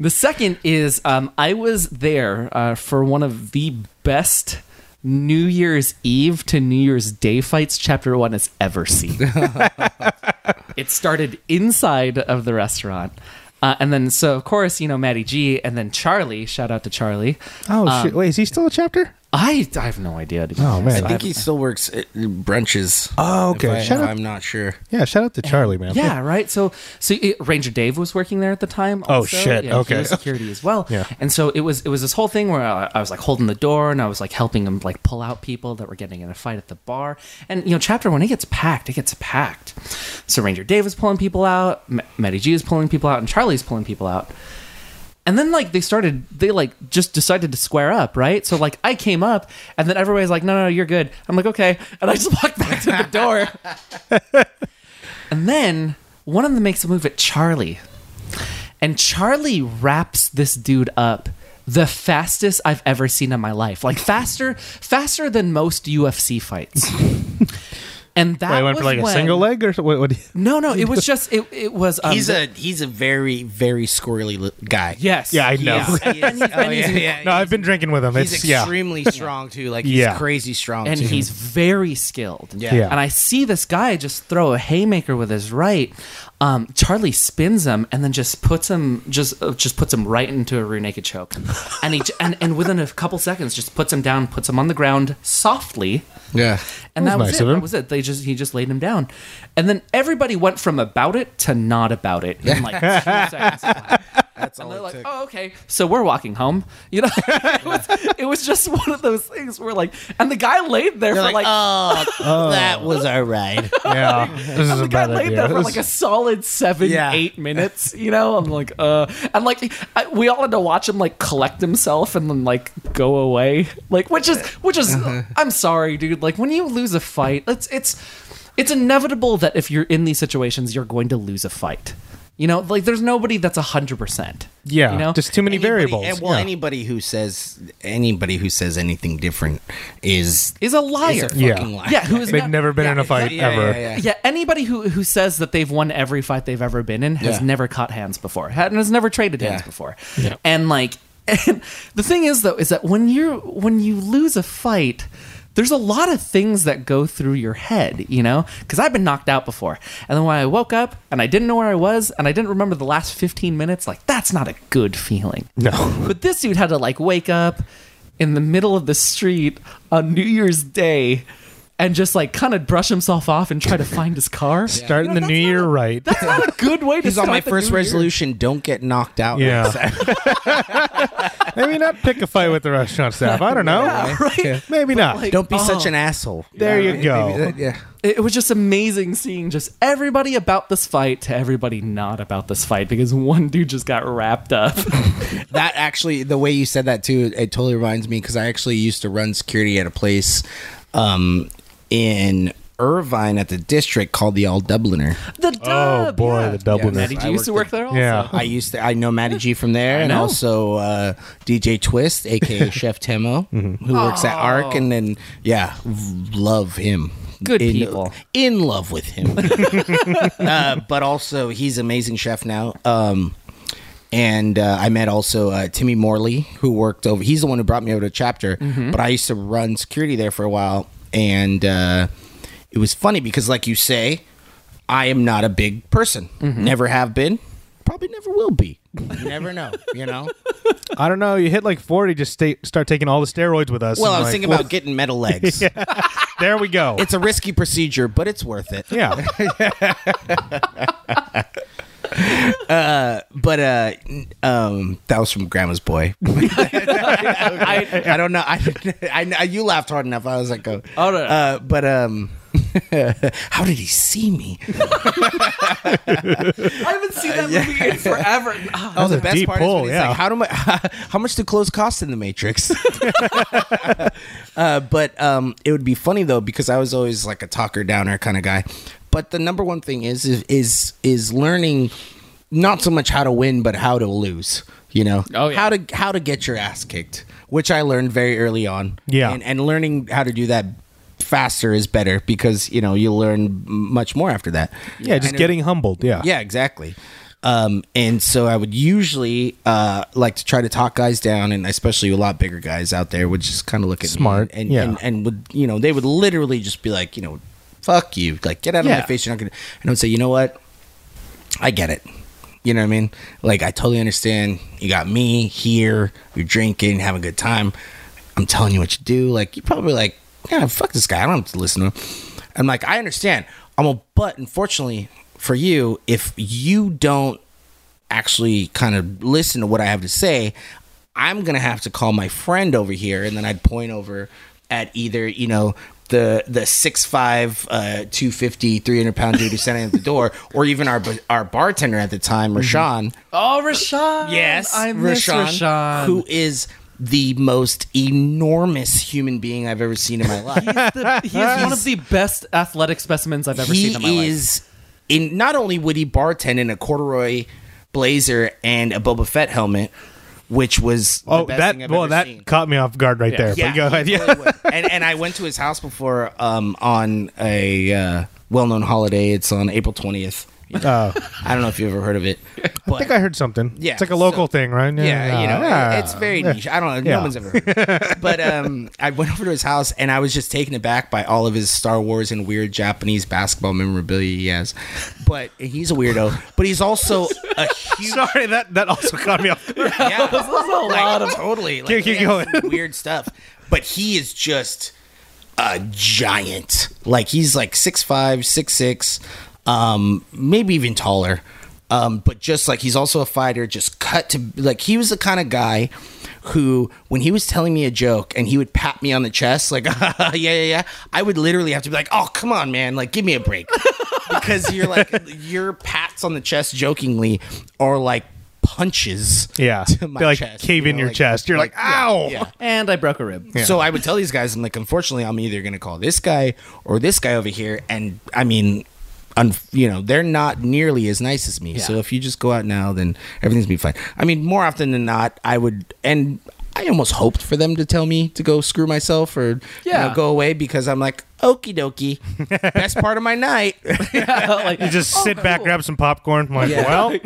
[SPEAKER 3] The second is um, I was there uh, for one of the best New Year's Eve to New Year's Day fights Chapter One has ever seen. it started inside of the restaurant. Uh, and then, so of course, you know, Maddie G and then Charlie, shout out to Charlie.
[SPEAKER 1] Oh
[SPEAKER 3] Um,
[SPEAKER 1] shit. Wait, is he still a chapter?
[SPEAKER 3] I, I have no idea. to be
[SPEAKER 1] Oh,
[SPEAKER 3] honest.
[SPEAKER 1] man.
[SPEAKER 2] I think he still works at brunches.
[SPEAKER 1] Oh,
[SPEAKER 2] If
[SPEAKER 1] okay.
[SPEAKER 2] I,
[SPEAKER 1] Shout out
[SPEAKER 2] I'm not sure.
[SPEAKER 1] Yeah, shout out to Charlie, man.
[SPEAKER 3] Um, Yeah, right. So, so it, Ranger Dave was working there at the time.
[SPEAKER 1] Oh,
[SPEAKER 3] also.
[SPEAKER 1] shit.
[SPEAKER 3] Yeah, he
[SPEAKER 1] Okay.
[SPEAKER 3] was security as well.
[SPEAKER 1] Yeah.
[SPEAKER 3] And so it was it was this whole thing where I, I was like holding the door and I was like helping him like pull out people that were getting in a fight at the bar. And you know, chapter one, it gets packed. It gets packed. So Ranger Dave is pulling people out. M- Matty G is pulling people out, and Charlie's pulling people out. And then like they started, they like just decided to square up, right? So like I came up, and then everybody's like, "No, no, no you're good." I'm like, "Okay," and I just walked back to the door. and then one of them makes a move at Charlie, and Charlie wraps this dude up the fastest I've ever seen in my life, like faster, faster than most UFC fights. and that
[SPEAKER 1] Wait, went for
[SPEAKER 3] was
[SPEAKER 1] like a
[SPEAKER 3] when-
[SPEAKER 1] single leg or so- what, what
[SPEAKER 3] No, no, it was just it. It was um,
[SPEAKER 2] He's a he's a very very squirrely li- guy.
[SPEAKER 3] yes,
[SPEAKER 1] Yeah, I know.
[SPEAKER 2] He is- he is- oh, yeah, yeah.
[SPEAKER 1] No, I've been drinking with him.
[SPEAKER 2] He's
[SPEAKER 1] It's yeah.
[SPEAKER 2] extremely strong too. Like he's
[SPEAKER 1] Yeah.
[SPEAKER 2] crazy strong.
[SPEAKER 3] and
[SPEAKER 2] too.
[SPEAKER 3] he's very skilled.
[SPEAKER 2] Yeah. Yeah.
[SPEAKER 3] And I see this guy just throw a haymaker with his right. Um, Charlie spins him and then just puts him just uh, just puts him right into a rear naked choke, and he j- and and within a couple seconds just puts him down, puts him on the ground softly.
[SPEAKER 2] yeah.
[SPEAKER 3] And
[SPEAKER 1] That
[SPEAKER 3] that
[SPEAKER 1] was
[SPEAKER 3] was,
[SPEAKER 1] nice
[SPEAKER 3] it.
[SPEAKER 1] of him.
[SPEAKER 3] That was it. They just he just laid him down, and then everybody went from about it to not about it in like two seconds. flat.
[SPEAKER 2] That's all
[SPEAKER 3] And they're
[SPEAKER 2] it
[SPEAKER 3] like,
[SPEAKER 2] took.
[SPEAKER 3] oh, okay. So we're walking home. You know, it, was, it was just one of those things where like, and the guy laid there
[SPEAKER 2] They're
[SPEAKER 3] for
[SPEAKER 2] like,
[SPEAKER 3] like
[SPEAKER 2] oh, that was our ride.
[SPEAKER 1] Yeah. This is a
[SPEAKER 3] the guy
[SPEAKER 1] bad
[SPEAKER 3] laid
[SPEAKER 1] idea.
[SPEAKER 3] there for
[SPEAKER 1] This-
[SPEAKER 3] like a solid seven,
[SPEAKER 2] Yeah.
[SPEAKER 3] eight minutes. You know, I'm like, uh, and like I, we all had to watch him like collect himself and then like go away, like which is which is.
[SPEAKER 1] Uh-huh.
[SPEAKER 3] I'm sorry, dude. Like when you lose a fight, it's it's it's inevitable that if you're in these situations, you're going to lose a fight. You know, like there's nobody that's hundred percent.
[SPEAKER 1] yeah.
[SPEAKER 3] you know,
[SPEAKER 1] Just too many
[SPEAKER 2] Anybody-
[SPEAKER 1] variables.
[SPEAKER 2] and- well,
[SPEAKER 1] yeah.
[SPEAKER 2] anybody who says anybody who says anything different is
[SPEAKER 3] is a liar.
[SPEAKER 2] is a
[SPEAKER 1] Yeah.
[SPEAKER 2] fucking liar.
[SPEAKER 3] yeah, who is
[SPEAKER 1] They've
[SPEAKER 3] not-
[SPEAKER 1] never been
[SPEAKER 3] yeah,
[SPEAKER 1] in a fight
[SPEAKER 2] Yeah,
[SPEAKER 1] ever.
[SPEAKER 2] yeah, yeah, yeah.
[SPEAKER 3] Yeah, anybody who who says that they've won every fight they've ever been in has
[SPEAKER 2] Yeah.
[SPEAKER 3] never caught hands before, ha- and has never traded hands
[SPEAKER 2] Yeah.
[SPEAKER 3] before, and like, and the thing is though is that when you're when you lose a fight. There's a lot of things that go through your head, you know? Because I've been knocked out before. And then when I woke up and I didn't know where I was and I didn't remember the last 15 minutes, like, that's not a good feeling.
[SPEAKER 1] No.
[SPEAKER 3] But this dude had to like wake up in the middle of the street on New Year's Day and just like kind of brush himself off and try to find his car.
[SPEAKER 1] Starting the new year right.
[SPEAKER 3] That's not a good way to
[SPEAKER 2] He's on
[SPEAKER 3] start
[SPEAKER 2] my
[SPEAKER 3] the
[SPEAKER 2] first
[SPEAKER 3] new year.
[SPEAKER 2] resolution. Don't get knocked out.
[SPEAKER 1] Yeah. Maybe not pick a fight with the restaurant staff. I don't know.
[SPEAKER 3] right?
[SPEAKER 1] Maybe not.
[SPEAKER 3] like-
[SPEAKER 2] Don't be such
[SPEAKER 3] Oh.
[SPEAKER 1] Uh-huh.
[SPEAKER 2] an asshole.
[SPEAKER 1] There you go.
[SPEAKER 2] Maybe that- yeah.
[SPEAKER 3] It it was just amazing seeing just everybody about this fight to everybody not about this fight because one dude just got wrapped up.
[SPEAKER 2] That actually, the way you said that too, it totally reminds me because I actually used to run security at a place um, in Irvine at the district called the All Dubliner.
[SPEAKER 3] the dub.
[SPEAKER 1] oh boy,
[SPEAKER 3] yeah.
[SPEAKER 1] the double
[SPEAKER 2] Yeah,
[SPEAKER 1] yeah,
[SPEAKER 3] Maddie
[SPEAKER 2] I
[SPEAKER 3] G used to work
[SPEAKER 2] worked
[SPEAKER 3] there also.
[SPEAKER 1] Yeah.
[SPEAKER 2] I used to, I know Matty G from there, and
[SPEAKER 3] know.
[SPEAKER 2] also uh, DJ Twist, aka Chef Temo, who works at Arc, and then yeah, v- love him.
[SPEAKER 3] Good
[SPEAKER 2] in,
[SPEAKER 3] people.
[SPEAKER 2] in love with him. uh, but also, he's amazing chef now. Um, and uh, I met also uh, Timmy Morley, who worked over. He's the one who brought me over to Chapter.
[SPEAKER 3] Mm-hmm.
[SPEAKER 2] But I used to run security there for a while, and uh, it was funny because, like you say, I am not a big person.
[SPEAKER 3] Mm-hmm.
[SPEAKER 2] Never have been. Probably never will be. You never know. You know.
[SPEAKER 1] I don't know. You hit like 40, just stay, start taking all the steroids with us.
[SPEAKER 2] Well,
[SPEAKER 1] And
[SPEAKER 2] I was
[SPEAKER 1] like,
[SPEAKER 2] thinking
[SPEAKER 1] well,
[SPEAKER 2] about getting metal legs.
[SPEAKER 1] There we go.
[SPEAKER 2] It's oh, a risky procedure, but it's worth it.
[SPEAKER 1] yeah.
[SPEAKER 2] But uh, um, that was from Grandma's Boy. I, I don't know. I, I, I you laughed hard enough. I was like, oh,
[SPEAKER 4] Oh, no, no.
[SPEAKER 2] Uh, but um, how did he see me?
[SPEAKER 4] I haven't seen that movie in forever. Ah.
[SPEAKER 2] Oh, the
[SPEAKER 1] a deep
[SPEAKER 2] is
[SPEAKER 1] pull,
[SPEAKER 2] when he's
[SPEAKER 1] yeah.
[SPEAKER 2] like, how do my, how much do clothes cost in the Matrix? uh, but um, it would be funny though because I was always like a talker downer kind of guy. But the number one thing is is is, is learning not so much how to win but how to lose. You know,
[SPEAKER 3] Oh, yeah.
[SPEAKER 2] how to how to get your ass kicked, which I learned very early on.
[SPEAKER 1] Yeah.
[SPEAKER 2] and, and learning how to do that faster is better because you know you learn much more after that.
[SPEAKER 1] Yeah, just getting humbled. Yeah.
[SPEAKER 2] Yeah, exactly. Um, and so I would usually uh, like to try to talk guys down, and especially a lot bigger guys out there would just kind of look at me
[SPEAKER 1] Smart,
[SPEAKER 2] and,
[SPEAKER 1] yeah.
[SPEAKER 2] and and would you know they would literally just be like, you know, fuck you, like get out of
[SPEAKER 3] Yeah.
[SPEAKER 2] my face, you're not gonna. And I would say, you know what, I get it. You know what I mean? Like I totally understand. You got me here. You're drinking, having a good time. I'm telling you what you do. Like you probably like, yeah, fuck this guy. I don't have to listen to him. I'm like, I understand. I'm a but. Unfortunately for you, if you don't actually kind of listen to what I have to say, I'm gonna have to call my friend over here, and then I'd point over at either you know the the six five uh, 250 300 pound dude who's standing at the door, or even our our bartender at the time, Rashawn.
[SPEAKER 4] Oh, Rashawn.
[SPEAKER 2] I
[SPEAKER 4] Mm-hmm. I miss Rashawn.
[SPEAKER 2] who is the most enormous human being I've ever seen in my life.
[SPEAKER 3] The- he is one of the best athletic specimens I've ever seen in my
[SPEAKER 2] he
[SPEAKER 3] life.
[SPEAKER 2] is in not only would he bartend in a corduroy blazer and a Boba Fett helmet, which was
[SPEAKER 1] Oh,
[SPEAKER 2] the best
[SPEAKER 1] that
[SPEAKER 2] thing I've
[SPEAKER 1] well,
[SPEAKER 2] ever
[SPEAKER 1] that
[SPEAKER 2] seen.
[SPEAKER 1] caught me off guard right there. but go ahead.
[SPEAKER 2] he
[SPEAKER 1] Yeah.
[SPEAKER 2] totally would. and and I went to his house before um, on a uh, well-known holiday. It's on April twentieth.
[SPEAKER 1] Oh.
[SPEAKER 2] I don't know if you ever heard of it. But,
[SPEAKER 1] I think I heard something.
[SPEAKER 2] Yeah,
[SPEAKER 1] It's like a local
[SPEAKER 2] so-
[SPEAKER 1] thing, right?
[SPEAKER 2] yeah, you know, it- it's very niche. I don't know.
[SPEAKER 1] Yeah.
[SPEAKER 2] No one's ever. Heard of it. but um, I went over to his house and I was just taken aback by all of his Star Wars and weird Japanese basketball memorabilia he has. But he's a weirdo. But he's also a huge.
[SPEAKER 1] Sorry, that, that also caught me off guard.
[SPEAKER 2] Yeah, Like, totally. Like,
[SPEAKER 1] Keep- keep
[SPEAKER 2] he has
[SPEAKER 1] going.
[SPEAKER 2] Weird stuff. But he is just a giant. Like he's like six five, six six, um, maybe even taller. Um, but just like he's also a fighter, just cut to like he was the kind of guy who, when he was telling me a joke and he would pat me on the chest, like yeah, yeah, yeah, I would literally have to be like, oh come on, man, like give me a break, because you're like your pats on the chest jokingly are like punches
[SPEAKER 1] Yeah.
[SPEAKER 2] to
[SPEAKER 1] They
[SPEAKER 2] my
[SPEAKER 1] like
[SPEAKER 2] chest,
[SPEAKER 1] cave
[SPEAKER 2] you
[SPEAKER 1] in
[SPEAKER 2] know,
[SPEAKER 1] your chest. You're like, ow.
[SPEAKER 2] yeah.
[SPEAKER 3] and I broke a rib.
[SPEAKER 2] So I would tell these guys, I'm like, unfortunately, I'm either going to call this guy or this guy over here. And I mean, un- you know, they're not nearly as nice as me. So if you just go out now, then everything's gonna be fine. I mean, more often than not, I would, and I almost hoped for them to tell me to go screw myself or you
[SPEAKER 3] Yeah.
[SPEAKER 2] know, go away because I'm like, okie dokie, best part of my night.
[SPEAKER 1] You just
[SPEAKER 2] Oh,
[SPEAKER 1] sit back, grab some popcorn. I'm like, well,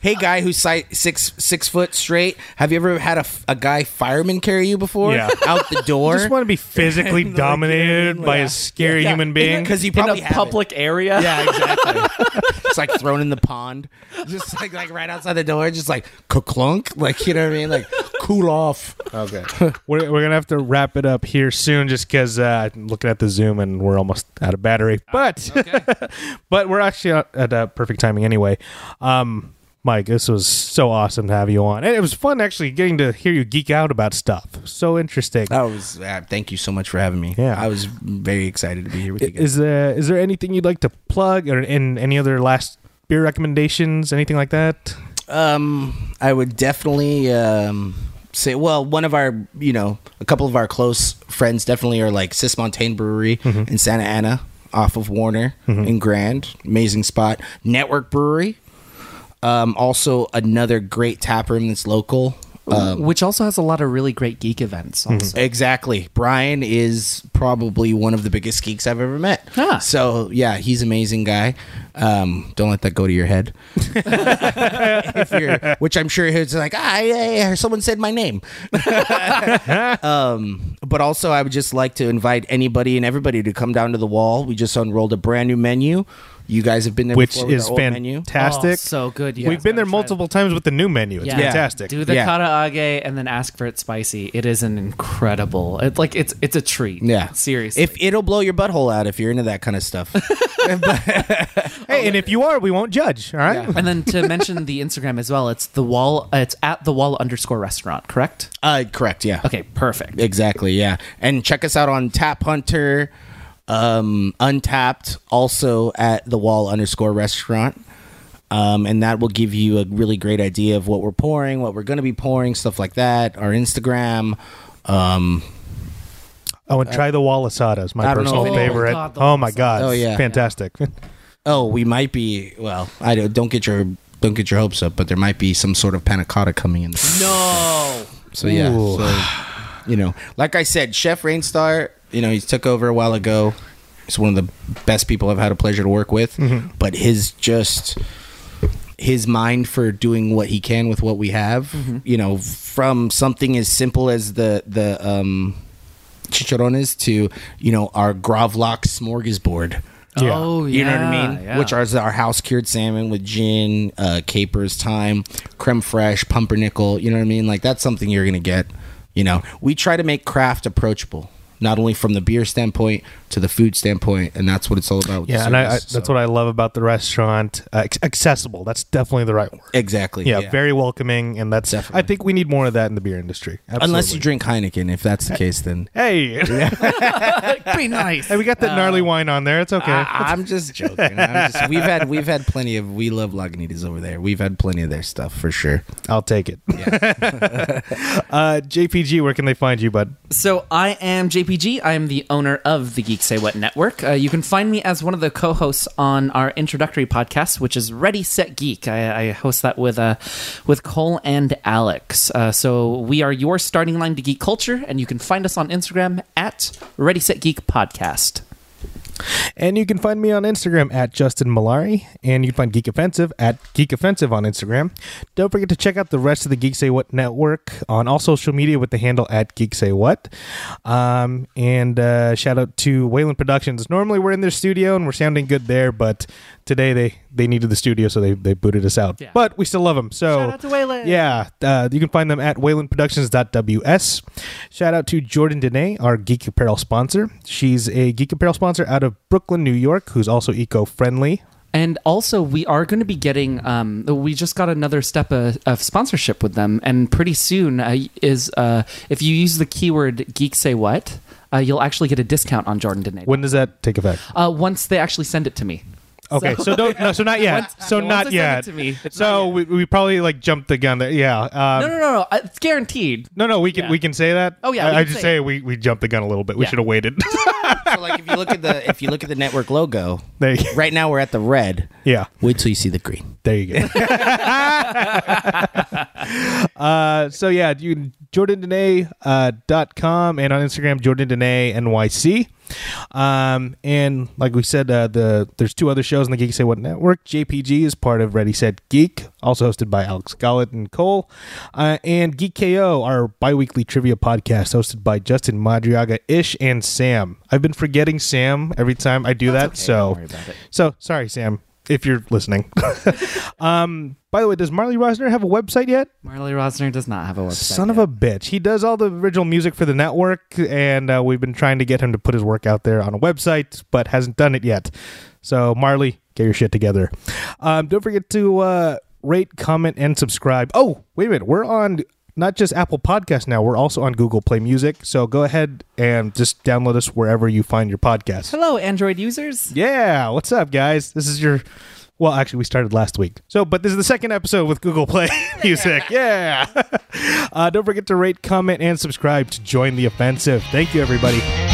[SPEAKER 2] hey guy who's si- six six foot straight, have you ever had a, f- a guy fireman carry you before
[SPEAKER 1] Yeah.
[SPEAKER 2] out the door?
[SPEAKER 1] I just want to be physically dominated by a scary human being.
[SPEAKER 2] because you
[SPEAKER 3] In a
[SPEAKER 2] probably haven't.
[SPEAKER 3] public area.
[SPEAKER 2] Yeah, exactly. it's like thrown in the pond, just like like right outside the door, just like clunk, like you know what I mean, like cool off. Okay.
[SPEAKER 1] We're, we're gonna have to wrap it up here soon, just because uh, I'm looking at the Zoom and we're almost out of battery.
[SPEAKER 3] Ah,
[SPEAKER 1] But but we're actually at, at uh, perfect timing anyway. Um, Mike, this was so awesome to have you on, and it was fun actually getting to hear you geek out about stuff. So interesting.
[SPEAKER 2] That was. Uh, thank you so much for having me.
[SPEAKER 1] Yeah.
[SPEAKER 2] I was very excited to be here with you guys.
[SPEAKER 1] Is there is there anything you'd like to plug, or in any other last beer recommendations, anything like that?
[SPEAKER 2] Um, I would definitely um, say, well, one of our, you know, a couple of our close friends definitely are like Cis Montane Brewery in Santa Ana off of Warner in Grand. Amazing spot. Network Brewery. Um, also, another great tap room that's local
[SPEAKER 3] Uh, which also has a lot of really great geek events.
[SPEAKER 1] Mm-hmm.
[SPEAKER 3] Also.
[SPEAKER 2] Exactly. Brian is probably one of the biggest geeks I've ever met.
[SPEAKER 3] Ah.
[SPEAKER 2] So yeah, he's an amazing guy. Um, don't let that go to your head. If you're- which I'm sure he's like, ah, yeah, yeah, someone said my name. um, but also, I would just like to invite anybody and everybody to come down to the wall. We just unrolled a brand new menu. You guys have been there,
[SPEAKER 1] which
[SPEAKER 2] before with
[SPEAKER 1] is
[SPEAKER 2] our old menu.
[SPEAKER 1] fantastic.
[SPEAKER 3] Oh, so good, you
[SPEAKER 1] We've
[SPEAKER 3] guys
[SPEAKER 1] been there
[SPEAKER 3] gotta try it.
[SPEAKER 1] multiple times with the new menu. It's
[SPEAKER 3] Yeah.
[SPEAKER 1] fantastic.
[SPEAKER 3] Do the
[SPEAKER 2] Yeah.
[SPEAKER 3] karaage and then ask for it spicy. It is an incredible. It's like it's it's a treat.
[SPEAKER 2] Yeah,
[SPEAKER 3] seriously.
[SPEAKER 2] If it'll blow your butthole out if you're into that kind of stuff.
[SPEAKER 1] Hey, and if you are, we won't judge. All right.
[SPEAKER 3] and then to mention the Instagram as well, it's the wall. uh, It's at the wall underscore restaurant. Correct.
[SPEAKER 2] uh, correct. Yeah.
[SPEAKER 3] Okay, perfect.
[SPEAKER 2] Exactly, yeah. And check us out on Tap Hunter, um, Untapped, also at the Wall underscore Restaurant, um, and that will give you a really great idea of what we're pouring, what we're going to be pouring, stuff like that. Our Instagram. Um,
[SPEAKER 1] Oh, and try the wall asadas, my
[SPEAKER 2] I don't know
[SPEAKER 1] personal
[SPEAKER 2] if anyone-
[SPEAKER 1] favorite.
[SPEAKER 3] Oh, God, the
[SPEAKER 1] oh
[SPEAKER 3] wall
[SPEAKER 1] my god,
[SPEAKER 2] Oh, yeah.
[SPEAKER 1] fantastic.
[SPEAKER 2] oh, we might be. Well, I don't, don't get your don't get your hopes up, but there might be some sort of panna cotta coming in.
[SPEAKER 3] No.
[SPEAKER 2] So yeah,
[SPEAKER 1] Ooh.
[SPEAKER 2] so, you know, like I said, Chef Rainstar, you know, he took over a while ago. He's one of the best people I've had a pleasure to work with. But his just his mind for doing what he can with what we have, you know, from something as simple as the the um, chicharrones to you know our gravlach smorgasbord.
[SPEAKER 1] Yeah.
[SPEAKER 3] Oh, yeah.
[SPEAKER 2] You know what I mean?
[SPEAKER 3] yeah.
[SPEAKER 2] Which are our house cured salmon with gin, uh, capers, thyme, creme fraiche, pumpernickel. You know what I mean? Like that's something you're gonna get. You know, we try to make craft approachable, not only from the beer standpoint to the food standpoint, and that's what it's all about. With
[SPEAKER 1] yeah,
[SPEAKER 2] the
[SPEAKER 1] and I, I,
[SPEAKER 2] service,
[SPEAKER 1] that's
[SPEAKER 2] so-
[SPEAKER 1] what I love about the restaurant. Uh, ac- accessible. That's definitely the right word.
[SPEAKER 2] exactly.
[SPEAKER 1] yeah, very welcoming, and that's. I
[SPEAKER 2] Definitely.
[SPEAKER 1] think we need more of that in the beer industry.
[SPEAKER 2] Unless
[SPEAKER 1] Absolutely.
[SPEAKER 2] you drink Heineken, if that's the case, then
[SPEAKER 1] Hey,
[SPEAKER 3] Be nice.
[SPEAKER 1] hey, we got that gnarly wine on there. It's okay.
[SPEAKER 2] I, am just joking. I'm just, we've had we've had plenty of we love Lagunitas over there. We've had plenty of their stuff for sure.
[SPEAKER 1] I'll take it. uh, JPG, where can they find you, bud?
[SPEAKER 4] So I am JPG. I am the owner of the Geek Say What Network. Uh, you can find me as one of the co-hosts on our introductory podcast, which is Ready Set Geek. I, I host that with uh, with Cole and Alex. Uh, so we are your starting line to geek culture, and you can find us on Instagram at Ready Set Geek Podcast.
[SPEAKER 1] And you can find me on Instagram at Justin Malari, and you can find Geek Offensive at Geek Offensive on Instagram. Don't forget to check out the rest of the Geek Say What network on all social media with the handle at Geek Say What. Um, and uh, shout out to Wayland Productions. Normally we're in their studio and we're sounding good there, but today they they needed the studio, so they, they booted us out. But we still love them. So
[SPEAKER 4] Shout out to Wayland.
[SPEAKER 1] yeah, uh, you can find them at waylandproductions.ws. Shout out to Jordan Dene, our Geek Apparel sponsor. She's a Geek Apparel sponsor out of Brooklyn, New York, who's also eco friendly.
[SPEAKER 4] And also, we are going to be getting. Um, we just got another step of, of sponsorship with them, and pretty soon uh, is uh, if you use the keyword "geek say what," uh, you'll actually get a discount on Jordan Denato.
[SPEAKER 1] When does that take effect?
[SPEAKER 4] uh, once they actually send it to me.
[SPEAKER 1] Okay, so, don't no, so not yet. so
[SPEAKER 4] once
[SPEAKER 1] not
[SPEAKER 4] they send
[SPEAKER 1] yet.
[SPEAKER 4] it to me, it's
[SPEAKER 1] so we, we probably like jumped the gun there. Yeah. Um,
[SPEAKER 4] No, no, no, no. I- It's guaranteed.
[SPEAKER 1] no, no, we can we can say that.
[SPEAKER 4] Oh, yeah, we
[SPEAKER 1] I, I
[SPEAKER 4] can
[SPEAKER 1] just
[SPEAKER 4] say
[SPEAKER 1] say we, we jumped the gun a little bit. We
[SPEAKER 4] Yeah.
[SPEAKER 1] should have waited.
[SPEAKER 2] So like if you look at the if you look at the network logo,
[SPEAKER 1] There you go.
[SPEAKER 2] right now we're at the red.
[SPEAKER 1] yeah.
[SPEAKER 2] Wait till you see the green.
[SPEAKER 1] There you go. uh, so yeah, you jordandenay.com uh, dot com and on Instagram jordandenay nyc. Um, and like we said, uh, the there's two other shows on the Geek Say What network. JPG is part of Ready Set Geek, also hosted by Alex Gollett and Cole, uh, and Geek KO, our biweekly trivia podcast hosted by Justin Madriaga, Ish, and Sam. I've been forgetting Sam every time I do that, so so sorry, Sam, if you're listening. um, by the way, does Marley Rosner have a website yet?
[SPEAKER 4] Marley Rosner does not have a website.
[SPEAKER 1] Son of a bitch. He does all the original music for the network, and uh, we've been trying to get him to put his work out there on a website, but hasn't done it yet. So, Marley, get your shit together. Um, don't forget to uh, rate, comment, and subscribe. Oh, wait a minute. We're on not just Apple Podcasts now, we're also on Google Play Music. So, go ahead and just download us wherever you find your podcast.
[SPEAKER 4] Hello, Android users.
[SPEAKER 1] Yeah, what's up, guys? This is your. Well, actually, we started last week. So, but this is the second episode with Google Play Music. Yeah. uh, don't forget to rate, comment, and subscribe to join the offensive. Thank you, everybody.